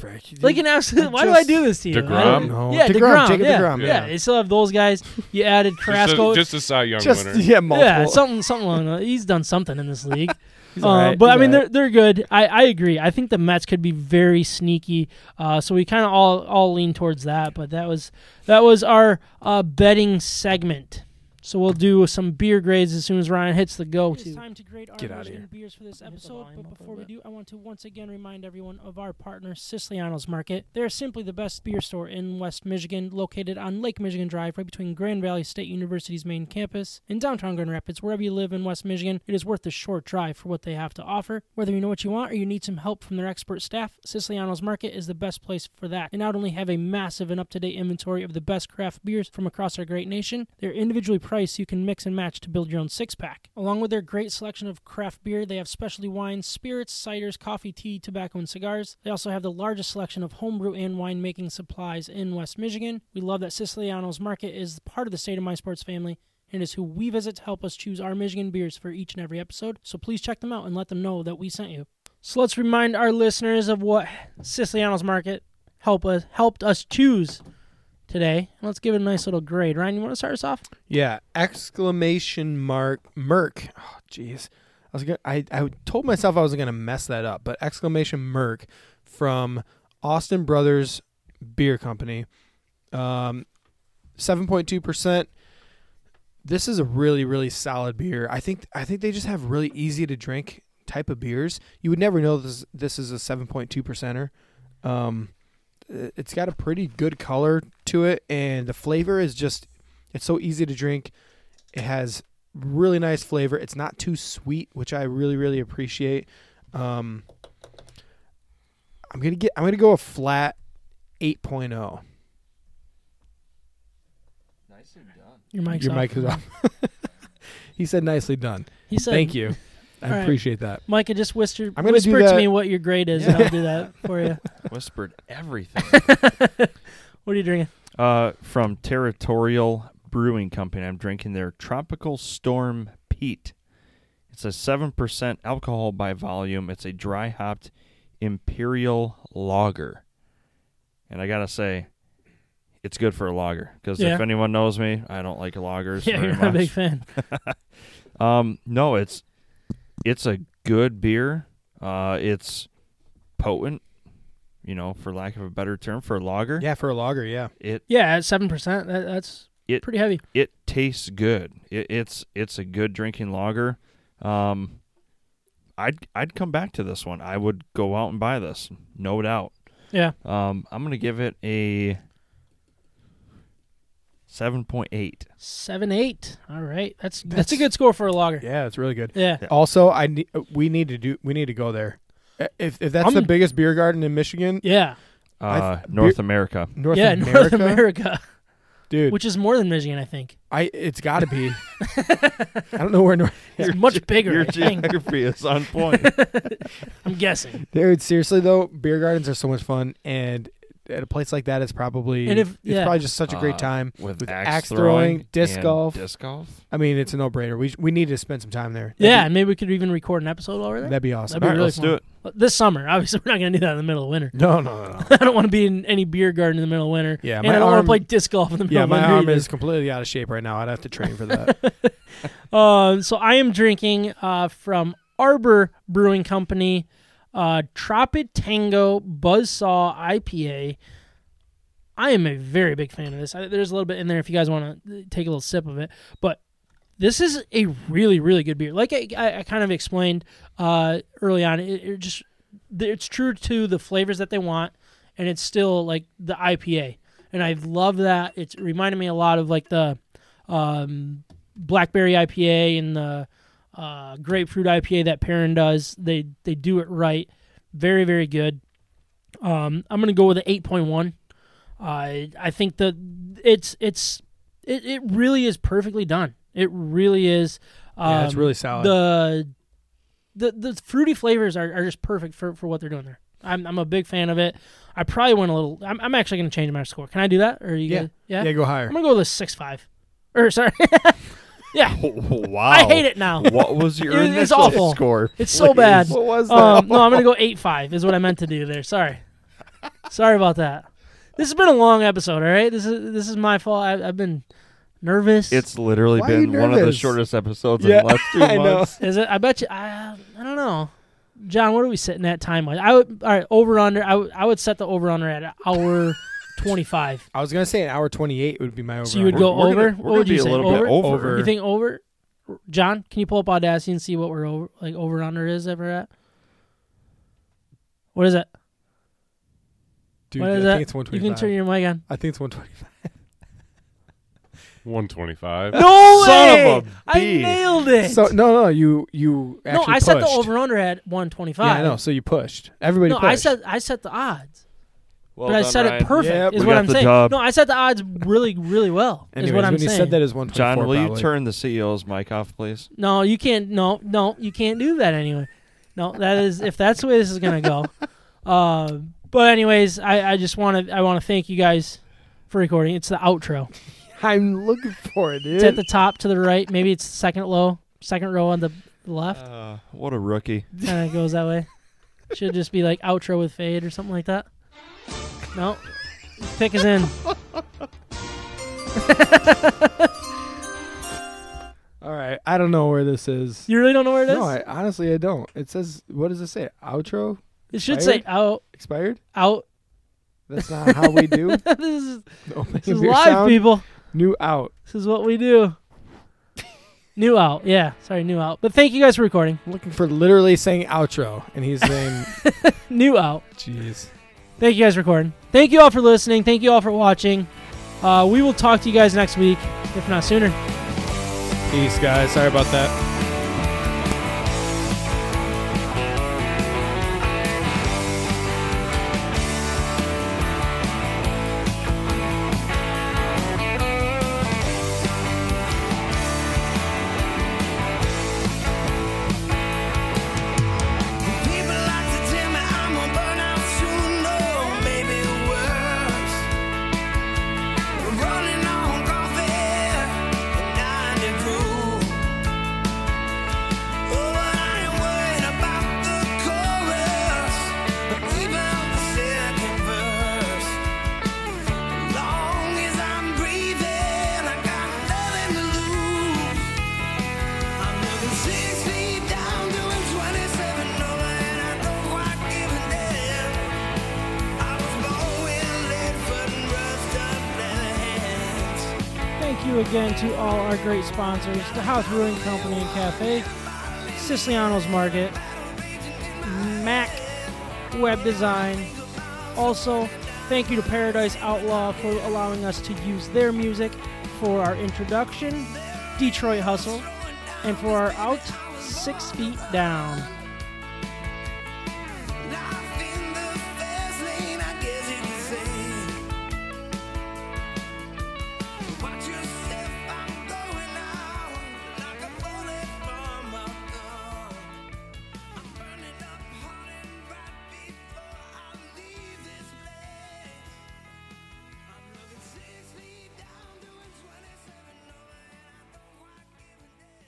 Speaker 2: Like an absolute. Why do I
Speaker 3: just-
Speaker 2: do this to you? I
Speaker 6: DeGrom?
Speaker 2: don't-
Speaker 3: No.
Speaker 2: Yeah,
Speaker 3: DeGrom,
Speaker 2: DeGrom.
Speaker 3: Jacob
Speaker 2: yeah.
Speaker 3: DeGrom,
Speaker 2: Yeah.
Speaker 3: yeah.
Speaker 2: they still have those guys. You added
Speaker 6: just
Speaker 2: Carrasco.
Speaker 6: a, just a Cy Young
Speaker 3: just
Speaker 6: winner.
Speaker 3: yeah, multiple.
Speaker 2: yeah, something, something along those. He's done something in this league.
Speaker 3: He's
Speaker 2: Uh,
Speaker 3: alright,
Speaker 2: But
Speaker 3: he's
Speaker 2: I mean,
Speaker 3: alright.
Speaker 2: they're they're good. I, I agree. I think the Mets could be very sneaky. Uh, so we kind of all all lean towards that. But that was that was our uh, betting segment. So we'll do some beer grades as soon as Ryan hits the go
Speaker 7: It is
Speaker 2: to.
Speaker 7: time to grade our
Speaker 3: Get outta
Speaker 7: version
Speaker 3: here.
Speaker 7: beers for this
Speaker 2: Turn the
Speaker 7: episode,
Speaker 2: volume
Speaker 7: but
Speaker 2: up a
Speaker 7: before we
Speaker 2: bit.
Speaker 7: do, I want to once again remind everyone of our partner, Siciliano's Market. They are simply the best beer store in West Michigan, located on Lake Michigan Drive, right between Grand Valley State University's main campus and downtown Grand Rapids. Wherever you live in West Michigan, it is worth the short drive for what they have to offer. Whether you know what you want or you need some help from their expert staff, Siciliano's Market is the best place for that. They not only have a massive and up-to-date inventory of the best craft beers from across our great nation, they're individually priced so you can mix and match to build your own six-pack. Along with their great selection of craft beer, they have specialty wines, spirits, ciders, coffee, tea, tobacco, and cigars. They also have the largest selection of homebrew and winemaking supplies in West Michigan. We love that Siciliano's Market is part of the State of My Sports family and is who we visit to help us choose our Michigan beers for each and every episode. So please check them out and let them know that we sent you.
Speaker 2: So let's remind our listeners of what Siciliano's Market help us helped us choose today. And let's give it a nice little grade. Ryan, you want to start us off?
Speaker 3: Yeah, exclamation mark Merc. Oh jeez. I was gonna I, I told myself I was gonna mess that up, but exclamation Merc from Austin Brothers Beer Company. Um seven point two percent. This is a really, really solid beer. I think I think they just have really easy to drink type of beers. You would never know this this is a seven point two percenter. Um it- it's got a pretty good color to it and the flavor is just it's so easy to drink. It has really nice flavor. It's not too sweet, which I really really appreciate. Um, I'm gonna get. I'm gonna go a flat oh. 8.0.
Speaker 2: Your mic's
Speaker 3: Your
Speaker 2: off.
Speaker 3: mic is off. he said, "Nicely done."
Speaker 2: He said,
Speaker 3: Thank you. I
Speaker 2: All right.
Speaker 3: appreciate that.
Speaker 2: Micah, just whisper,
Speaker 3: I'm gonna do
Speaker 2: whisper to
Speaker 3: that-
Speaker 2: me what your grade is, and I'll do that for you.
Speaker 4: Whispered everything.
Speaker 2: What are you drinking?
Speaker 4: Uh, from Territorial Brewing Company. I'm drinking their Tropical Storm Pete. It's a 7% alcohol by volume. It's a dry hopped Imperial Lager. And I got to say, it's good for a lager because
Speaker 2: Yeah.
Speaker 4: if anyone knows me, I don't like lagers
Speaker 2: Yeah,
Speaker 4: very
Speaker 2: you're not a
Speaker 4: much.
Speaker 2: big fan.
Speaker 4: Um, no, it's it's a good beer. Uh, it's potent, you know, for lack of a better term, for a lager.
Speaker 3: Yeah, for a lager. Yeah,
Speaker 4: It
Speaker 2: Yeah, at seven percent, that, that's
Speaker 4: It-
Speaker 2: pretty heavy.
Speaker 4: it tastes good. It, it's it's a good drinking lager. Um, I'd I'd come back to this one. I would go out and buy this, no doubt.
Speaker 2: Yeah.
Speaker 4: Um, I'm gonna give it a seven point eight.
Speaker 2: Seven eight. All right, that's that's, a good score for a logger. Yeah,
Speaker 3: yeah, it's really good.
Speaker 2: yeah.
Speaker 3: Also, I ne- we need to do. We need to go there. Uh, If if that's
Speaker 2: I'm-
Speaker 3: the biggest beer garden in Michigan,
Speaker 2: Yeah,
Speaker 4: Uh,
Speaker 3: I've-
Speaker 4: North America.
Speaker 3: North America,
Speaker 2: North America,
Speaker 3: dude,
Speaker 2: which is more than Michigan, I think.
Speaker 3: I it's got to be. I don't know where North.
Speaker 2: It's much bigger.
Speaker 5: Your
Speaker 2: I think.
Speaker 5: geography is on point.
Speaker 2: I'm guessing.
Speaker 3: Dude, seriously though, beer gardens are so much fun, and at a place like that, it's probably
Speaker 2: And if-
Speaker 3: it's
Speaker 2: yeah.
Speaker 3: probably just such a
Speaker 4: Uh,
Speaker 3: great time.
Speaker 4: with,
Speaker 3: with
Speaker 4: axe,
Speaker 3: axe
Speaker 4: throwing,
Speaker 3: throwing, disc
Speaker 4: and
Speaker 3: golf.
Speaker 4: Disc golf.
Speaker 3: I mean, it's a no brainer. We we need to spend some time there. That'd
Speaker 2: Yeah, and maybe we could even record an episode over
Speaker 3: be,
Speaker 2: there.
Speaker 3: that'd be awesome.
Speaker 2: That'd be
Speaker 3: All right,
Speaker 2: really
Speaker 4: let's
Speaker 2: fun.
Speaker 4: do it.
Speaker 2: This summer, obviously, we're not going to do that in the middle of winter.
Speaker 3: let's- No, no, no, no.
Speaker 2: I don't want to be in any beer garden in the middle of winter.
Speaker 3: Yeah,
Speaker 2: and
Speaker 3: my
Speaker 2: I don't want
Speaker 3: arm-
Speaker 2: to play disc golf in the middle
Speaker 3: yeah,
Speaker 2: of
Speaker 3: my
Speaker 2: winter.
Speaker 3: arm
Speaker 2: either.
Speaker 3: is completely out of shape right now. I'd have to train for that.
Speaker 2: Um, so I am drinking uh, from Arbor Brewing Company, uh, Tropid Tango Buzzsaw IPA. I am a very big fan of this. I, there's a little bit in there if you guys want to take a little sip of it, but this is a really, really good beer. Like I, I, I kind of explained uh, early on, it, it just it's true to the flavors that they want, and it's still like the IPA, and I love that. It's it reminded me a lot of like the um, blackberry IPA and the uh, grapefruit IPA that Perrin does. They they do it right. Very very good. Um, I'm gonna go with an 8.1. I I think that it's it's it, it really is perfectly done. It really is. Um,
Speaker 3: Yeah, it's really solid.
Speaker 2: The the the fruity flavors are, are just perfect for, for what they're doing there. I'm, I'm a big fan of it. I probably went a little. I'm, I'm actually gonna change my score. Can I do that? Or are you?
Speaker 3: Yeah.
Speaker 2: Gonna,
Speaker 3: yeah. go higher.
Speaker 2: I'm gonna go with a six five. Or sorry. yeah.
Speaker 5: wow.
Speaker 2: I hate it now.
Speaker 5: What was your
Speaker 2: It- it's
Speaker 5: initial
Speaker 2: awful.
Speaker 5: score?
Speaker 2: It's so bad.
Speaker 5: What was that?
Speaker 2: Um, no, I'm gonna go eight five is what I meant to do there. Sorry. sorry about that. This has been a long episode, all right? This is this is my fault. I, I've been nervous.
Speaker 4: It's literally
Speaker 3: Why are you
Speaker 4: been one of the
Speaker 3: nervous?
Speaker 4: shortest episodes
Speaker 3: Yeah,
Speaker 4: in the last two
Speaker 3: I know.
Speaker 4: months.
Speaker 2: is it I bet you I, I don't know. John, what are we sitting at time wise? I would all right, over under I would I would set the over under at an hour 25.
Speaker 3: I was gonna say an hour twenty eight would be my over.
Speaker 2: So you would
Speaker 3: under.
Speaker 2: go
Speaker 4: We're- we're
Speaker 2: over?
Speaker 4: gonna- we're
Speaker 2: what
Speaker 4: gonna
Speaker 2: would you
Speaker 4: be a
Speaker 2: say?
Speaker 4: little bit
Speaker 2: over?
Speaker 4: over.
Speaker 2: You think over? John, can you pull up Audacity and see what we're over like over and under is ever at? What is it?
Speaker 3: Dude,
Speaker 2: what
Speaker 3: I
Speaker 2: is
Speaker 3: think
Speaker 2: that?
Speaker 3: it's one
Speaker 2: you
Speaker 3: twenty
Speaker 2: can
Speaker 3: five.
Speaker 2: turn your mic on.
Speaker 3: I think it's one twenty five.
Speaker 6: 125.
Speaker 2: No
Speaker 4: Son
Speaker 2: way!
Speaker 4: of a
Speaker 2: I
Speaker 4: bitch.
Speaker 2: nailed it.
Speaker 3: So no, no, you you
Speaker 2: no,
Speaker 3: actually
Speaker 2: I set the
Speaker 3: pushed.
Speaker 2: over under at 125.
Speaker 3: Yeah, I know. So you pushed. Everybody.
Speaker 2: No,
Speaker 3: pushed.
Speaker 2: I set I set the odds.
Speaker 5: Well
Speaker 2: but I
Speaker 5: done,
Speaker 2: said
Speaker 5: Ryan.
Speaker 2: it perfect
Speaker 3: Yep.
Speaker 2: is
Speaker 4: We
Speaker 2: what
Speaker 4: got
Speaker 2: I'm
Speaker 4: the
Speaker 2: saying.
Speaker 4: dub.
Speaker 2: No, I set the odds really, really well.
Speaker 3: Anyways,
Speaker 2: is what I'm
Speaker 3: when
Speaker 2: saying.
Speaker 3: you said that is one twenty four.
Speaker 4: John, will you turn the CEO's mic off, please?
Speaker 2: No, you can't. No, no, you can't do that anyway. No, that is if that's the way this is gonna go. Uh, but anyways, I, I just want to I want to thank you guys for recording. It's the outro.
Speaker 3: I'm looking for it,
Speaker 2: It's
Speaker 3: dude.
Speaker 2: at the top to the right. Maybe it's second low, second row on the left.
Speaker 4: Uh, what a rookie.
Speaker 2: Kind of goes that way. Should just be like outro with fade or something like that. No, pick is in.
Speaker 3: All right. I don't know where this is.
Speaker 2: You really don't know where it is.
Speaker 3: no, I, honestly, I don't. It says, what does it say? Outro
Speaker 2: it should say
Speaker 3: expired?
Speaker 2: out
Speaker 3: expired.
Speaker 2: out.
Speaker 3: That's not how we do.
Speaker 2: this is, this is
Speaker 3: Beer
Speaker 2: live,
Speaker 3: sound,
Speaker 2: people.
Speaker 3: New out.
Speaker 2: This is what we do. new out, yeah. Sorry, new out. But thank you guys for recording.
Speaker 3: I'm looking for literally saying outro, and he's saying,
Speaker 2: New out.
Speaker 3: "Jeez."
Speaker 2: Thank you guys for recording. Thank you all for listening. Thank you all for watching. Uh, we will talk to you guys next week, if not sooner.
Speaker 3: Peace, guys. Sorry about that.
Speaker 1: People like to tell me I'm a burnout soon, no, maybe worse. Running on coffee and ninety proof. Oh, I ain't worried about the chorus, or even the second verse. Long as I'm breathing, I got nothing to lose. I'm living six feet down, doing 27 over, and I don't quite give a damn. I was born with lead foot and rust up hands.
Speaker 2: Thank you again to all our great sponsors the House Brewing Company and Cafe, Siciliano's Market, Mac Web Design. Also, thank you to Paradise Outlaw for allowing us to use their music for our introduction, Detroit Hustle, and for our out, Six Feet Down.